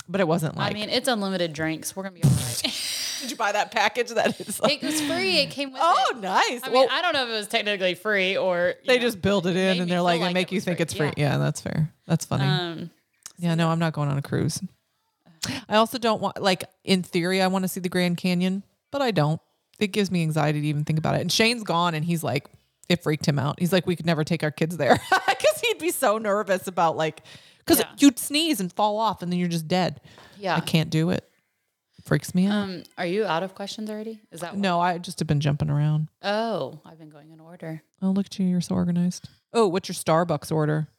[SPEAKER 1] but it wasn't like.
[SPEAKER 2] I mean, it's unlimited drinks. We're gonna be all right.
[SPEAKER 1] did you buy that package? That is like,
[SPEAKER 2] it was free. It came with.
[SPEAKER 1] oh,
[SPEAKER 2] it.
[SPEAKER 1] nice.
[SPEAKER 2] I
[SPEAKER 1] well,
[SPEAKER 2] mean, I don't know if it was technically free or you
[SPEAKER 1] they
[SPEAKER 2] know,
[SPEAKER 1] just build it
[SPEAKER 2] made
[SPEAKER 1] in
[SPEAKER 2] me
[SPEAKER 1] and they're
[SPEAKER 2] feel
[SPEAKER 1] like,
[SPEAKER 2] like
[SPEAKER 1] they
[SPEAKER 2] it
[SPEAKER 1] make you
[SPEAKER 2] was
[SPEAKER 1] think
[SPEAKER 2] free.
[SPEAKER 1] it's free.
[SPEAKER 2] Yeah.
[SPEAKER 1] Yeah. that's fair. That's funny.
[SPEAKER 2] Um,
[SPEAKER 1] yeah, no, I'm not going on a cruise. I also don't want, like, in theory, I want to see the Grand Canyon, but I don't. It gives me anxiety to even think about it. And Shane's gone and he's like, it freaked him out. He's like, we could never take our kids there because he'd be so nervous about like, because
[SPEAKER 2] Yeah.
[SPEAKER 1] you'd sneeze and fall off, and then you're just dead.
[SPEAKER 2] Yeah.
[SPEAKER 1] I can't do it. Freaks me out.
[SPEAKER 2] Um, are you out of questions already? Is that
[SPEAKER 1] no, I just have been jumping around.
[SPEAKER 2] Oh, I've been going in order.
[SPEAKER 1] Oh, look at you. You're so organized. Oh, what's your Starbucks order?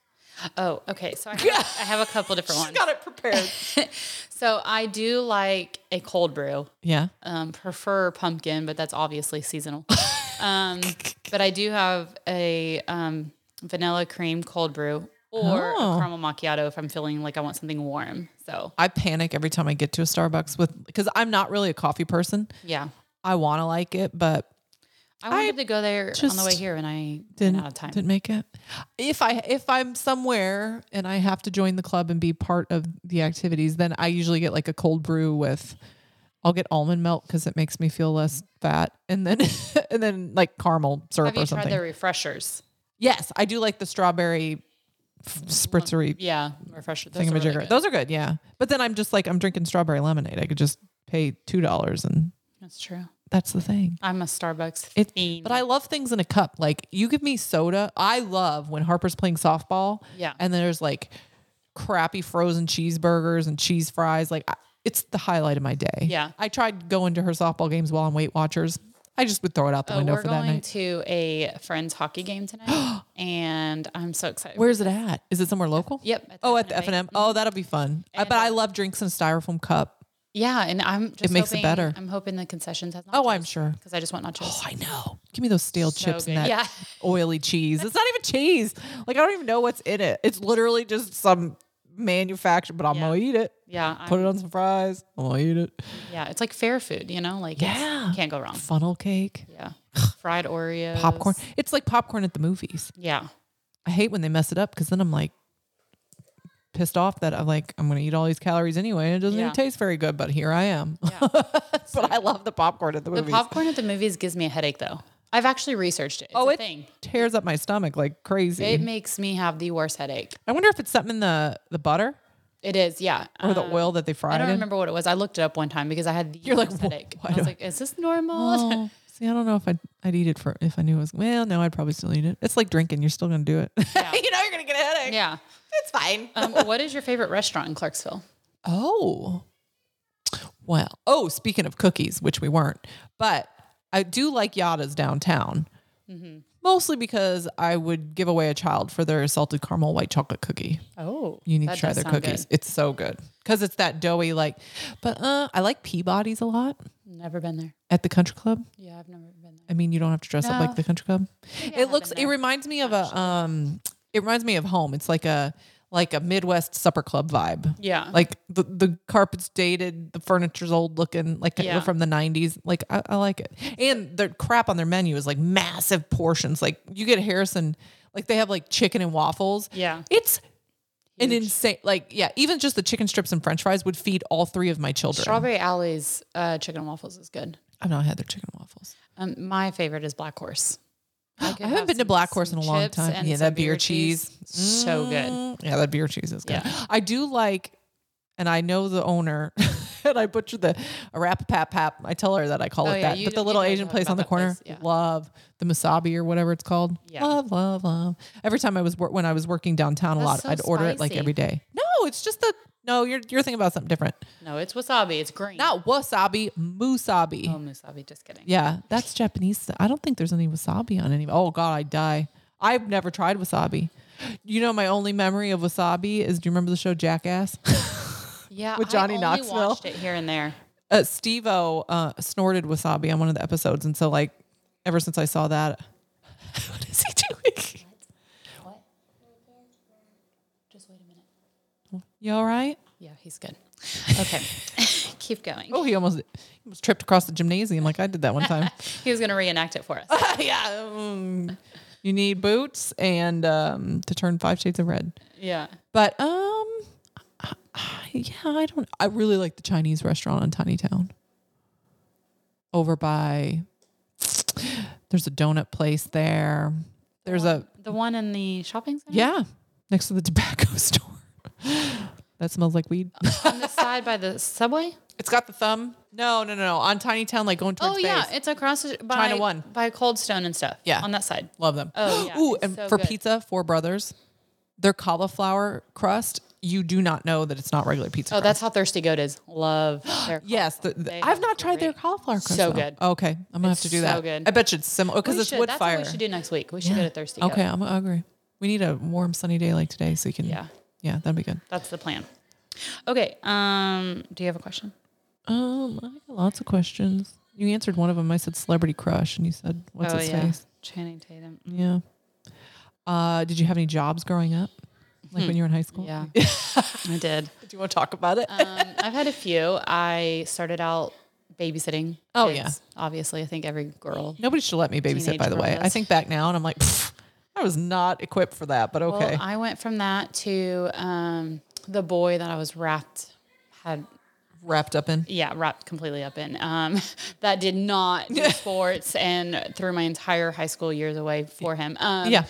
[SPEAKER 2] Oh, okay. So I have, I have a couple different ones.
[SPEAKER 1] it prepared.
[SPEAKER 2] So I do like a cold brew.
[SPEAKER 1] yeah.
[SPEAKER 2] Um, prefer pumpkin, but that's obviously seasonal. um, but I do have a um, vanilla cream cold brew or
[SPEAKER 1] Oh.
[SPEAKER 2] a caramel macchiato if I'm feeling like I want something warm. So
[SPEAKER 1] I panic every time I get to a Starbucks with because I'm not really a coffee person.
[SPEAKER 2] yeah,
[SPEAKER 1] I want to like it, but
[SPEAKER 2] I wanted to go there on the way
[SPEAKER 1] just
[SPEAKER 2] here, and I
[SPEAKER 1] didn't
[SPEAKER 2] ran out of time.
[SPEAKER 1] didn't make it. If I if I'm somewhere and I have to join the club and be part of the activities, then I usually get like a cold brew with. I'll get almond milk because it makes me feel less fat, and then and then like caramel syrup
[SPEAKER 2] Have you
[SPEAKER 1] or
[SPEAKER 2] tried
[SPEAKER 1] something.
[SPEAKER 2] their refreshers?
[SPEAKER 1] yes, I do like the strawberry f- spritzery
[SPEAKER 2] Yeah, refreshers. Those are
[SPEAKER 1] thingamajigger.
[SPEAKER 2] really good.
[SPEAKER 1] Those are good, yeah. But then I'm just like I'm drinking strawberry lemonade. I could just pay two dollars, and
[SPEAKER 2] That's true.
[SPEAKER 1] that's the thing.
[SPEAKER 2] I'm a Starbucks
[SPEAKER 1] It's
[SPEAKER 2] fiend.
[SPEAKER 1] but I love things in a cup. Like you give me soda. I love when Harper's playing softball.
[SPEAKER 2] Yeah.
[SPEAKER 1] And there's like crappy frozen cheeseburgers and cheese fries. Like I, it's the highlight of my day.
[SPEAKER 2] Yeah.
[SPEAKER 1] I tried going to her softball games while on Weight Watchers. I just would throw it out the
[SPEAKER 2] Oh,
[SPEAKER 1] window
[SPEAKER 2] we're
[SPEAKER 1] for that
[SPEAKER 2] going
[SPEAKER 1] night.
[SPEAKER 2] to a friend's hockey game tonight, and I'm so excited.
[SPEAKER 1] Where's it at? Is it somewhere local?
[SPEAKER 2] Yep.
[SPEAKER 1] Oh, at the F
[SPEAKER 2] F&M
[SPEAKER 1] and
[SPEAKER 2] Bank.
[SPEAKER 1] M. Oh, that'll be fun. I, but I love drinks in a styrofoam cup.
[SPEAKER 2] Yeah, and I'm just
[SPEAKER 1] makes it
[SPEAKER 2] hoping,
[SPEAKER 1] better.
[SPEAKER 2] I'm hoping the concessions has nachos.
[SPEAKER 1] Oh, I'm sure. Oh,
[SPEAKER 2] because I just want nachos.
[SPEAKER 1] I know. Give me those stale chips and
[SPEAKER 2] good.
[SPEAKER 1] that
[SPEAKER 2] Yeah.
[SPEAKER 1] oily cheese. It's not even cheese. Like I don't even know what's in it. It's literally just some manufactured, but I'm
[SPEAKER 2] Yeah.
[SPEAKER 1] gonna eat it.
[SPEAKER 2] yeah,
[SPEAKER 1] Put
[SPEAKER 2] I'm,
[SPEAKER 1] it on some fries. I'm gonna eat it.
[SPEAKER 2] yeah, it's like fair food, you know, like it's-
[SPEAKER 1] Yeah.
[SPEAKER 2] can't go wrong.
[SPEAKER 1] Funnel cake,
[SPEAKER 2] Yeah, fried Oreos,
[SPEAKER 1] popcorn. It's like popcorn at the movies.
[SPEAKER 2] Yeah,
[SPEAKER 1] I hate when they mess it up because then I'm like pissed off that I'm like I'm gonna eat all these calories anyway. and It doesn't
[SPEAKER 2] Yeah.
[SPEAKER 1] even taste very good, but here I am. but I love the popcorn at the
[SPEAKER 2] the
[SPEAKER 1] movies.
[SPEAKER 2] popcorn at the movies gives me a headache though. I've actually researched it. It's
[SPEAKER 1] oh,
[SPEAKER 2] a
[SPEAKER 1] it Mm-hmm.
[SPEAKER 2] thing.
[SPEAKER 1] tears up my stomach like crazy.
[SPEAKER 2] It makes me have the worst headache.
[SPEAKER 1] I wonder if it's something in the the butter
[SPEAKER 2] It is, yeah.
[SPEAKER 1] or the
[SPEAKER 2] Um,
[SPEAKER 1] oil that they
[SPEAKER 2] I
[SPEAKER 1] fried
[SPEAKER 2] don't
[SPEAKER 1] in.
[SPEAKER 2] remember what it was. I looked it up one time because I had the
[SPEAKER 1] You're like,
[SPEAKER 2] worst
[SPEAKER 1] "Wha-
[SPEAKER 2] headache.
[SPEAKER 1] why
[SPEAKER 2] I
[SPEAKER 1] do
[SPEAKER 2] was
[SPEAKER 1] I-"
[SPEAKER 2] like, is this normal?
[SPEAKER 1] Oh, see, I don't know if I'd, I'd eat it for if I knew it was. Well, no, I'd probably still eat it. It's like drinking; you're still gonna do it.
[SPEAKER 2] Yeah.
[SPEAKER 1] you know, you're gonna get a headache.
[SPEAKER 2] yeah.
[SPEAKER 1] It's fine.
[SPEAKER 2] Um, what is your favorite restaurant in Clarksville?
[SPEAKER 1] oh, well. Oh, speaking of cookies, which we weren't, but I do like Yada's downtown, mostly because I would give away a child for their salted caramel white chocolate cookie.
[SPEAKER 2] Oh,
[SPEAKER 1] You need to try their cookies. It's so good because it's that doughy, like. But uh, I like Peabody's a lot
[SPEAKER 2] Never been there.
[SPEAKER 1] at the country club.
[SPEAKER 2] Yeah, I've never been there.
[SPEAKER 1] I mean, you don't have to dress up
[SPEAKER 2] No.
[SPEAKER 1] like the country club. It
[SPEAKER 2] have
[SPEAKER 1] looks.
[SPEAKER 2] been
[SPEAKER 1] It
[SPEAKER 2] there,
[SPEAKER 1] reminds me of a. Um, it reminds me of home. It's like a like a Midwest supper club vibe.
[SPEAKER 2] Yeah.
[SPEAKER 1] Like the the carpet's dated, the furniture's old looking, like
[SPEAKER 2] Yeah.
[SPEAKER 1] yeah. from the '90s. Like I, I like it. And the crap on their menu is like massive portions. Like you get Harrison, like they have like chicken and waffles.
[SPEAKER 2] Yeah.
[SPEAKER 1] It's. An insane, like, yeah, even just the chicken strips and french fries would feed all three of my children.
[SPEAKER 2] Strawberry Alley's uh, chicken and waffles is good.
[SPEAKER 1] I've not had their chicken and waffles.
[SPEAKER 2] Um, my favorite is Black Horse. I, could
[SPEAKER 1] I haven't
[SPEAKER 2] have
[SPEAKER 1] been to
[SPEAKER 2] some-
[SPEAKER 1] Black Horse
[SPEAKER 2] some
[SPEAKER 1] in a long
[SPEAKER 2] chips
[SPEAKER 1] time.
[SPEAKER 2] and
[SPEAKER 1] Yeah,
[SPEAKER 2] some
[SPEAKER 1] that beer cheese.
[SPEAKER 2] so good.
[SPEAKER 1] Mm, Yeah, that beer cheese is good.
[SPEAKER 2] Yeah.
[SPEAKER 1] I do like, and I know the owner, and I butcher the arapapap pap. I tell her that I call
[SPEAKER 2] Oh,
[SPEAKER 1] it
[SPEAKER 2] yeah,
[SPEAKER 1] that.
[SPEAKER 2] you-
[SPEAKER 1] but
[SPEAKER 2] you
[SPEAKER 1] the little
[SPEAKER 2] know
[SPEAKER 1] Asian
[SPEAKER 2] about
[SPEAKER 1] place on the
[SPEAKER 2] that place,
[SPEAKER 1] corner,
[SPEAKER 2] yeah.
[SPEAKER 1] love the masabi or whatever it's called.
[SPEAKER 2] Yeah.
[SPEAKER 1] Love, love, love. Every time I was wor- when I was working downtown a
[SPEAKER 2] That's
[SPEAKER 1] lot,
[SPEAKER 2] so
[SPEAKER 1] I'd order it like
[SPEAKER 2] spicy.
[SPEAKER 1] every day. No, it's just the no. You're you're thinking about something different.
[SPEAKER 2] No, it's wasabi. It's green.
[SPEAKER 1] Not wasabi, musabi.
[SPEAKER 2] Oh, musabi. Just kidding.
[SPEAKER 1] Yeah, that's Japanese. st- I don't think there's any wasabi on any. Oh God, I die. I've never tried wasabi. You know, my only memory of wasabi is do you remember the show Jackass?
[SPEAKER 2] Yeah.
[SPEAKER 1] With Johnny
[SPEAKER 2] I only
[SPEAKER 1] Knoxville.
[SPEAKER 2] watched it here and there.
[SPEAKER 1] uh, Steve O uh, snorted wasabi on one of the episodes. And so, like, ever since I saw that, what is he doing?
[SPEAKER 2] What? Just wait a minute.
[SPEAKER 1] You all right?
[SPEAKER 2] Yeah, he's good. Okay. Keep going.
[SPEAKER 1] Oh, he almost, he almost tripped across the gymnasium like I did that one time.
[SPEAKER 2] He was going to reenact it for us.
[SPEAKER 1] yeah. mm. you need boots and um, to turn five shades of red.
[SPEAKER 2] yeah.
[SPEAKER 1] But um, I- I- yeah, I don't. I really like the Chinese restaurant on Tiny Town. Over by, there's a donut place there. There's a
[SPEAKER 2] The one in the shopping center?
[SPEAKER 1] yeah next to the tobacco store. That smells like weed.
[SPEAKER 2] On the side by the subway?
[SPEAKER 1] It's got the thumb. No, no, no, no. On Tiny Town, like going towards
[SPEAKER 2] Oh yeah,
[SPEAKER 1] Bays.
[SPEAKER 2] it's across the- by
[SPEAKER 1] China One.
[SPEAKER 2] by Cold Stone and stuff.
[SPEAKER 1] Yeah.
[SPEAKER 2] on that side.
[SPEAKER 1] Love them.
[SPEAKER 2] Oh, yeah,
[SPEAKER 1] Ooh,
[SPEAKER 2] it's
[SPEAKER 1] and
[SPEAKER 2] so
[SPEAKER 1] for
[SPEAKER 2] good.
[SPEAKER 1] pizza, Four Brothers, their cauliflower crust, you do not know that it's not regular pizza.
[SPEAKER 2] Oh, that's how thirsty goat is. Love. Their
[SPEAKER 1] Yes, the, the-
[SPEAKER 2] They
[SPEAKER 1] I've
[SPEAKER 2] are
[SPEAKER 1] not tried their
[SPEAKER 2] great.
[SPEAKER 1] cauliflower crust.
[SPEAKER 2] So
[SPEAKER 1] though.
[SPEAKER 2] good.
[SPEAKER 1] Okay, I'm gonna
[SPEAKER 2] It's
[SPEAKER 1] have to do
[SPEAKER 2] so
[SPEAKER 1] that.
[SPEAKER 2] good.
[SPEAKER 1] I bet you it's similar because
[SPEAKER 2] We
[SPEAKER 1] it's
[SPEAKER 2] should-
[SPEAKER 1] wood
[SPEAKER 2] that's
[SPEAKER 1] fire.
[SPEAKER 2] what we should do next week. We should get a thirsty goat.
[SPEAKER 1] Okay, I'm, I agree. We need a warm sunny day like today, so you can.
[SPEAKER 2] Yeah.
[SPEAKER 1] yeah, that'd be good.
[SPEAKER 2] That's the plan. Okay. Um, do you have a question?
[SPEAKER 1] Um, I got lots of questions. You answered one of them. I said celebrity crush, and you said
[SPEAKER 2] Oh,
[SPEAKER 1] what's his face?
[SPEAKER 2] Channing Tatum.
[SPEAKER 1] Yeah. Uh, did you have any jobs growing up, like when you were in high school?
[SPEAKER 2] Hmm. Yeah. I did.
[SPEAKER 1] Do you want to talk about it?
[SPEAKER 2] Um, I've had a few. I started out babysitting.
[SPEAKER 1] Oh,
[SPEAKER 2] yeah. Obviously, I think every girl.
[SPEAKER 1] Nobody should let me babysit.
[SPEAKER 2] Teenage
[SPEAKER 1] By the way, I
[SPEAKER 2] girls.
[SPEAKER 1] think back now, and I'm like, "Pfft, I was not equipped for that. But okay.
[SPEAKER 2] Well, I went from that to um, the boy that I was wrapped had
[SPEAKER 1] Wrapped up in.
[SPEAKER 2] yeah wrapped completely up in um, that did not do sports and threw my entire high school years away for him. Um,
[SPEAKER 1] Yeah.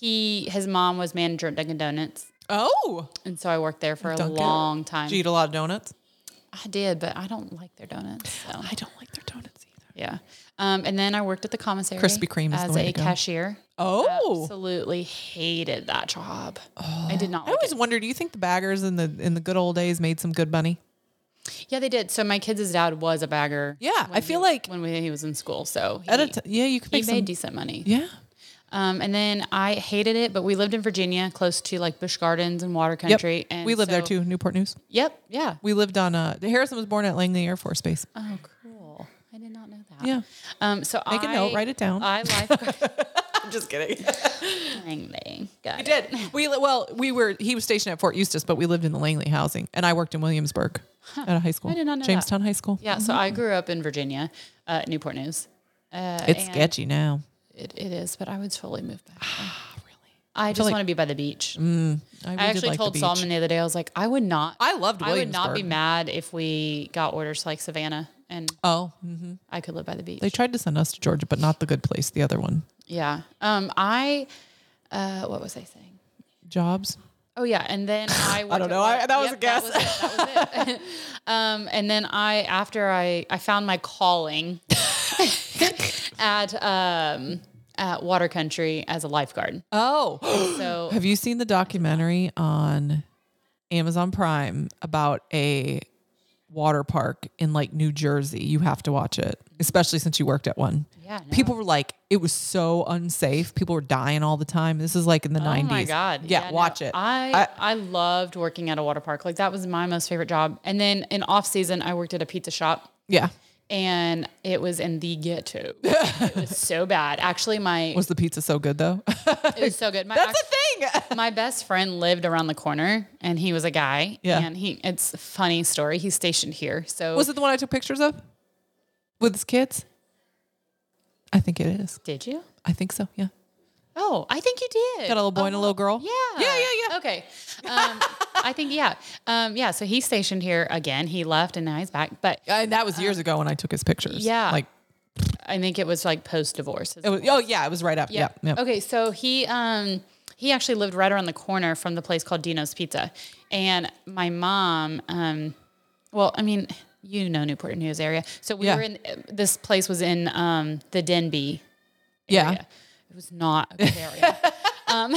[SPEAKER 2] He his mom was manager at Dunkin' Donuts,
[SPEAKER 1] Oh.
[SPEAKER 2] and so I worked there for
[SPEAKER 1] Dunkin'.
[SPEAKER 2] a long time.
[SPEAKER 1] Did you eat a lot of donuts?
[SPEAKER 2] I did, but I don't like their donuts. So
[SPEAKER 1] I don't like their donuts either.
[SPEAKER 2] yeah. Um, and then I worked at the commissary
[SPEAKER 1] Krispy Kreme is the
[SPEAKER 2] as
[SPEAKER 1] way
[SPEAKER 2] a
[SPEAKER 1] to go.
[SPEAKER 2] cashier.
[SPEAKER 1] Oh.
[SPEAKER 2] Absolutely hated that job. I did not.
[SPEAKER 1] I
[SPEAKER 2] Like
[SPEAKER 1] always wonder. Do you think the baggers in the in the good old days made some good money?
[SPEAKER 2] it. Yeah, they did. So my kids' dad was a bagger.
[SPEAKER 1] Yeah,
[SPEAKER 2] when
[SPEAKER 1] I feel
[SPEAKER 2] he-
[SPEAKER 1] like
[SPEAKER 2] when we, he was in school, so he,
[SPEAKER 1] at a t- yeah, you could
[SPEAKER 2] he
[SPEAKER 1] make
[SPEAKER 2] made
[SPEAKER 1] some.
[SPEAKER 2] decent money.
[SPEAKER 1] yeah,
[SPEAKER 2] Um, and then I hated it, but we lived in Virginia, close to like Busch Gardens and Water
[SPEAKER 1] yep.
[SPEAKER 2] Country. And
[SPEAKER 1] we lived there
[SPEAKER 2] so-
[SPEAKER 1] too, Newport News.
[SPEAKER 2] Yep. Yeah.
[SPEAKER 1] We lived on. Uh, Harrison was born at Langley Air Force Base.
[SPEAKER 2] Oh, cool. I did not know that.
[SPEAKER 1] Yeah.
[SPEAKER 2] Um, so
[SPEAKER 1] Make a
[SPEAKER 2] I,
[SPEAKER 1] note, write it down.
[SPEAKER 2] I lifeguarded.
[SPEAKER 1] I'm just kidding.
[SPEAKER 2] Dang, Got
[SPEAKER 1] we
[SPEAKER 2] it.
[SPEAKER 1] did. We li- well, we were. He was stationed at Fort Eustis, but we lived in the Langley housing, and I worked in Williamsburg at a high school.
[SPEAKER 2] I did not know that.
[SPEAKER 1] Jamestown High School.
[SPEAKER 2] Yeah, so I grew up in Virginia, uh, Newport News. Uh,
[SPEAKER 1] it's
[SPEAKER 2] and
[SPEAKER 1] sketchy now.
[SPEAKER 2] It, it is, but I would totally move back.
[SPEAKER 1] Ah, really?
[SPEAKER 2] I just want to be by the beach.
[SPEAKER 1] we
[SPEAKER 2] I
[SPEAKER 1] Mm, did
[SPEAKER 2] actually
[SPEAKER 1] like the
[SPEAKER 2] told
[SPEAKER 1] beach.
[SPEAKER 2] Solomon the other day, I was like, I would not.
[SPEAKER 1] I loved
[SPEAKER 2] I would not be
[SPEAKER 1] Williamsburg.
[SPEAKER 2] mad if we got orders to like Savannah and
[SPEAKER 1] Oh, hmm
[SPEAKER 2] I could live by the beach.
[SPEAKER 1] they tried to send us to Georgia, but not the good place. The other one.
[SPEAKER 2] yeah. Um. I. Uh. What was I saying?
[SPEAKER 1] Jobs.
[SPEAKER 2] Oh yeah, and then I. worked at
[SPEAKER 1] know.
[SPEAKER 2] Water-
[SPEAKER 1] I- that was a
[SPEAKER 2] That was it. That was it. um, and then I, after I, I found my calling at um at Water Country as a lifeguard.
[SPEAKER 1] Oh.
[SPEAKER 2] So
[SPEAKER 1] Have you seen the documentary on Amazon Prime about a water park in like New Jersey? You have to watch it, especially since you worked at one.
[SPEAKER 2] Yeah, I know.
[SPEAKER 1] People were like, it was so unsafe. People were dying all the time. This is like in the 90s.
[SPEAKER 2] Oh my god!
[SPEAKER 1] Yeah,
[SPEAKER 2] no,
[SPEAKER 1] watch it.
[SPEAKER 2] I, I loved working at a water park. Like that was my most favorite job. And then in off season, I worked at a pizza shop,
[SPEAKER 1] yeah.
[SPEAKER 2] and it was in the ghetto. it was so bad. Actually, my
[SPEAKER 1] Was the pizza so good though?
[SPEAKER 2] it was so good. My,
[SPEAKER 1] That's
[SPEAKER 2] act-
[SPEAKER 1] the thing.
[SPEAKER 2] my best friend lived around the corner, and he was a guy.
[SPEAKER 1] Yeah.
[SPEAKER 2] and he it's a funny story. He's stationed here, so
[SPEAKER 1] Was it the one I took pictures of with his kids? I think it is.
[SPEAKER 2] did you?
[SPEAKER 1] I think so. Yeah.
[SPEAKER 2] Oh, I think you did.
[SPEAKER 1] Got a little boy and a little girl.
[SPEAKER 2] Yeah.
[SPEAKER 1] Yeah. Yeah. Yeah.
[SPEAKER 2] Okay. Um, I think yeah. Um, yeah. So he's stationed here again. He left and now he's back. But
[SPEAKER 1] And that was years ago when I took his pictures.
[SPEAKER 2] Uh, yeah.
[SPEAKER 1] Like,
[SPEAKER 2] I think it was like post divorce.
[SPEAKER 1] it was, oh, yeah, it was right up. Yeah. yeah.
[SPEAKER 2] Okay, so he um he actually lived right around the corner from the place called Dino's Pizza, and my mom um well I mean you know Newport News area, so we
[SPEAKER 1] Yeah.
[SPEAKER 2] were in this place was in um the Denby
[SPEAKER 1] Yeah.
[SPEAKER 2] area. It was not a good area. um,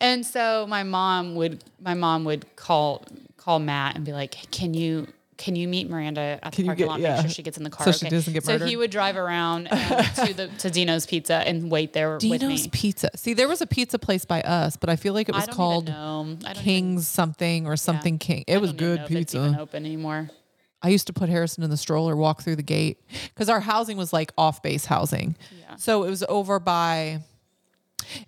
[SPEAKER 2] and so my mom would my mom would call call Matt and be like, "Can you can you meet Miranda at the
[SPEAKER 1] you
[SPEAKER 2] parking
[SPEAKER 1] get-
[SPEAKER 2] lot?
[SPEAKER 1] yeah.
[SPEAKER 2] Make sure she gets in the car.
[SPEAKER 1] So she doesn't get
[SPEAKER 2] so
[SPEAKER 1] murdered?
[SPEAKER 2] he would drive around um, to the to Dino's Pizza and wait there with
[SPEAKER 1] Dino's
[SPEAKER 2] me.
[SPEAKER 1] Pizza. See, there was a pizza place by us, but I feel like it
[SPEAKER 2] I
[SPEAKER 1] was
[SPEAKER 2] don't
[SPEAKER 1] called
[SPEAKER 2] even know. I don't even-
[SPEAKER 1] King's something or something King. It was
[SPEAKER 2] I don't even
[SPEAKER 1] good
[SPEAKER 2] know if it's even
[SPEAKER 1] pizza.
[SPEAKER 2] open anymore.
[SPEAKER 1] I used to put Harrison in the stroller, walk through the gate because our housing was like off base housing. So it was over by,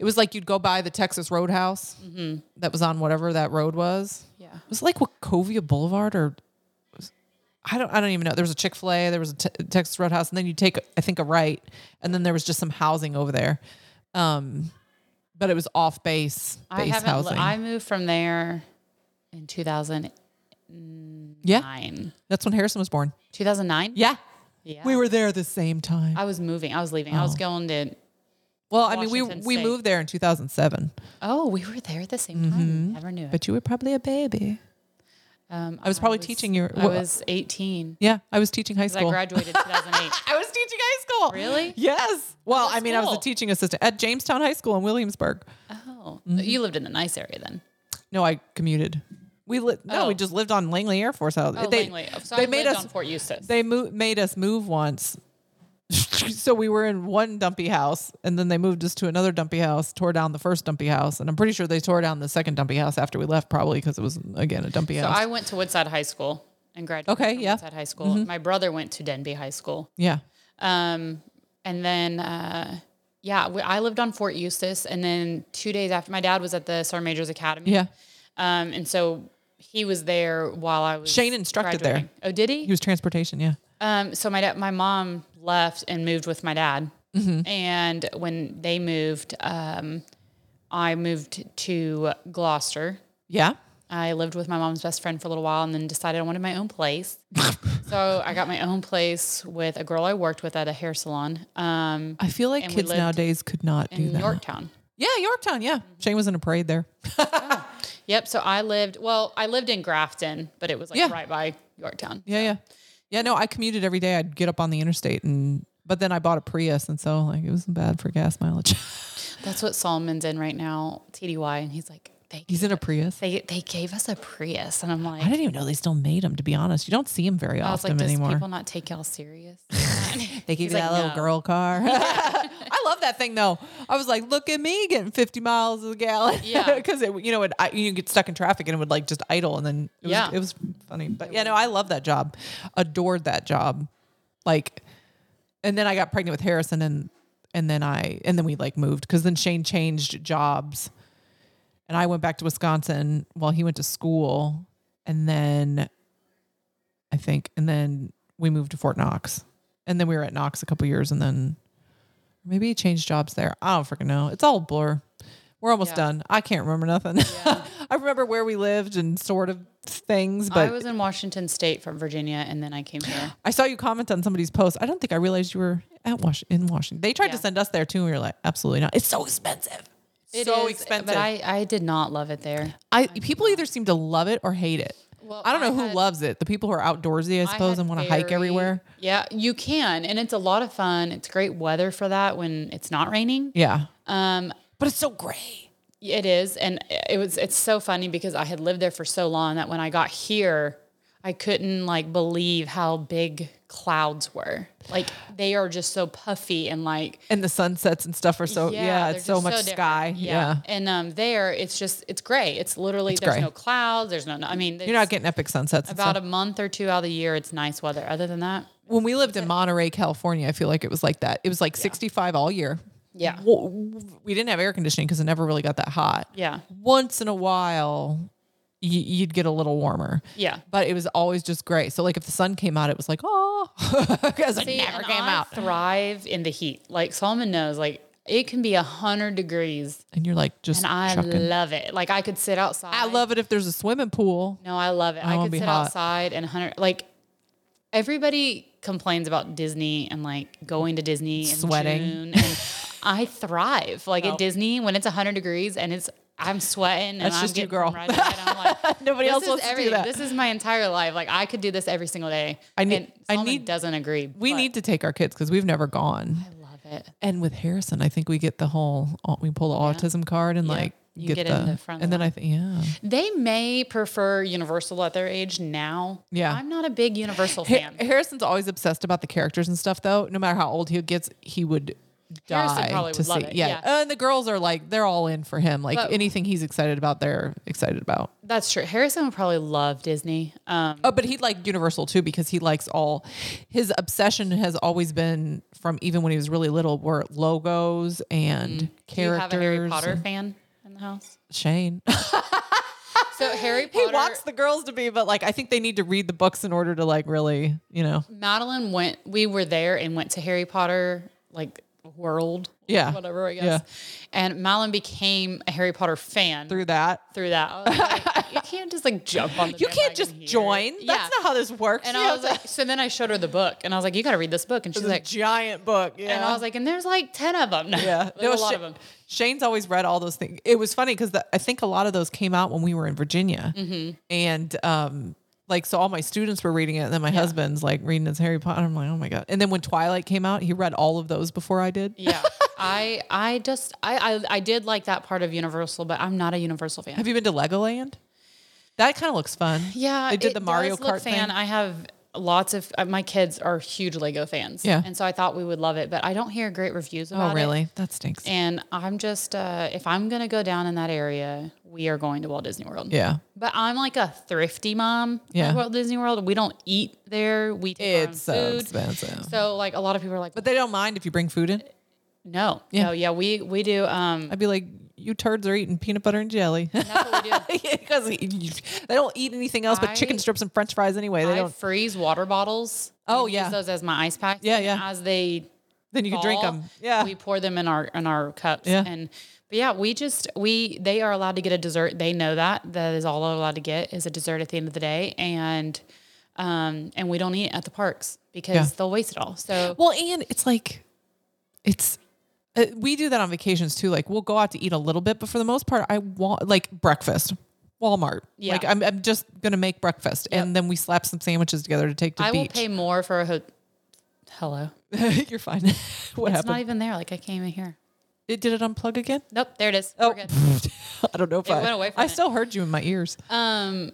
[SPEAKER 1] it was like you'd go by the Texas Roadhouse
[SPEAKER 2] Mm-hmm.
[SPEAKER 1] that was on whatever that road was.
[SPEAKER 2] Yeah.
[SPEAKER 1] It was like Wachovia Boulevard or I don't I don't even know. There was a Chick Fil A, there was a Te- Texas Roadhouse, and then you take I think a right, and then there was just some housing over there, um, but it was off base
[SPEAKER 2] I
[SPEAKER 1] base
[SPEAKER 2] haven't. li-
[SPEAKER 1] housing.
[SPEAKER 2] I moved from there in 2009.
[SPEAKER 1] yeah, that's when Harrison was born.
[SPEAKER 2] 2009.
[SPEAKER 1] Yeah.
[SPEAKER 2] Yeah.
[SPEAKER 1] we were there the same time.
[SPEAKER 2] I was moving. I was leaving. I was
[SPEAKER 1] Oh.
[SPEAKER 2] going to.
[SPEAKER 1] well, I mean, we
[SPEAKER 2] Washington
[SPEAKER 1] we
[SPEAKER 2] State.
[SPEAKER 1] moved there in 2007,
[SPEAKER 2] Oh, we were there at the same time. Never knew it.
[SPEAKER 1] but you were probably a baby.
[SPEAKER 2] Um,
[SPEAKER 1] Mm-hmm. I was probably teaching you-
[SPEAKER 2] I was 18.
[SPEAKER 1] Yeah, I was teaching high
[SPEAKER 2] 'cause
[SPEAKER 1] school.
[SPEAKER 2] I graduated 2008.
[SPEAKER 1] I was teaching high school.
[SPEAKER 2] Really?
[SPEAKER 1] Yes. Well,
[SPEAKER 2] What
[SPEAKER 1] I mean, I was a
[SPEAKER 2] school?
[SPEAKER 1] teaching assistant at Jamestown High School in Williamsburg.
[SPEAKER 2] Oh,
[SPEAKER 1] Mm-hmm.
[SPEAKER 2] you lived in a nice area then.
[SPEAKER 1] No, I commuted. We li- no,
[SPEAKER 2] Oh.
[SPEAKER 1] we just lived on Langley Air Force. Out
[SPEAKER 2] Oh,
[SPEAKER 1] they
[SPEAKER 2] Langley. Oh, So
[SPEAKER 1] they
[SPEAKER 2] I
[SPEAKER 1] made
[SPEAKER 2] lived
[SPEAKER 1] us
[SPEAKER 2] on Fort Eustis.
[SPEAKER 1] they mo- made us move once. so we were in one dumpy house, and then they moved us to another dumpy house. Tore down the first dumpy house, and I'm pretty sure they tore down the second dumpy house after we left, probably because it was again a dumpy
[SPEAKER 2] so
[SPEAKER 1] house.
[SPEAKER 2] I went to Woodside High School and graduated
[SPEAKER 1] Okay,
[SPEAKER 2] from
[SPEAKER 1] yeah. Mm-hmm.
[SPEAKER 2] Woodside High School. My brother went to Denby High School.
[SPEAKER 1] yeah,
[SPEAKER 2] Um, and then, uh, yeah, we, I lived on Fort Eustis. And then two days after, my dad was at the Sergeant Major's Academy.
[SPEAKER 1] yeah.
[SPEAKER 2] Um, and so he was there while I was.
[SPEAKER 1] Shane instructed there.
[SPEAKER 2] graduating. Oh, did he?
[SPEAKER 1] He was transportation. Yeah,
[SPEAKER 2] Um, so my dad, my mom left and moved with my dad,
[SPEAKER 1] Mm-hmm.
[SPEAKER 2] and when they moved, um, I moved to Gloucester.
[SPEAKER 1] yeah.
[SPEAKER 2] I lived with my mom's best friend for a little while, and then decided I wanted my own place. so I got my own place with a girl I worked with at a hair salon um,
[SPEAKER 1] I feel like
[SPEAKER 2] And we
[SPEAKER 1] kids
[SPEAKER 2] lived
[SPEAKER 1] nowadays could not do
[SPEAKER 2] in Mm-hmm.
[SPEAKER 1] that.
[SPEAKER 2] Yorktown.
[SPEAKER 1] Yeah, Yorktown. Yeah, Shane was in a parade there.
[SPEAKER 2] Yep. So I lived. Well, I lived in Grafton, but it was like
[SPEAKER 1] Yeah.
[SPEAKER 2] right by Yorktown.
[SPEAKER 1] Yeah, yeah, yeah. No, I commuted every day. I'd get up on the interstate, and but then I bought a Prius, and so like it wasn't bad for gas mileage.
[SPEAKER 2] That's what Solomon's in right now, TDY, and he's like, they
[SPEAKER 1] He's in a Prius.
[SPEAKER 2] they they gave us a Prius, and I'm like,
[SPEAKER 1] I didn't even know they still made them. To be honest, you don't see them very
[SPEAKER 2] I was
[SPEAKER 1] often
[SPEAKER 2] like, does
[SPEAKER 1] anymore.
[SPEAKER 2] people not take y'all serious?
[SPEAKER 1] They give
[SPEAKER 2] He's
[SPEAKER 1] you that
[SPEAKER 2] like,
[SPEAKER 1] little
[SPEAKER 2] "No."
[SPEAKER 1] girl car. I love that thing though. I was like, look at me getting 50 miles a gallon.
[SPEAKER 2] Yeah.
[SPEAKER 1] Because it, you know, it, I, you get stuck in traffic and it would like just idle and then it was,
[SPEAKER 2] Yeah.
[SPEAKER 1] it was funny. But yeah, no, I love that job. Adored that job. Like, and then I got pregnant with Harrison and, and then I, and then we like moved because then Shane changed jobs and I went back to Wisconsin while he went to school. And then I think. And then we moved to Fort Knox. And then we were at Knox a couple years and then maybe he changed jobs there. I don't freaking know. It's all a blur. We're almost
[SPEAKER 2] Yeah.
[SPEAKER 1] done. I can't remember nothing. I remember where we lived and sort of things, but
[SPEAKER 2] I was in Washington State from Virginia, and then I came here.
[SPEAKER 1] I saw you comment on somebody's post. I don't think I realized you were at Wash in Washington. They tried to
[SPEAKER 2] Yeah.
[SPEAKER 1] send us there too, and we were like, absolutely not. It's so expensive.
[SPEAKER 2] It
[SPEAKER 1] so
[SPEAKER 2] is,
[SPEAKER 1] expensive.
[SPEAKER 2] but I, I did not love it there.
[SPEAKER 1] I people either seem to love it or hate it.
[SPEAKER 2] Well,
[SPEAKER 1] I don't know
[SPEAKER 2] I
[SPEAKER 1] who
[SPEAKER 2] had-
[SPEAKER 1] loves it. The people who are outdoorsy, I suppose,
[SPEAKER 2] had
[SPEAKER 1] and want to hike
[SPEAKER 2] very-
[SPEAKER 1] everywhere.
[SPEAKER 2] Yeah, you can, and it's a lot of fun. It's great weather for that when it's not raining.
[SPEAKER 1] Yeah,
[SPEAKER 2] Um,
[SPEAKER 1] but it's so gray.
[SPEAKER 2] It is, and it was. It's so funny because I had lived there for so long that when I got here, I couldn't like believe how big clouds were. Like they are just so puffy and like
[SPEAKER 1] And the sunsets and stuff are so yeah,
[SPEAKER 2] they're
[SPEAKER 1] it's so
[SPEAKER 2] just
[SPEAKER 1] much
[SPEAKER 2] different.
[SPEAKER 1] sky. Yeah.
[SPEAKER 2] and um, there it's just it's gray. It's literally there's
[SPEAKER 1] gray.
[SPEAKER 2] no clouds. There's no. I mean,
[SPEAKER 1] you're not getting epic sunsets. and
[SPEAKER 2] about
[SPEAKER 1] stuff.
[SPEAKER 2] a month or two out of the year. It's nice weather. Other than that,
[SPEAKER 1] when we lived in Monterey, California, I feel like it was like that. It was like 65 all year.
[SPEAKER 2] Yeah.
[SPEAKER 1] Well, we didn't have air conditioning because it never really got that hot.
[SPEAKER 2] yeah,
[SPEAKER 1] Once in a while, y- you'd get a little warmer.
[SPEAKER 2] yeah.
[SPEAKER 1] But it was always just gray. So like if the sun came out, it was like oh, because it
[SPEAKER 2] See,
[SPEAKER 1] never
[SPEAKER 2] and
[SPEAKER 1] came
[SPEAKER 2] I
[SPEAKER 1] out.
[SPEAKER 2] Thrive in the heat. Like Solomon knows, like it can be a hundred degrees
[SPEAKER 1] And you're like just
[SPEAKER 2] And I
[SPEAKER 1] chucking.
[SPEAKER 2] love it. Like I could sit outside.
[SPEAKER 1] I love it if there's a swimming pool.
[SPEAKER 2] No, I love it.
[SPEAKER 1] I
[SPEAKER 2] I,
[SPEAKER 1] wanna
[SPEAKER 2] could
[SPEAKER 1] be
[SPEAKER 2] sit
[SPEAKER 1] hot.
[SPEAKER 2] outside and hundred. Like everybody complains about Disney and like going to Disney and
[SPEAKER 1] Sweating.
[SPEAKER 2] June and I thrive. Like at Disney when it's hundred degrees and it's I'm sweating. And
[SPEAKER 1] That's
[SPEAKER 2] I'm
[SPEAKER 1] just you,
[SPEAKER 2] getting
[SPEAKER 1] girl.
[SPEAKER 2] from Right to right. I'm like
[SPEAKER 1] Nobody
[SPEAKER 2] this
[SPEAKER 1] else
[SPEAKER 2] is
[SPEAKER 1] wants to do
[SPEAKER 2] everything.
[SPEAKER 1] that.
[SPEAKER 2] This is my entire life. Like I could do this every single day.
[SPEAKER 1] I need-
[SPEAKER 2] And
[SPEAKER 1] I
[SPEAKER 2] Solomon
[SPEAKER 1] need-
[SPEAKER 2] doesn't agree.
[SPEAKER 1] We
[SPEAKER 2] but
[SPEAKER 1] need to take our kids because we've never gone.
[SPEAKER 2] I love it.
[SPEAKER 1] And with Harrison, I think we get the whole uh, we pull the autism card and like
[SPEAKER 2] You get in the front
[SPEAKER 1] and then I think yeah.
[SPEAKER 2] They may prefer Universal at their age now.
[SPEAKER 1] Yeah.
[SPEAKER 2] I'm not a big Universal
[SPEAKER 1] Ha-
[SPEAKER 2] fan.
[SPEAKER 1] Harrison's always obsets about the characters and stuff, though. No matter how old he gets, he would
[SPEAKER 2] Harrison
[SPEAKER 1] die
[SPEAKER 2] probably
[SPEAKER 1] to
[SPEAKER 2] would
[SPEAKER 1] see.
[SPEAKER 2] love it,
[SPEAKER 1] Yeah. and the girls are like they're all in for him. Like
[SPEAKER 2] But-
[SPEAKER 1] anything he's excited about, they're excited about.
[SPEAKER 2] That's true. Harrison would probably love Disney. Um,
[SPEAKER 1] Oh, but he liked Universal too because he likes all. His obsession has always been from even when he was really little were logos and
[SPEAKER 2] Mm-hmm. do you have
[SPEAKER 1] characters.
[SPEAKER 2] a Harry Potter fan in the house?
[SPEAKER 1] Shane.
[SPEAKER 2] So Harry
[SPEAKER 1] he
[SPEAKER 2] Potter.
[SPEAKER 1] wants the girls to be, but like I think they need to read the books in order to like really, you know.
[SPEAKER 2] Madeline went. We were there and went to Harry Potter like world.
[SPEAKER 1] Yeah.
[SPEAKER 2] whatever I guess.
[SPEAKER 1] Yeah.
[SPEAKER 2] And Madeline became a Harry Potter fan through,
[SPEAKER 1] Through that,
[SPEAKER 2] that. I was like, you can't just like jump on the.
[SPEAKER 1] you can't
[SPEAKER 2] bandwagon
[SPEAKER 1] just
[SPEAKER 2] here.
[SPEAKER 1] join. That's
[SPEAKER 2] Yeah.
[SPEAKER 1] not how this works.
[SPEAKER 2] and
[SPEAKER 1] You
[SPEAKER 2] I
[SPEAKER 1] have
[SPEAKER 2] was
[SPEAKER 1] to-
[SPEAKER 2] like, so then I showed her the book, and I was like, "You got to read this book," and she's
[SPEAKER 1] It's
[SPEAKER 2] like,
[SPEAKER 1] a giant book. Yeah.
[SPEAKER 2] "And I was like, and there's like ten of them.
[SPEAKER 1] yeah.
[SPEAKER 2] there's a lot
[SPEAKER 1] Sha-
[SPEAKER 2] of them.
[SPEAKER 1] Shane's always read all
[SPEAKER 2] Mm-hmm.
[SPEAKER 1] those things. It was funny because I think a lot of those came out when we were in Virginia. And um, like so all my students were reading it and then my husband's like reading his harry potter i'm like oh my god and then when twilight came out he read all of those before i did
[SPEAKER 2] Yeah. I I just I, I I did like that part of Universal, but I'm not a Universal fan.
[SPEAKER 1] have you been to legoland that kind of looks fun
[SPEAKER 2] Yeah,
[SPEAKER 1] they did the
[SPEAKER 2] does
[SPEAKER 1] mario
[SPEAKER 2] look
[SPEAKER 1] kart
[SPEAKER 2] fan.
[SPEAKER 1] thing Oh,
[SPEAKER 2] I have lots of uh, my kids are huge Lego fans.
[SPEAKER 1] Yeah.
[SPEAKER 2] and so I thought we would love it, but I don't hear great reviews about
[SPEAKER 1] oh
[SPEAKER 2] it.
[SPEAKER 1] really that stinks
[SPEAKER 2] And I'm just uh, if I'm gonna go down in that area, we are going to Walt Disney World.
[SPEAKER 1] yeah
[SPEAKER 2] But I'm like a thrifty mom. at
[SPEAKER 1] Yeah.
[SPEAKER 2] Walt Disney World. We don't eat there. We take
[SPEAKER 1] it's
[SPEAKER 2] our
[SPEAKER 1] so
[SPEAKER 2] own food.
[SPEAKER 1] expensive
[SPEAKER 2] So like a lot of people are like,
[SPEAKER 1] but they don't mind if you bring food in
[SPEAKER 2] no, no, yeah, we we do. Um,
[SPEAKER 1] i'd be like you turds are eating peanut butter and jelly
[SPEAKER 2] that's what we do.
[SPEAKER 1] because they don't eat anything else but
[SPEAKER 2] I-
[SPEAKER 1] chicken strips and french fries anyway they
[SPEAKER 2] I
[SPEAKER 1] don't
[SPEAKER 2] freeze water bottles.
[SPEAKER 1] Oh,
[SPEAKER 2] and
[SPEAKER 1] yeah.
[SPEAKER 2] use those as my ice packs.
[SPEAKER 1] Yeah,
[SPEAKER 2] and
[SPEAKER 1] yeah.
[SPEAKER 2] As they
[SPEAKER 1] then you can drink
[SPEAKER 2] fall,
[SPEAKER 1] them yeah
[SPEAKER 2] we pour them in our in our cups.
[SPEAKER 1] Yeah.
[SPEAKER 2] and but yeah, we just we they are allowed to get a dessert. They know that that is all they're allowed to get is a dessert at the end of the day, and um and we don't eat at the parks because
[SPEAKER 1] Yeah.
[SPEAKER 2] they'll waste it all. So
[SPEAKER 1] Well, and it's like, it's uh, we do that on vacations too. Like we'll go out to eat a little bit, but for the most part, I want like breakfast, Walmart.
[SPEAKER 2] Yeah.
[SPEAKER 1] Like I'm, I'm just gonna make breakfast, and then we slap some sandwiches together to take to
[SPEAKER 2] I
[SPEAKER 1] the
[SPEAKER 2] will
[SPEAKER 1] beach.
[SPEAKER 2] pay more for a ho- hello.
[SPEAKER 1] You're fine. what
[SPEAKER 2] It's
[SPEAKER 1] happened?
[SPEAKER 2] not even there. Like I came in here.
[SPEAKER 1] it did it unplug again?
[SPEAKER 2] Nope, there it is.
[SPEAKER 1] Oh,
[SPEAKER 2] We're good.
[SPEAKER 1] I don't know if I
[SPEAKER 2] went away from
[SPEAKER 1] I
[SPEAKER 2] it.
[SPEAKER 1] still heard you in my ears.
[SPEAKER 2] Um,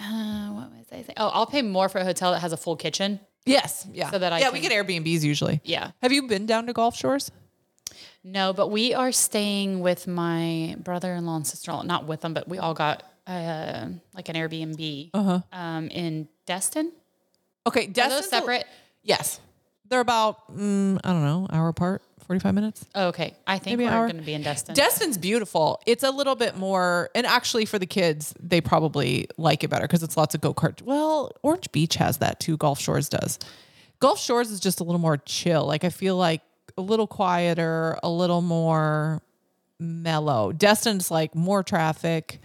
[SPEAKER 2] uh, what was I saying? Oh, I'll pay more for a hotel that has a full kitchen.
[SPEAKER 1] yes. Yeah.
[SPEAKER 2] so that I
[SPEAKER 1] yeah, we
[SPEAKER 2] can-
[SPEAKER 1] get Airbnbs usually.
[SPEAKER 2] Yeah.
[SPEAKER 1] Have you been down to Gulf Shores?
[SPEAKER 2] No, but we are staying with my brother-in-law and sister-in-law. Not with them, but we all got uh, like an Airbnb um, in Destin.
[SPEAKER 1] Okay,
[SPEAKER 2] Are those
[SPEAKER 1] Uh-huh. Destin's a-
[SPEAKER 2] separate?
[SPEAKER 1] yes, they're about mm, I don't know hour apart, forty five minutes.
[SPEAKER 2] Oh, okay, I think
[SPEAKER 1] Maybe
[SPEAKER 2] we're
[SPEAKER 1] our-
[SPEAKER 2] going to be in Destin.
[SPEAKER 1] Destin's beautiful. It's a little bit more, and actually for the kids, they probably like it better because it's lots of go kart. Well, Orange Beach has that too. Gulf Shores does. Gulf Shores is just a little more chill. Like I feel like a little quieter, a little more mellow. Destin's like more traffic,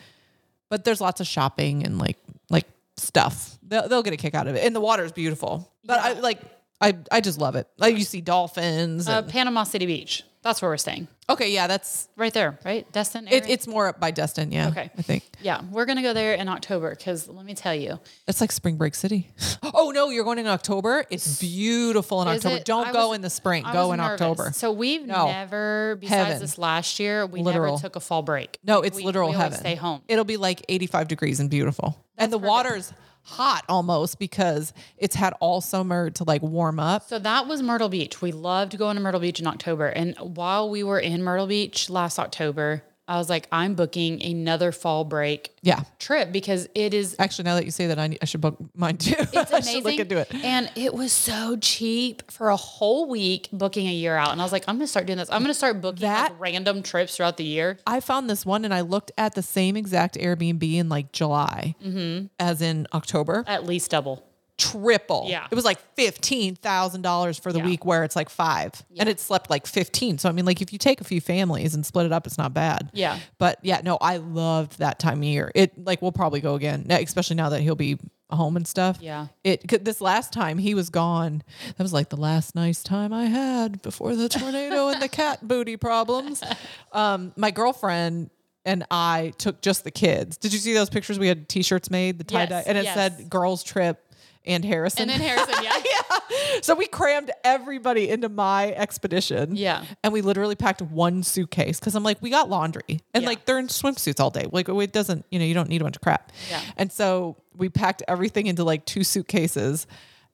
[SPEAKER 1] but there's lots of shopping and like like stuff. They'll, they'll get a kick out of it, and the water's beautiful. But I like. I, I just love it. Like you see dolphins.
[SPEAKER 2] uh,
[SPEAKER 1] and-
[SPEAKER 2] Panama City Beach. That's where we're staying.
[SPEAKER 1] okay, yeah, that's
[SPEAKER 2] Right there, right? Destin.
[SPEAKER 1] it,
[SPEAKER 2] area?
[SPEAKER 1] it's more up by Destin, yeah.
[SPEAKER 2] Okay.
[SPEAKER 1] I think
[SPEAKER 2] yeah, we're going to go there in October because let me tell you,
[SPEAKER 1] it's like Spring Break City. Oh no, you're going in October. It's beautiful in
[SPEAKER 2] Is
[SPEAKER 1] October.
[SPEAKER 2] it-
[SPEAKER 1] Don't
[SPEAKER 2] I
[SPEAKER 1] go
[SPEAKER 2] was-
[SPEAKER 1] in the spring.
[SPEAKER 2] I
[SPEAKER 1] Go
[SPEAKER 2] was
[SPEAKER 1] in
[SPEAKER 2] nervous.
[SPEAKER 1] October.
[SPEAKER 2] So we've
[SPEAKER 1] No.
[SPEAKER 2] never, besides
[SPEAKER 1] Heaven.
[SPEAKER 2] this last year, we
[SPEAKER 1] Literal.
[SPEAKER 2] never took a fall break.
[SPEAKER 1] No, it's
[SPEAKER 2] we-
[SPEAKER 1] literal
[SPEAKER 2] we always
[SPEAKER 1] heaven.
[SPEAKER 2] stay home.
[SPEAKER 1] It'll be like 85 degrees and beautiful. and the water's hot almost because it's had all summer to like warm up.
[SPEAKER 2] So that was Myrtle Beach. We loved going to Myrtle Beach in October. And while we were in Myrtle Beach last October, I was like, I'm booking another fall break
[SPEAKER 1] Yeah.
[SPEAKER 2] trip because it is
[SPEAKER 1] Actually, now that you say that, I, need, I should book mine too.
[SPEAKER 2] it's
[SPEAKER 1] I
[SPEAKER 2] amazing.
[SPEAKER 1] should look into it.
[SPEAKER 2] And it was so cheap for a whole week booking a year out. And I was like, I'm gonna start doing this. I'm gonna start booking
[SPEAKER 1] That-
[SPEAKER 2] like random trips throughout the year.
[SPEAKER 1] I found this one and I looked at the same exact Airbnb in like July
[SPEAKER 2] Mm-hmm.
[SPEAKER 1] as in October.
[SPEAKER 2] At least double.
[SPEAKER 1] triple.
[SPEAKER 2] Yeah.
[SPEAKER 1] It was like fifteen thousand dollars for the
[SPEAKER 2] Yeah.
[SPEAKER 1] week where it's like five. And it slept like fifteen. So I mean like if you take a few families and split it up, it's not bad.
[SPEAKER 2] Yeah.
[SPEAKER 1] But yeah, no, I loved that time of year. It like we'll probably go again, now- especially now that he'll be home and stuff.
[SPEAKER 2] Yeah.
[SPEAKER 1] It 'cause this last time he was gone. That was like the last nice time I had before the tornado and the cat booty problems. Um, my girlfriend and I took just the kids. Did you see those pictures? We had T-shirts made, the tie
[SPEAKER 2] Yes,
[SPEAKER 1] dye, and it
[SPEAKER 2] yes.
[SPEAKER 1] said "Girls Trip" and Harrison.
[SPEAKER 2] And then Harrison, yeah.
[SPEAKER 1] So we crammed everybody into my expedition.
[SPEAKER 2] Yeah.
[SPEAKER 1] And we literally packed one suitcase because I'm like, we got laundry and
[SPEAKER 2] Yeah.
[SPEAKER 1] like they're in swimsuits all day. Like it doesn't, you know, you don't need a bunch of crap.
[SPEAKER 2] Yeah.
[SPEAKER 1] And so we packed everything into like two suitcases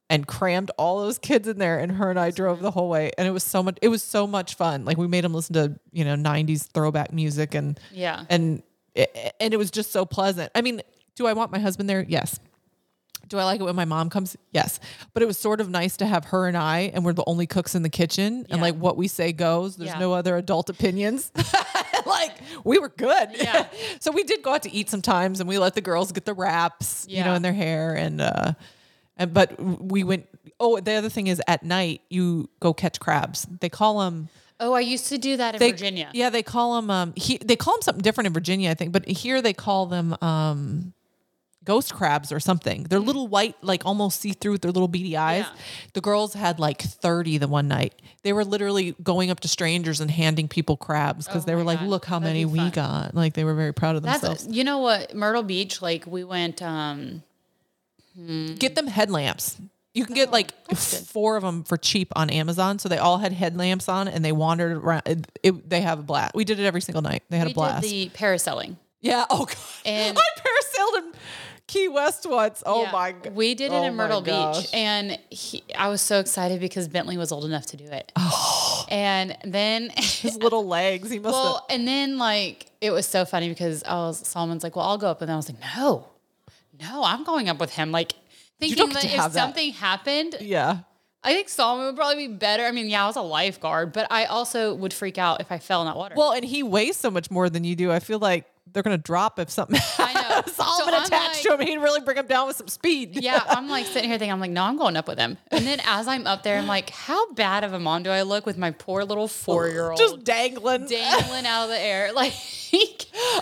[SPEAKER 1] and crammed all those kids in there. And her and I drove the whole way. And it was so much, it was so much fun. Like we made them listen to, you know, 90s throwback music and,
[SPEAKER 2] Yeah.
[SPEAKER 1] and, and it was just so pleasant. I mean, do I want my husband there? Yes. Do I like it when my mom comes? Yes. But it was sort of nice to have her and I, and we're the only cooks in the kitchen, and
[SPEAKER 2] Yeah.
[SPEAKER 1] like what we say goes. There's
[SPEAKER 2] Yeah.
[SPEAKER 1] no other adult opinions. like we were good.
[SPEAKER 2] Yeah.
[SPEAKER 1] so we did go out to eat sometimes, and we let the girls get the wraps, you know,
[SPEAKER 2] Yeah.
[SPEAKER 1] in their hair, and uh, and but we went. Oh, the other thing is at night you go catch crabs. They call them
[SPEAKER 2] Oh, I used to do that in
[SPEAKER 1] they-
[SPEAKER 2] Virginia.
[SPEAKER 1] Yeah, they call them. Um, he, they call them something different in Virginia, I think, but here they call them um, ghost crabs or something. They're little white, like almost see through with their little beady eyes.
[SPEAKER 2] Mm. Yeah.
[SPEAKER 1] The girls had like thirty the one night. They were literally going up to strangers and handing people crabs because they
[SPEAKER 2] Oh my
[SPEAKER 1] were like,
[SPEAKER 2] God.
[SPEAKER 1] "Look how
[SPEAKER 2] That'd
[SPEAKER 1] many
[SPEAKER 2] be
[SPEAKER 1] we
[SPEAKER 2] fun.
[SPEAKER 1] got!" Like they were very proud of themselves.
[SPEAKER 2] That's you know what Myrtle Beach like we went um
[SPEAKER 1] Get them headlamps. You
[SPEAKER 2] Oh,
[SPEAKER 1] can get like four of them for cheap on Amazon. So they all had headlamps on and they wandered around. It, it- they have a blast. We did it every single night. They had
[SPEAKER 2] We
[SPEAKER 1] a blast.
[SPEAKER 2] did the parasailing.
[SPEAKER 1] yeah. Oh, God.
[SPEAKER 2] And-
[SPEAKER 1] I parasailed in Key West once. Oh,
[SPEAKER 2] Yeah.
[SPEAKER 1] my God.
[SPEAKER 2] We did it
[SPEAKER 1] Oh
[SPEAKER 2] in
[SPEAKER 1] my
[SPEAKER 2] Myrtle
[SPEAKER 1] gosh.
[SPEAKER 2] Beach, and he, I was so excited because Bentley was old enough to do it. And then,
[SPEAKER 1] His little legs. He Oh. must have.
[SPEAKER 2] well, and then like it was so funny because I was Solomon's like, "Well, I'll go up," and I was like, "No, no, I'm going up with him." Like thinking
[SPEAKER 1] don't get
[SPEAKER 2] that
[SPEAKER 1] to
[SPEAKER 2] if
[SPEAKER 1] have that.
[SPEAKER 2] something happened,
[SPEAKER 1] Yeah.
[SPEAKER 2] I think Solomon would probably be better. I mean, yeah, I was a lifeguard, but I also would freak out if I fell in that water.
[SPEAKER 1] Well, and he weighs so much more than you do. I feel like they're going to drop if something.
[SPEAKER 2] I know.
[SPEAKER 1] Solomon
[SPEAKER 2] So I'm
[SPEAKER 1] attached to him. He'd really bring him down with some speed.
[SPEAKER 2] yeah, I'm like sitting here thinking, I'm like, no, I'm going up with him. And then as I'm up there, I'm like, how bad of a mom do I look with my poor little four year old
[SPEAKER 1] Just dangling.
[SPEAKER 2] dangling out of the air? Like,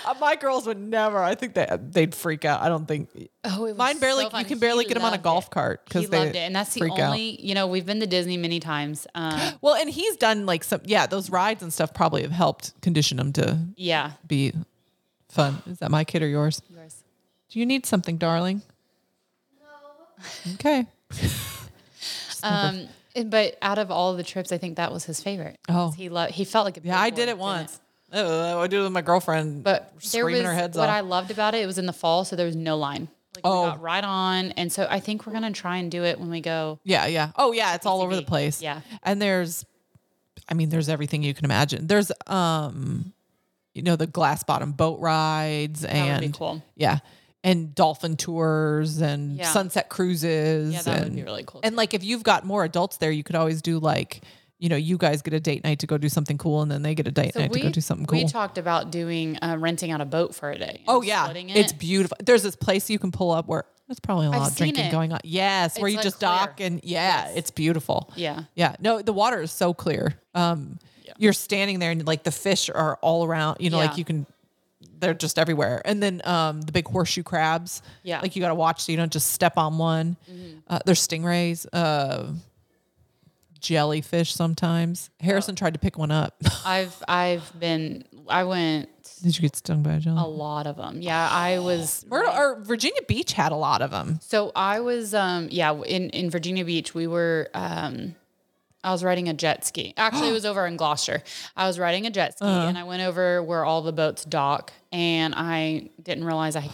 [SPEAKER 1] Uh, My girls would never. I think they they'd freak out. I don't think
[SPEAKER 2] oh, it was
[SPEAKER 1] mine barely.
[SPEAKER 2] so fun.
[SPEAKER 1] you can
[SPEAKER 2] He
[SPEAKER 1] barely get them on a
[SPEAKER 2] loved
[SPEAKER 1] golf
[SPEAKER 2] it.
[SPEAKER 1] cart
[SPEAKER 2] He
[SPEAKER 1] because they
[SPEAKER 2] loved it, and that's the
[SPEAKER 1] freak out.
[SPEAKER 2] only. You know, we've been to Disney many times. Um,
[SPEAKER 1] Well, and he's done like some. Yeah, those rides and stuff probably have helped condition him to
[SPEAKER 2] yeah,
[SPEAKER 1] be fun. Is that my kid or yours? Do you need something, darling? No. Okay.
[SPEAKER 2] um, and- but out of all the trips, I think that was his favorite.
[SPEAKER 1] Oh.
[SPEAKER 2] he loved. He felt like a
[SPEAKER 1] Yeah, I did it once. Oh, I did it with my girlfriend.
[SPEAKER 2] But there
[SPEAKER 1] screaming
[SPEAKER 2] was
[SPEAKER 1] her heads
[SPEAKER 2] what I
[SPEAKER 1] off.
[SPEAKER 2] loved about it. It was in the fall, so there was no line. Like
[SPEAKER 1] Oh.
[SPEAKER 2] we got right on, and so I think we're gonna try and do it when we go.
[SPEAKER 1] yeah, yeah. Oh, yeah. It's all over the
[SPEAKER 2] PCB.
[SPEAKER 1] place.
[SPEAKER 2] Yeah.
[SPEAKER 1] And there's, I mean, there's everything you can imagine. There's, um, you know, the glass bottom boat rides
[SPEAKER 2] That
[SPEAKER 1] and
[SPEAKER 2] would be cool.
[SPEAKER 1] Yeah. And dolphin tours and
[SPEAKER 2] Yeah.
[SPEAKER 1] sunset cruises.
[SPEAKER 2] Yeah, that
[SPEAKER 1] and,
[SPEAKER 2] would be really cool.
[SPEAKER 1] And like if you've got more adults there, you could always do like, you know, you guys get a date night to go do something cool and then they get a date night to go do something
[SPEAKER 2] We
[SPEAKER 1] cool.
[SPEAKER 2] talked about doing uh, renting out a boat for a day. and
[SPEAKER 1] oh yeah.
[SPEAKER 2] splitting it.
[SPEAKER 1] It's beautiful. There's this place you can pull up where there's probably a lot of
[SPEAKER 2] seen
[SPEAKER 1] drinking
[SPEAKER 2] it.
[SPEAKER 1] going on. Yes, where
[SPEAKER 2] It's,
[SPEAKER 1] you
[SPEAKER 2] like,
[SPEAKER 1] just
[SPEAKER 2] clear.
[SPEAKER 1] dock and yeah, it's beautiful.
[SPEAKER 2] Yeah.
[SPEAKER 1] Yeah. No, the water is so clear. Um you're standing there and like the fish are all around, you know, like
[SPEAKER 2] Yeah.
[SPEAKER 1] you can they're just everywhere. And then um, the big horseshoe crabs.
[SPEAKER 2] Yeah. Mm-hmm.
[SPEAKER 1] Like you got to watch so you don't just step on one. Uh, there's stingrays, uh, jellyfish sometimes.
[SPEAKER 2] Oh.
[SPEAKER 1] Harrison tried to pick one up.
[SPEAKER 2] I've I've been I went
[SPEAKER 1] Did you get stung by a
[SPEAKER 2] a
[SPEAKER 1] jellyfish?
[SPEAKER 2] lot of them. Yeah, I was
[SPEAKER 1] Myrtle, or Virginia Beach had a lot of them.
[SPEAKER 2] So I was, um, yeah, in, in Virginia Beach, we were, um, I was riding a jet ski. Actually, it was over in Gloucester. I was riding a jet ski and I went over where all the boats dock and I didn't realize I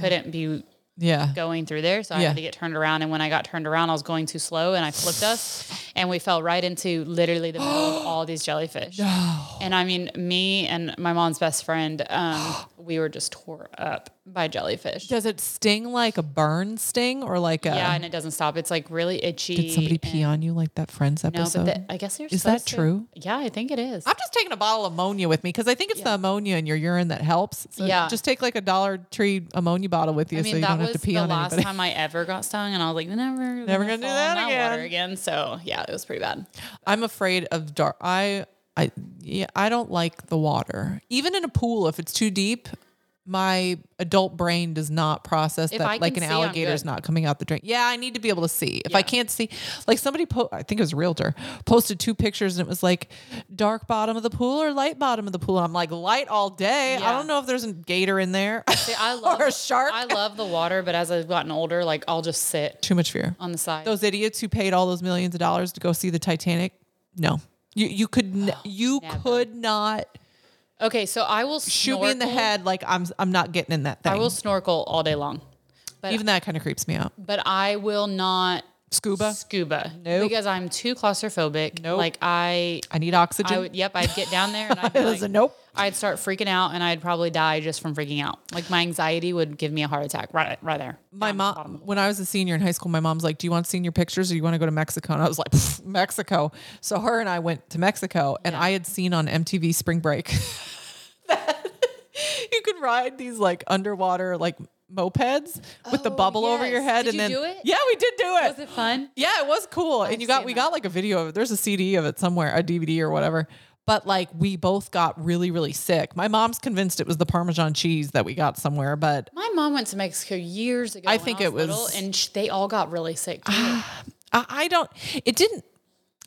[SPEAKER 2] couldn't be
[SPEAKER 1] Yeah.
[SPEAKER 2] going through there. So I
[SPEAKER 1] Yeah.
[SPEAKER 2] had to get turned around. And when I got turned around, I was going too slow and I flipped us and we fell right into literally the middle of all these jellyfish. And I mean, me and my mom's best friend, um, we were just tore up by jellyfish.
[SPEAKER 1] Does it sting like a burn sting or like a.
[SPEAKER 2] Yeah, and it doesn't stop. It's like really itchy.
[SPEAKER 1] did somebody pee
[SPEAKER 2] and-
[SPEAKER 1] on you like that Friends
[SPEAKER 2] No,
[SPEAKER 1] episode?
[SPEAKER 2] but the, I guess you're.
[SPEAKER 1] Is that
[SPEAKER 2] supposed to-
[SPEAKER 1] true?
[SPEAKER 2] yeah, I think it is.
[SPEAKER 1] I'm just taking a bottle of ammonia with me because I think it's the ammonia in your urine that helps. So
[SPEAKER 2] Yeah.
[SPEAKER 1] Just take like a dollar tree ammonia bottle with you
[SPEAKER 2] I
[SPEAKER 1] so
[SPEAKER 2] mean,
[SPEAKER 1] you
[SPEAKER 2] that
[SPEAKER 1] don't have
[SPEAKER 2] was
[SPEAKER 1] to pee
[SPEAKER 2] the
[SPEAKER 1] on
[SPEAKER 2] last
[SPEAKER 1] anybody.
[SPEAKER 2] time I ever got stung, and I was like, never,
[SPEAKER 1] Never gonna do
[SPEAKER 2] fall in
[SPEAKER 1] that
[SPEAKER 2] water again. So yeah, it was pretty bad.
[SPEAKER 1] I'm afraid of dark. I I yeah, I don't like the water. Even in a pool, if it's too deep, my adult brain does not process
[SPEAKER 2] If
[SPEAKER 1] that.
[SPEAKER 2] I
[SPEAKER 1] like an
[SPEAKER 2] can see, I'm
[SPEAKER 1] alligator's
[SPEAKER 2] good.
[SPEAKER 1] not coming out the drain. Yeah, I need to be able to see. If I
[SPEAKER 2] Yeah.
[SPEAKER 1] can't see, like somebody, po- I think it was a realtor, posted two pictures and it was like dark bottom of the pool or light bottom of the pool. And I'm like light all day. I
[SPEAKER 2] Yeah.
[SPEAKER 1] don't know if there's a gator in there
[SPEAKER 2] See, I love
[SPEAKER 1] or a shark.
[SPEAKER 2] I love the water, but as I've gotten older, like I'll just sit
[SPEAKER 1] Too much fear.
[SPEAKER 2] on the side.
[SPEAKER 1] those idiots who paid all those millions of dollars to go see the Titanic. No, you you could n- you
[SPEAKER 2] Never.
[SPEAKER 1] could not
[SPEAKER 2] okay, so I will
[SPEAKER 1] shoot
[SPEAKER 2] snorkel,
[SPEAKER 1] me in the head like I'm I'm not getting in that thing.
[SPEAKER 2] I will snorkel all day long, but
[SPEAKER 1] Even that kind of creeps me out.
[SPEAKER 2] but I will not
[SPEAKER 1] Scuba,
[SPEAKER 2] scuba
[SPEAKER 1] Nope.
[SPEAKER 2] because I'm too claustrophobic.
[SPEAKER 1] Nope.
[SPEAKER 2] Like I
[SPEAKER 1] I need oxygen.
[SPEAKER 2] I would, yep, I'd get down there and I'd be
[SPEAKER 1] It was
[SPEAKER 2] like,
[SPEAKER 1] a nope.
[SPEAKER 2] I'd start freaking out and I'd probably die just from freaking out. Like my anxiety would give me a heart attack right, right there.
[SPEAKER 1] my mom, when I was a senior in high school, my mom's like, "Do you want senior pictures or you want to go to Mexico?" And I was like, "Pff, "Mexico." So her and I went to Mexico, and I had seen on MTV Spring Break that you could ride these like underwater like mopeds with the
[SPEAKER 2] Oh,
[SPEAKER 1] bubble over your
[SPEAKER 2] yes.
[SPEAKER 1] head,
[SPEAKER 2] Did
[SPEAKER 1] and
[SPEAKER 2] you
[SPEAKER 1] then
[SPEAKER 2] do it?
[SPEAKER 1] yeah, we did do it.
[SPEAKER 2] Was it fun?
[SPEAKER 1] Yeah, it was cool. and you got
[SPEAKER 2] seen
[SPEAKER 1] we
[SPEAKER 2] that.
[SPEAKER 1] got like a video of it. There's a CD of it somewhere, a DVD or whatever. But like we both got really really sick. My mom's convinced it was the parmesan cheese that we got somewhere, but
[SPEAKER 2] My mom went to Mexico years ago.
[SPEAKER 1] I
[SPEAKER 2] when
[SPEAKER 1] think
[SPEAKER 2] was
[SPEAKER 1] it was- Ah.
[SPEAKER 2] little, and sh- they all got really sick. too.
[SPEAKER 1] I, I don't it didn't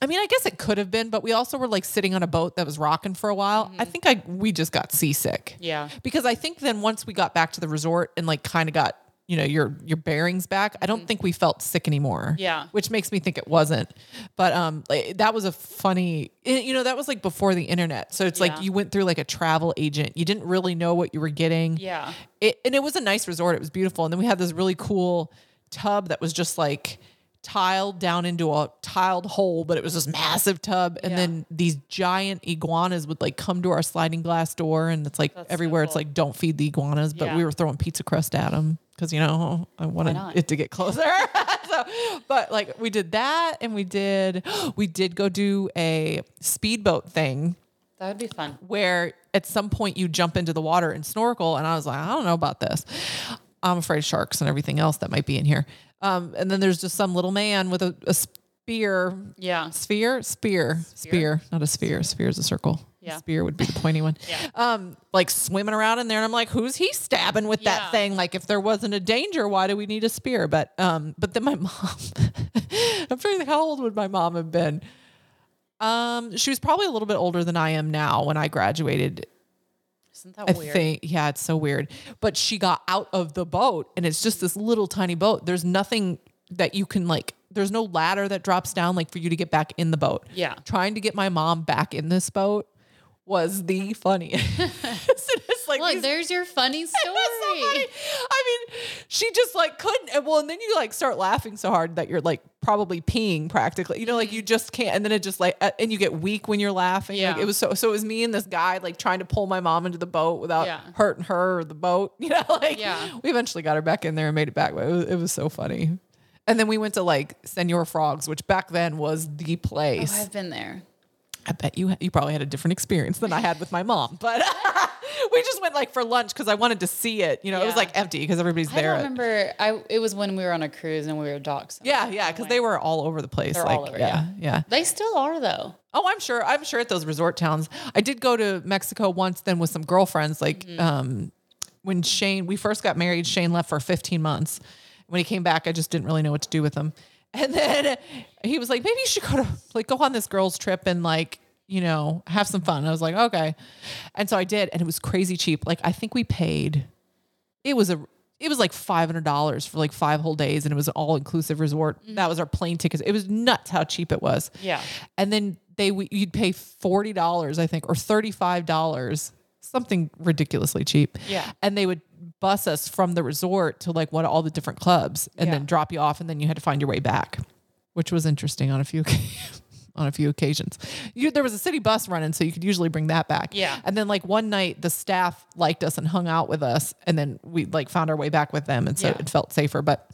[SPEAKER 1] I mean, I guess it could have been, but we also were like sitting on a boat that was rocking for a while. I think I we just got seasick.
[SPEAKER 2] Yeah.
[SPEAKER 1] Because I think then once we got back to the resort and like kind of got you know your your bearings back i don't think we felt sick anymore
[SPEAKER 2] Mm-hmm. Yeah.
[SPEAKER 1] which makes me think it wasn't but um like, that was a funny it- you know that was like before the internet so it's
[SPEAKER 2] Yeah.
[SPEAKER 1] like you went through like a travel agent you didn't really know what you were getting
[SPEAKER 2] Yeah.
[SPEAKER 1] it, and it was a nice resort it was beautiful and then we had this really cool tub that was just like tiled down into a tiled hole but it was this massive tub and
[SPEAKER 2] Yeah.
[SPEAKER 1] then these giant iguanas would like come to our sliding glass door and it's like
[SPEAKER 2] That's so
[SPEAKER 1] everywhere it's
[SPEAKER 2] cool.
[SPEAKER 1] like don't feed the iguanas but we
[SPEAKER 2] Yeah.
[SPEAKER 1] were throwing pizza crust at them because you know i wanted
[SPEAKER 2] not?
[SPEAKER 1] it to get closer so but like we did that and we did we did go do a speedboat thing
[SPEAKER 2] That would be fun.
[SPEAKER 1] where at some point you jump into the water and snorkel. And I was like, I don't know about this. I'm afraid of sharks and everything else that might be in here. Um, and then there's just some little man with a, a spear.
[SPEAKER 2] Yeah.
[SPEAKER 1] Sphere, spear, spear, not a sphere. Sphere is a circle.
[SPEAKER 2] Yeah.
[SPEAKER 1] Spear would be the pointy one.
[SPEAKER 2] Yeah.
[SPEAKER 1] Um, like swimming around in there, and I'm like, who's he stabbing with
[SPEAKER 2] Yeah.
[SPEAKER 1] that thing? Like, if there wasn't a danger, why do we need a spear? But, um, but then my mom. I'm trying to think, how old would my mom have been? Um, she was probably a little bit older than I am now when I graduated.
[SPEAKER 2] Isn't that
[SPEAKER 1] I
[SPEAKER 2] weird?
[SPEAKER 1] think, yeah, it's so weird. But she got out of the boat and it's just this little tiny boat. There's nothing that you can like, there's no ladder that drops down like for you to get back in the boat.
[SPEAKER 2] Yeah.
[SPEAKER 1] Trying to get my mom back in this boat was the funniest. it's like,
[SPEAKER 2] Look,
[SPEAKER 1] these-
[SPEAKER 2] there's your funny story.
[SPEAKER 1] that's so funny. I mean, she just like couldn't. and Well, and then you like start laughing so hard that you're like probably peeing practically. You know, like you just can't. And then it just like, uh, and you get weak when you're laughing. Like,
[SPEAKER 2] Yeah.
[SPEAKER 1] it was so. So it was me and this guy like trying to pull my mom into the boat without
[SPEAKER 2] Yeah.
[SPEAKER 1] hurting her or the boat. You know, like
[SPEAKER 2] Yeah.
[SPEAKER 1] we eventually got her back in there and made it back. But it was, it was so funny. And then we went to like Senor Frogs, which back then was the place.
[SPEAKER 2] Oh, I've been there.
[SPEAKER 1] I bet you you probably had a different experience than I had with my mom, but we just went like for lunch because I wanted to see it. You know, it was
[SPEAKER 2] Yeah.
[SPEAKER 1] like empty because everybody's
[SPEAKER 2] I
[SPEAKER 1] there.
[SPEAKER 2] don't remember. I it was when we were on a cruise and we were docs.
[SPEAKER 1] yeah, yeah, because they were all over the place.
[SPEAKER 2] They're
[SPEAKER 1] like,
[SPEAKER 2] all over,
[SPEAKER 1] yeah, yeah,
[SPEAKER 2] They still are though.
[SPEAKER 1] Oh, I'm sure. I'm sure at those resort towns. I did go to Mexico once, then with some girlfriends. Like, um, when Shane we first got married, Shane left for 15 months. When he came back, I just didn't really know what to do with him. And then he was like, maybe you should go to like go on this girls trip and like you know have some fun. And I was like, okay. And so I did, and it was crazy cheap. Like I think we paid it was a it was like five hundred dollars for like five whole days, and it was an all inclusive resort. That was our plane tickets. It was nuts how cheap it was.
[SPEAKER 2] Yeah.
[SPEAKER 1] and then they would you'd pay forty dollars, I think, or thirty five dollars, something ridiculously cheap.
[SPEAKER 2] Yeah.
[SPEAKER 1] and they would bus us from the resort to like one of all the different clubs, and
[SPEAKER 2] Yeah.
[SPEAKER 1] then drop you off, and then you had to find your way back, which was interesting on a few. On a few occasions, you, there was a city bus running, so you could usually bring that back.
[SPEAKER 2] Yeah.
[SPEAKER 1] And then like one night the staff liked us and hung out with us and then we like found our way back with them and so
[SPEAKER 2] Yeah.
[SPEAKER 1] it felt safer. But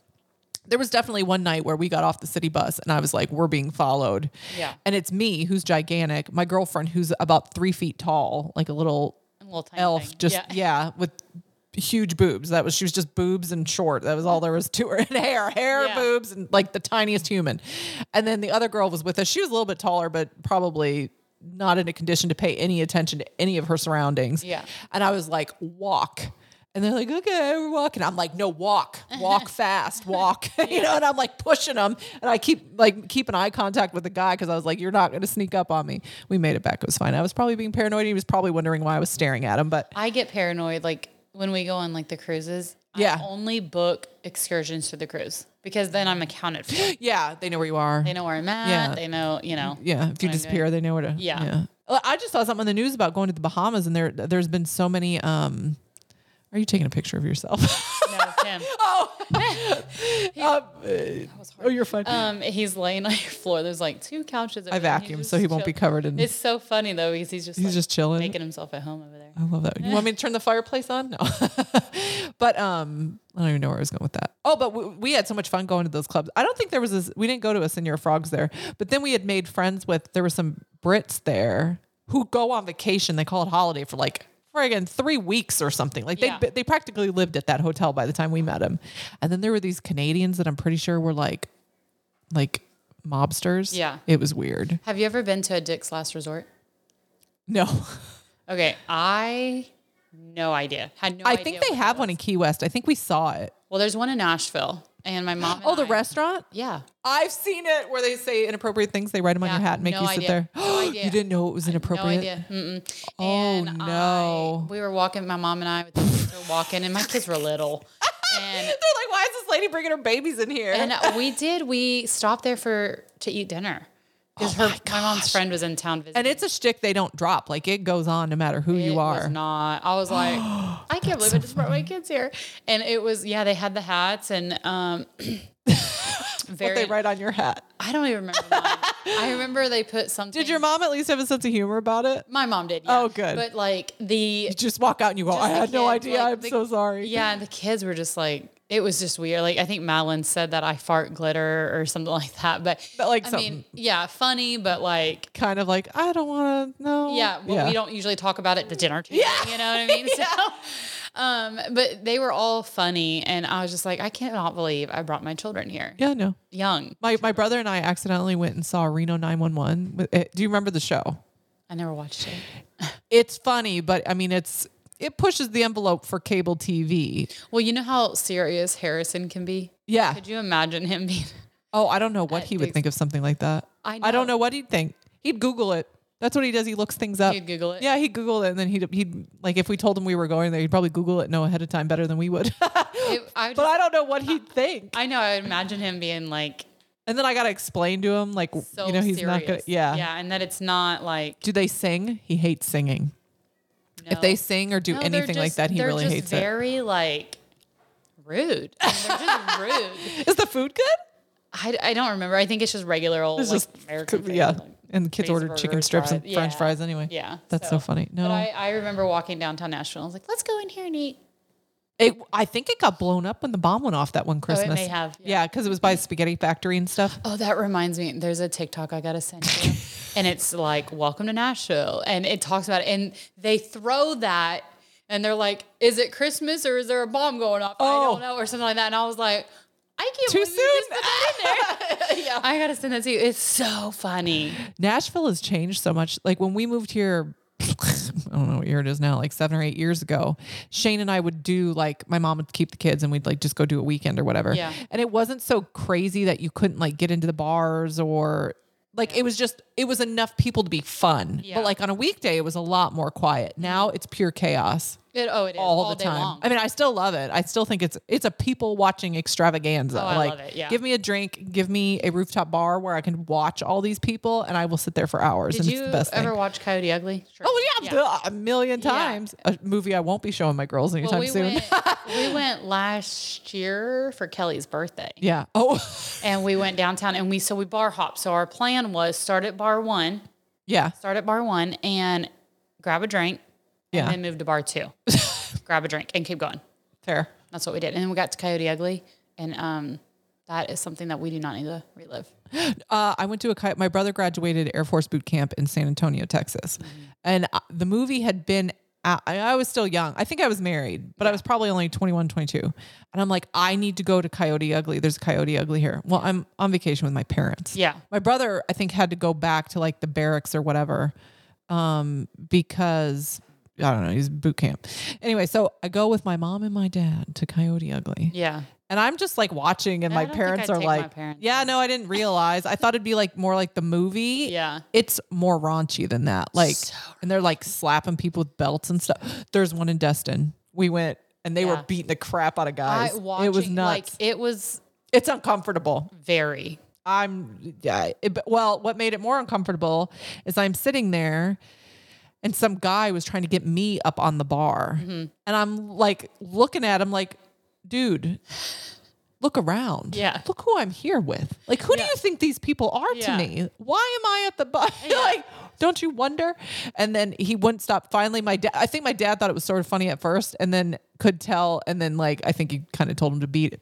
[SPEAKER 1] there was definitely one night where we got off the city bus and I was like, we're being followed.
[SPEAKER 2] Yeah.
[SPEAKER 1] And it's me who's gigantic, my girlfriend who's about three feet tall, like a little
[SPEAKER 2] A little tiny
[SPEAKER 1] elf,
[SPEAKER 2] thing.
[SPEAKER 1] just
[SPEAKER 2] yeah.
[SPEAKER 1] yeah. with huge boobs. That was she was just boobs and short. That was all there was to her. And hair, hair,
[SPEAKER 2] Yeah.
[SPEAKER 1] boobs, and like the tiniest human. And then the other girl was with us. She was a little bit taller, but probably not in a condition to pay any attention to any of her surroundings.
[SPEAKER 2] Yeah.
[SPEAKER 1] And I was like, walk. And they're like, okay, we're walking. I'm like, no, walk, walk fast, walk. you know, and I'm like pushing them, and I keep like keep an eye contact with the guy because I was like, you're not going to sneak up on me. We made it back. It was fine. I was probably being paranoid. He was probably wondering why I was staring at him, but
[SPEAKER 2] I get paranoid like when we go on like the cruises.
[SPEAKER 1] Yeah.
[SPEAKER 2] I only book excursions to the cruise because then I'm accounted for.
[SPEAKER 1] yeah, they know where you are.
[SPEAKER 2] They know where I'm at.
[SPEAKER 1] Yeah.
[SPEAKER 2] They know, you know.
[SPEAKER 1] Yeah, if you
[SPEAKER 2] what I'm
[SPEAKER 1] disappear,
[SPEAKER 2] doing.
[SPEAKER 1] they know where to.
[SPEAKER 2] Yeah.
[SPEAKER 1] Well, I just saw something on the news about going to the Bahamas, and there there's been so many. Um, are you taking a picture of yourself? Uh,
[SPEAKER 2] No, it's him.
[SPEAKER 1] oh, you're fine.
[SPEAKER 2] Um, he's laying on your floor. There's like two couches.
[SPEAKER 1] I vacuum so he won't be covered in.
[SPEAKER 2] It's so funny though. He's, he's just
[SPEAKER 1] He's
[SPEAKER 2] like,
[SPEAKER 1] just Uh-huh. chilling.
[SPEAKER 2] making himself at home over there.
[SPEAKER 1] I love that. You want me to turn the fireplace on? No. but um, I don't even know where I was going with that. Oh, but we, we had so much fun going to those clubs. I don't think there was this. We didn't go to a senior frogs there, but then we had made friends with. There were some Brits there who go on vacation. They call it holiday for like friggin' three weeks or something. Like they
[SPEAKER 2] Yeah.
[SPEAKER 1] they practically lived at that hotel by the time we met them. And then there were these Canadians that I'm pretty sure were like, like mobsters.
[SPEAKER 2] Yeah.
[SPEAKER 1] it was weird.
[SPEAKER 2] Have you ever been to a Dick's Last Resort?
[SPEAKER 1] No,
[SPEAKER 2] Okay, I no idea. Had no.
[SPEAKER 1] I
[SPEAKER 2] idea
[SPEAKER 1] think they
[SPEAKER 2] what-
[SPEAKER 1] have one in Key West. I think we saw it.
[SPEAKER 2] Well, there's one in Nashville, and my mom. and
[SPEAKER 1] Oh, the
[SPEAKER 2] I-
[SPEAKER 1] restaurant.
[SPEAKER 2] Yeah,
[SPEAKER 1] I've seen it where they say inappropriate things. They write them on
[SPEAKER 2] Yeah,
[SPEAKER 1] your hat and make
[SPEAKER 2] no
[SPEAKER 1] you sit
[SPEAKER 2] idea.
[SPEAKER 1] there.
[SPEAKER 2] No idea.
[SPEAKER 1] You didn't know it was
[SPEAKER 2] no
[SPEAKER 1] inappropriate.
[SPEAKER 2] idea. Mm-mm.
[SPEAKER 1] Oh,
[SPEAKER 2] and I-
[SPEAKER 1] no.
[SPEAKER 2] we were walking. My mom and I with the kids were walking, and my kids were little.
[SPEAKER 1] They're
[SPEAKER 2] and
[SPEAKER 1] like, why is this lady bringing her babies in here?
[SPEAKER 2] and we did. We stopped there for to eat dinner because her my, mom's friend was in town visiting.
[SPEAKER 1] Oh And it's a shtick they don't drop. Like it goes on no matter who
[SPEAKER 2] It
[SPEAKER 1] you
[SPEAKER 2] was
[SPEAKER 1] are.
[SPEAKER 2] not. I was like, I can't believe I just brought my kids here. And it was yeah. They had the hats and um.
[SPEAKER 1] what
[SPEAKER 2] Very,
[SPEAKER 1] they write on your hat.
[SPEAKER 2] I don't even remember. mine. I remember they put something.
[SPEAKER 1] Did your mom at least have a sense of humor about it?
[SPEAKER 2] My mom did. yeah.
[SPEAKER 1] Oh, good.
[SPEAKER 2] But like the
[SPEAKER 1] You just walk out and you go,
[SPEAKER 2] Just
[SPEAKER 1] I
[SPEAKER 2] the
[SPEAKER 1] had no
[SPEAKER 2] kids,
[SPEAKER 1] idea.
[SPEAKER 2] like,
[SPEAKER 1] I'm
[SPEAKER 2] the-
[SPEAKER 1] so sorry.
[SPEAKER 2] Yeah, and the kids were just like, it was just weird. Like I think Madeline said that I fart glitter or something like that. But,
[SPEAKER 1] But, like,
[SPEAKER 2] I
[SPEAKER 1] something-
[SPEAKER 2] mean, yeah, funny, but like,
[SPEAKER 1] Kind of like, I don't want to know.
[SPEAKER 2] yeah, well, we don't usually talk about it at the dinner table. Yeah. you know what I mean. So, um, but they were all funny, and I was just like, I cannot believe I brought my children here,
[SPEAKER 1] Yeah, no.
[SPEAKER 2] young.
[SPEAKER 1] My, my brother and I accidentally went and saw Reno 911. with it. Do you remember the show?
[SPEAKER 2] I never watched it.
[SPEAKER 1] It's funny, but I mean, it's it pushes the envelope for cable TV.
[SPEAKER 2] Well, you know how serious Harrison can be.
[SPEAKER 1] Yeah.
[SPEAKER 2] Could you imagine him being?
[SPEAKER 1] Oh, I don't know what he would
[SPEAKER 2] Diggs-
[SPEAKER 1] think of something like that.
[SPEAKER 2] I
[SPEAKER 1] I don't
[SPEAKER 2] know.
[SPEAKER 1] know what he'd think. He'd Google it. That's what he does. He looks things up.
[SPEAKER 2] He'd Google it?
[SPEAKER 1] Yeah, he'd Google it, and then he'd he'd like if we told him we were going there, he'd probably Google it know ahead of time better than we would. but
[SPEAKER 2] It- I, just,
[SPEAKER 1] I don't know what he'd think.
[SPEAKER 2] I know. I would imagine him being like
[SPEAKER 1] And then I gotta explain to him like
[SPEAKER 2] so
[SPEAKER 1] you know he's
[SPEAKER 2] serious.
[SPEAKER 1] not gonna yeah.
[SPEAKER 2] yeah, and that it's not like
[SPEAKER 1] Do they sing? He hates singing. If they sing or do
[SPEAKER 2] No, they're
[SPEAKER 1] anything like
[SPEAKER 2] just-
[SPEAKER 1] that, he
[SPEAKER 2] they're
[SPEAKER 1] really
[SPEAKER 2] just
[SPEAKER 1] hates it.
[SPEAKER 2] very like rude. I mean, they're just rude.
[SPEAKER 1] Is the food good?
[SPEAKER 2] I, I don't remember. I think it's just regular old
[SPEAKER 1] It's
[SPEAKER 2] like,
[SPEAKER 1] just
[SPEAKER 2] American food,
[SPEAKER 1] yeah.
[SPEAKER 2] like,
[SPEAKER 1] and the kids ordered chicken
[SPEAKER 2] cheeseburger,
[SPEAKER 1] strips and
[SPEAKER 2] fries.
[SPEAKER 1] French
[SPEAKER 2] Yeah.
[SPEAKER 1] fries anyway.
[SPEAKER 2] Yeah,
[SPEAKER 1] That's so funny. No.
[SPEAKER 2] but I, I remember walking downtown Nashville. and I was like, let's go in here and eat.
[SPEAKER 1] It, I think it got blown up when the bomb went off that one
[SPEAKER 2] Oh, it
[SPEAKER 1] Christmas.
[SPEAKER 2] may have, yeah.
[SPEAKER 1] Yeah, because it was by Spaghetti Factory and stuff.
[SPEAKER 2] Oh, that reminds me. There's a TikTok I gotta send you, and it's like "Welcome to Nashville," and it talks about it, and they throw that, and they're like, "Is it Christmas or is there a bomb going off? I
[SPEAKER 1] Oh.
[SPEAKER 2] don't know," or something like that. And I was like, "I can't
[SPEAKER 1] Too
[SPEAKER 2] believe you just put that in there." yeah, I gotta send that to you. It's so funny.
[SPEAKER 1] Nashville has changed so much. Like when we moved here, I don't know what year it is now, like seven or eight years ago, Shane and I would do like my mom would keep the kids and we'd like just go do a weekend or whatever.
[SPEAKER 2] Yeah.
[SPEAKER 1] And it wasn't so crazy that you couldn't like get into the bars or like it was just it was enough people to be fun.
[SPEAKER 2] Yeah.
[SPEAKER 1] But like on a weekday it was a lot more quiet. Now it's pure chaos.
[SPEAKER 2] It, oh, it is
[SPEAKER 1] all, the
[SPEAKER 2] day
[SPEAKER 1] time.
[SPEAKER 2] long.
[SPEAKER 1] I mean, I still love it. I still think it's it's a people watching extravaganza.
[SPEAKER 2] Oh, I
[SPEAKER 1] like,
[SPEAKER 2] love it, yeah.
[SPEAKER 1] give me a drink, give me a rooftop bar where I can watch all these people, and I will sit there for hours.
[SPEAKER 2] Did
[SPEAKER 1] and it's
[SPEAKER 2] you
[SPEAKER 1] the best
[SPEAKER 2] ever
[SPEAKER 1] thing.
[SPEAKER 2] watch Coyote Ugly? Sure.
[SPEAKER 1] Oh yeah, duh, a million
[SPEAKER 2] Yeah.
[SPEAKER 1] times. A movie I won't be showing my girls anytime
[SPEAKER 2] Well, we
[SPEAKER 1] soon.
[SPEAKER 2] went, we went last year for Kelly's birthday.
[SPEAKER 1] yeah. Oh,
[SPEAKER 2] and we went downtown and we so we bar hopped. So our plan was start at bar one,
[SPEAKER 1] yeah,
[SPEAKER 2] start at bar one and grab a drink,
[SPEAKER 1] Yeah.
[SPEAKER 2] and then move to bar two, grab a drink and keep going.
[SPEAKER 1] fair.
[SPEAKER 2] That's what we did. And then we got to Coyote Ugly, and um, that is something that we do not need to relive.
[SPEAKER 1] Uh, I went to a ki- my brother graduated Air Force boot camp in San Antonio, Texas, and uh, the movie had been. out- I, I was still young. I think I was married, but I was probably only 21, 22. And I'm like, I need to go to Coyote Ugly. There's a Coyote Ugly here. Well, I'm on vacation with my parents.
[SPEAKER 2] Yeah.
[SPEAKER 1] My brother, I think, had to go back to like the barracks or whatever um, because I don't know, he's boot camp. Anyway, so I go with my mom and my dad to Coyote Ugly.
[SPEAKER 2] Yeah,
[SPEAKER 1] And I'm just like watching, and
[SPEAKER 2] I
[SPEAKER 1] my
[SPEAKER 2] don't think
[SPEAKER 1] parents
[SPEAKER 2] I'd
[SPEAKER 1] are
[SPEAKER 2] take my
[SPEAKER 1] like,
[SPEAKER 2] parents
[SPEAKER 1] "Yeah, no, I didn't realize. I thought it'd be like more like the movie.
[SPEAKER 2] Yeah.
[SPEAKER 1] it's more raunchy than that. Like, and they're like slapping people with belts and stuff. There's one in Destin. We went, and they were
[SPEAKER 2] Yeah.
[SPEAKER 1] beating the crap out of
[SPEAKER 2] I
[SPEAKER 1] guys.
[SPEAKER 2] watching
[SPEAKER 1] it was
[SPEAKER 2] like
[SPEAKER 1] nuts.
[SPEAKER 2] it was
[SPEAKER 1] it's uncomfortable.
[SPEAKER 2] very
[SPEAKER 1] I'm yeah. It, but- well, what made it more uncomfortable is I'm sitting there, and some guy was trying to get me up on the bar,
[SPEAKER 2] Mm-hmm.
[SPEAKER 1] and I'm like looking at him like, dude. Look around.
[SPEAKER 2] Yeah.
[SPEAKER 1] Look who I'm here with. Like, who do you think these people are to
[SPEAKER 2] Yeah.
[SPEAKER 1] me? Why am I at the bar? like, don't you wonder? And then he wouldn't stop. Finally, my dad, I think my dad thought it was sort of funny at first and then could tell. And then, like, I think he kind of told him to beat it.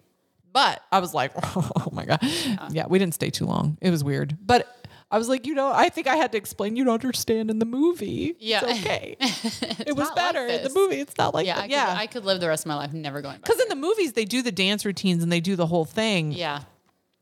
[SPEAKER 1] But I was like, oh my God. Yeah. we didn't stay too long. It was weird. But I was like, you know, I think I had to explain you don't understand in the movie.
[SPEAKER 2] Yeah.
[SPEAKER 1] It's okay. it was
[SPEAKER 2] not like
[SPEAKER 1] better in the
[SPEAKER 2] this.
[SPEAKER 1] movie. It's not like
[SPEAKER 2] yeah. I
[SPEAKER 1] that.
[SPEAKER 2] could,
[SPEAKER 1] yeah.
[SPEAKER 2] I could live the rest of my life never going back.
[SPEAKER 1] because in the movies they do the dance routines and they do the whole thing,
[SPEAKER 2] Yeah,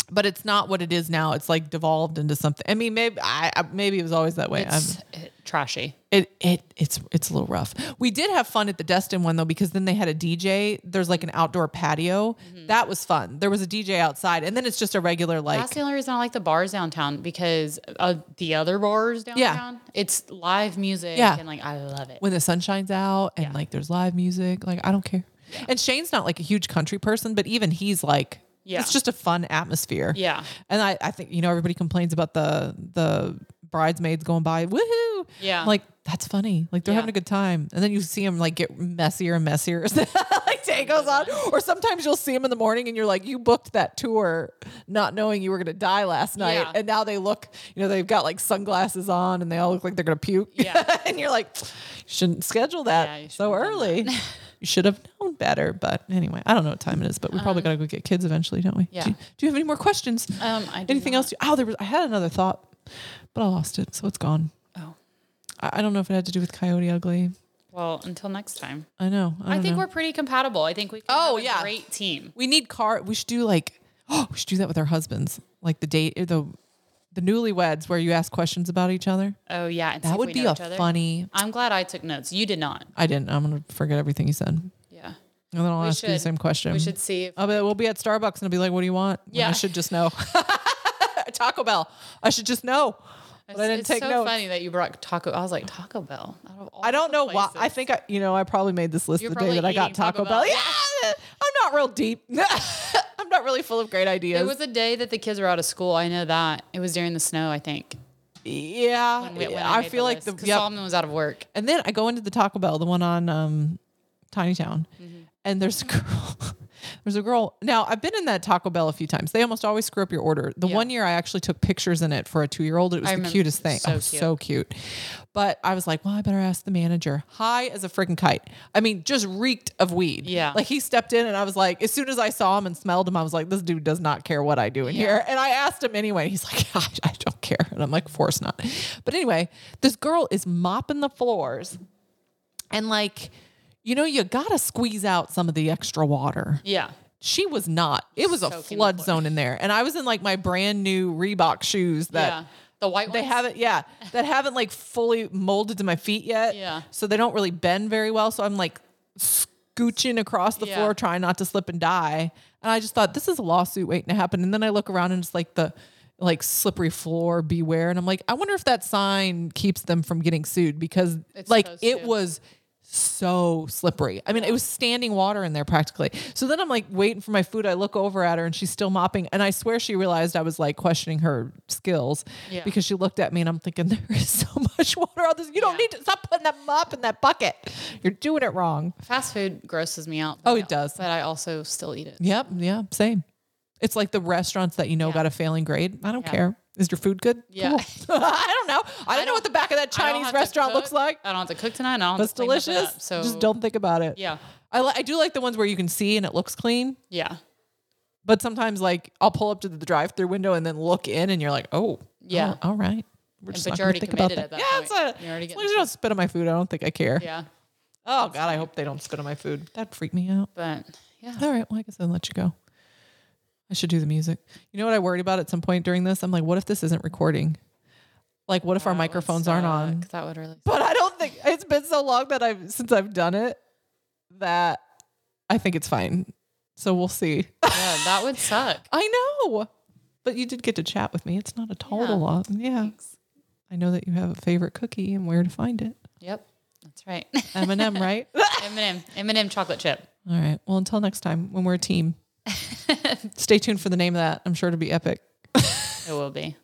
[SPEAKER 1] but it's not what it is now. It's like devolved into something. I mean, maybe I I- maybe it was always that way. I'm-
[SPEAKER 2] it's uh, trashy.
[SPEAKER 1] it it it's it's a little rough. We did have fun at the Destin one though because then they had a DJ. There's like an outdoor patio.
[SPEAKER 2] Mm-hmm.
[SPEAKER 1] That was fun. There was a DJ outside and then it's just a regular like
[SPEAKER 2] That's the only reason I like the bars downtown because uh, the other bars downtown, it's live music
[SPEAKER 1] Yeah.
[SPEAKER 2] and like I love it.
[SPEAKER 1] when the sun shines out and like there's live music. Like I don't care. And Shane's not like a huge country person, but even he's like,
[SPEAKER 2] Yeah.
[SPEAKER 1] it's just a fun atmosphere.
[SPEAKER 2] Yeah.
[SPEAKER 1] And I, I think, you know, everybody complains about the, the bridesmaids going by, woohoo.
[SPEAKER 2] Yeah.
[SPEAKER 1] Like, that's funny. Like, they're
[SPEAKER 2] Yeah.
[SPEAKER 1] having a good time. And then you see them like get messier and messier as the like, day goes on. Or sometimes you'll see them in the morning and you're like, you booked that tour not knowing you were going to die last night.
[SPEAKER 2] Yeah.
[SPEAKER 1] And now they look, you know, they've got like sunglasses on and they all look like they're going to puke.
[SPEAKER 2] Yeah.
[SPEAKER 1] and you're like, you shouldn't schedule that
[SPEAKER 2] Yeah, you
[SPEAKER 1] so
[SPEAKER 2] shouldn't have done
[SPEAKER 1] early. you should have known better. But anyway, I don't know what time it is, but we probably got to go get kids eventually, don't we?
[SPEAKER 2] Um, yeah.
[SPEAKER 1] Do you, do you have any more questions?
[SPEAKER 2] Um, I do
[SPEAKER 1] Anything
[SPEAKER 2] not-
[SPEAKER 1] else? Oh, there was, I had another thought, but I lost it. So it's gone.
[SPEAKER 2] Oh,
[SPEAKER 1] I, I don't know if it had to do with Coyote Ugly.
[SPEAKER 2] well, until next time.
[SPEAKER 1] I know. I,
[SPEAKER 2] I,
[SPEAKER 1] don't
[SPEAKER 2] think
[SPEAKER 1] know.
[SPEAKER 2] we're pretty compatible. I think we. Can
[SPEAKER 1] Oh,
[SPEAKER 2] have a
[SPEAKER 1] yeah.
[SPEAKER 2] great team.
[SPEAKER 1] we need car. We should do like, oh, we should do that with our husbands. Like the date, or the, the newlyweds where you ask questions about each other.
[SPEAKER 2] Oh yeah, and see
[SPEAKER 1] That
[SPEAKER 2] if
[SPEAKER 1] would
[SPEAKER 2] we
[SPEAKER 1] be
[SPEAKER 2] know
[SPEAKER 1] a
[SPEAKER 2] each other.
[SPEAKER 1] funny.
[SPEAKER 2] I'm glad I took notes. You did not.
[SPEAKER 1] I didn't. I'm gonna forget everything you said.
[SPEAKER 2] Yeah,
[SPEAKER 1] And then I'll
[SPEAKER 2] We
[SPEAKER 1] ask you the
[SPEAKER 2] should-
[SPEAKER 1] same question.
[SPEAKER 2] we should see. If,
[SPEAKER 1] I'll be, we'll be at Starbucks and I'll be like, what do you want? When I
[SPEAKER 2] Yeah.
[SPEAKER 1] should just know. Taco Bell. I should just know. But I didn't
[SPEAKER 2] it's
[SPEAKER 1] take
[SPEAKER 2] so
[SPEAKER 1] notes.
[SPEAKER 2] funny that you brought Taco. I was like Taco Bell. Out of all
[SPEAKER 1] I don't
[SPEAKER 2] the
[SPEAKER 1] know why. I
[SPEAKER 2] places.
[SPEAKER 1] think, I, you know, I probably made this list
[SPEAKER 2] You're
[SPEAKER 1] the day
[SPEAKER 2] probably
[SPEAKER 1] that I got
[SPEAKER 2] eating
[SPEAKER 1] Taco,
[SPEAKER 2] Taco
[SPEAKER 1] Bell.
[SPEAKER 2] Bell.
[SPEAKER 1] Yeah. I'm not real deep. I'm not really full of great ideas.
[SPEAKER 2] It was a day that the kids were out of school. I know that. It was during the snow, I think.
[SPEAKER 1] yeah.
[SPEAKER 2] When we- when
[SPEAKER 1] I,
[SPEAKER 2] made
[SPEAKER 1] feel like the.
[SPEAKER 2] list, 'cause
[SPEAKER 1] yep.
[SPEAKER 2] Solomon was out of work.
[SPEAKER 1] And then I go into the Taco Bell, the one on um, Tiny Town,
[SPEAKER 2] Mm-hmm.
[SPEAKER 1] and there's a girl. there's a girl. Now I've been in that Taco Bell a few times. They almost always screw up your order. The
[SPEAKER 2] Yeah.
[SPEAKER 1] one year I actually took pictures in it for a two year old. It was the
[SPEAKER 2] remember-
[SPEAKER 1] cutest thing.
[SPEAKER 2] so
[SPEAKER 1] oh, so cute. But I was like, well, I better ask the manager. High as a freaking kite. I mean, just reeked of weed.
[SPEAKER 2] Yeah.
[SPEAKER 1] Like he stepped in, and I was like, as soon as I saw him and smelled him, I was like, this dude does not care what I do in here. And I asked him anyway. He's like, I, I don't care. And I'm like, of course not. But anyway, this girl is mopping the floors and like, you know, you gotta squeeze out some of the extra water.
[SPEAKER 2] Yeah.
[SPEAKER 1] She was not. It was a
[SPEAKER 2] Soaking the
[SPEAKER 1] flood
[SPEAKER 2] floor.
[SPEAKER 1] zone in there, and I was in like my brand new Reebok shoes that
[SPEAKER 2] yeah. The white
[SPEAKER 1] they
[SPEAKER 2] ones?
[SPEAKER 1] haven't, yeah, that haven't like fully molded to my feet yet.
[SPEAKER 2] Yeah.
[SPEAKER 1] so they don't really bend very well. So I'm like scooching across the
[SPEAKER 2] Yeah.
[SPEAKER 1] floor, trying not to slip and die. And I just thought this is a lawsuit waiting to happen. And then I look around and it's like the like slippery floor beware and i'm like i wonder if that sign keeps them from getting sued because
[SPEAKER 2] It's
[SPEAKER 1] like
[SPEAKER 2] supposed
[SPEAKER 1] it
[SPEAKER 2] to.
[SPEAKER 1] was so slippery. I mean, it was standing water in there practically. So then I'm like waiting for my food. I look over at her and she's still mopping. And I swear she realized I was like questioning her skills
[SPEAKER 2] Yeah.
[SPEAKER 1] because she looked at me and I'm thinking, there is so much water on this. You don't
[SPEAKER 2] Yeah.
[SPEAKER 1] need to stop putting that mop in that bucket. You're doing it wrong.
[SPEAKER 2] Fast food grosses me out.
[SPEAKER 1] Oh,
[SPEAKER 2] but-
[SPEAKER 1] it does.
[SPEAKER 2] But I also still eat it.
[SPEAKER 1] Yep. Yeah. Same. It's like the restaurants that you know
[SPEAKER 2] Yeah.
[SPEAKER 1] got a failing grade. I don't
[SPEAKER 2] Yeah.
[SPEAKER 1] care. Is your food good?
[SPEAKER 2] Yeah.
[SPEAKER 1] Cool. I don't know. I don't know what the
[SPEAKER 2] don't-
[SPEAKER 1] back of that
[SPEAKER 2] I don't
[SPEAKER 1] Chinese
[SPEAKER 2] have to
[SPEAKER 1] restaurant
[SPEAKER 2] cook.
[SPEAKER 1] looks like.
[SPEAKER 2] I don't have to cook tonight. and I don't have
[SPEAKER 1] That's
[SPEAKER 2] to clean nothing
[SPEAKER 1] delicious.
[SPEAKER 2] up, so
[SPEAKER 1] Just don't think about it.
[SPEAKER 2] Yeah.
[SPEAKER 1] I, li- I do like the ones where you can see and it looks clean,
[SPEAKER 2] Yeah.
[SPEAKER 1] but sometimes like I'll pull up to the drive through window and then look in and you're like, oh,
[SPEAKER 2] Yeah.
[SPEAKER 1] oh, all right. We're just
[SPEAKER 2] but
[SPEAKER 1] not
[SPEAKER 2] you're
[SPEAKER 1] gonna
[SPEAKER 2] already
[SPEAKER 1] think about that.
[SPEAKER 2] committed at
[SPEAKER 1] yeah,
[SPEAKER 2] that
[SPEAKER 1] it's
[SPEAKER 2] point.
[SPEAKER 1] a,
[SPEAKER 2] You're already
[SPEAKER 1] as long
[SPEAKER 2] getting
[SPEAKER 1] as you don't spit on my food, I don't think I care.
[SPEAKER 2] Yeah.
[SPEAKER 1] Oh God, I hope they don't spit on my food. That'd freak me out.
[SPEAKER 2] But yeah.
[SPEAKER 1] All right, well I guess I'll let you go. I should do the music. You know what I worried about at some point during this? I'm like, what if this isn't recording? Like, what if our
[SPEAKER 2] That would
[SPEAKER 1] microphones aren't on?
[SPEAKER 2] suck. That would really.
[SPEAKER 1] But I don't think it's been so long that I've since I've done it that I think it's fine. So we'll see.
[SPEAKER 2] yeah, that would suck.
[SPEAKER 1] I know. But you did get to chat with me. It's not a total
[SPEAKER 2] Yeah.
[SPEAKER 1] lot. Yeah.
[SPEAKER 2] Thanks.
[SPEAKER 1] I know that you have a favorite cookie and where to find it.
[SPEAKER 2] Yep. That's right.
[SPEAKER 1] M&M, right?
[SPEAKER 2] M&M, M&M chocolate chip.
[SPEAKER 1] All right. Well, until next time when we're a team. Stay tuned for the name of that. I'm sure it'll be epic.
[SPEAKER 2] It will be.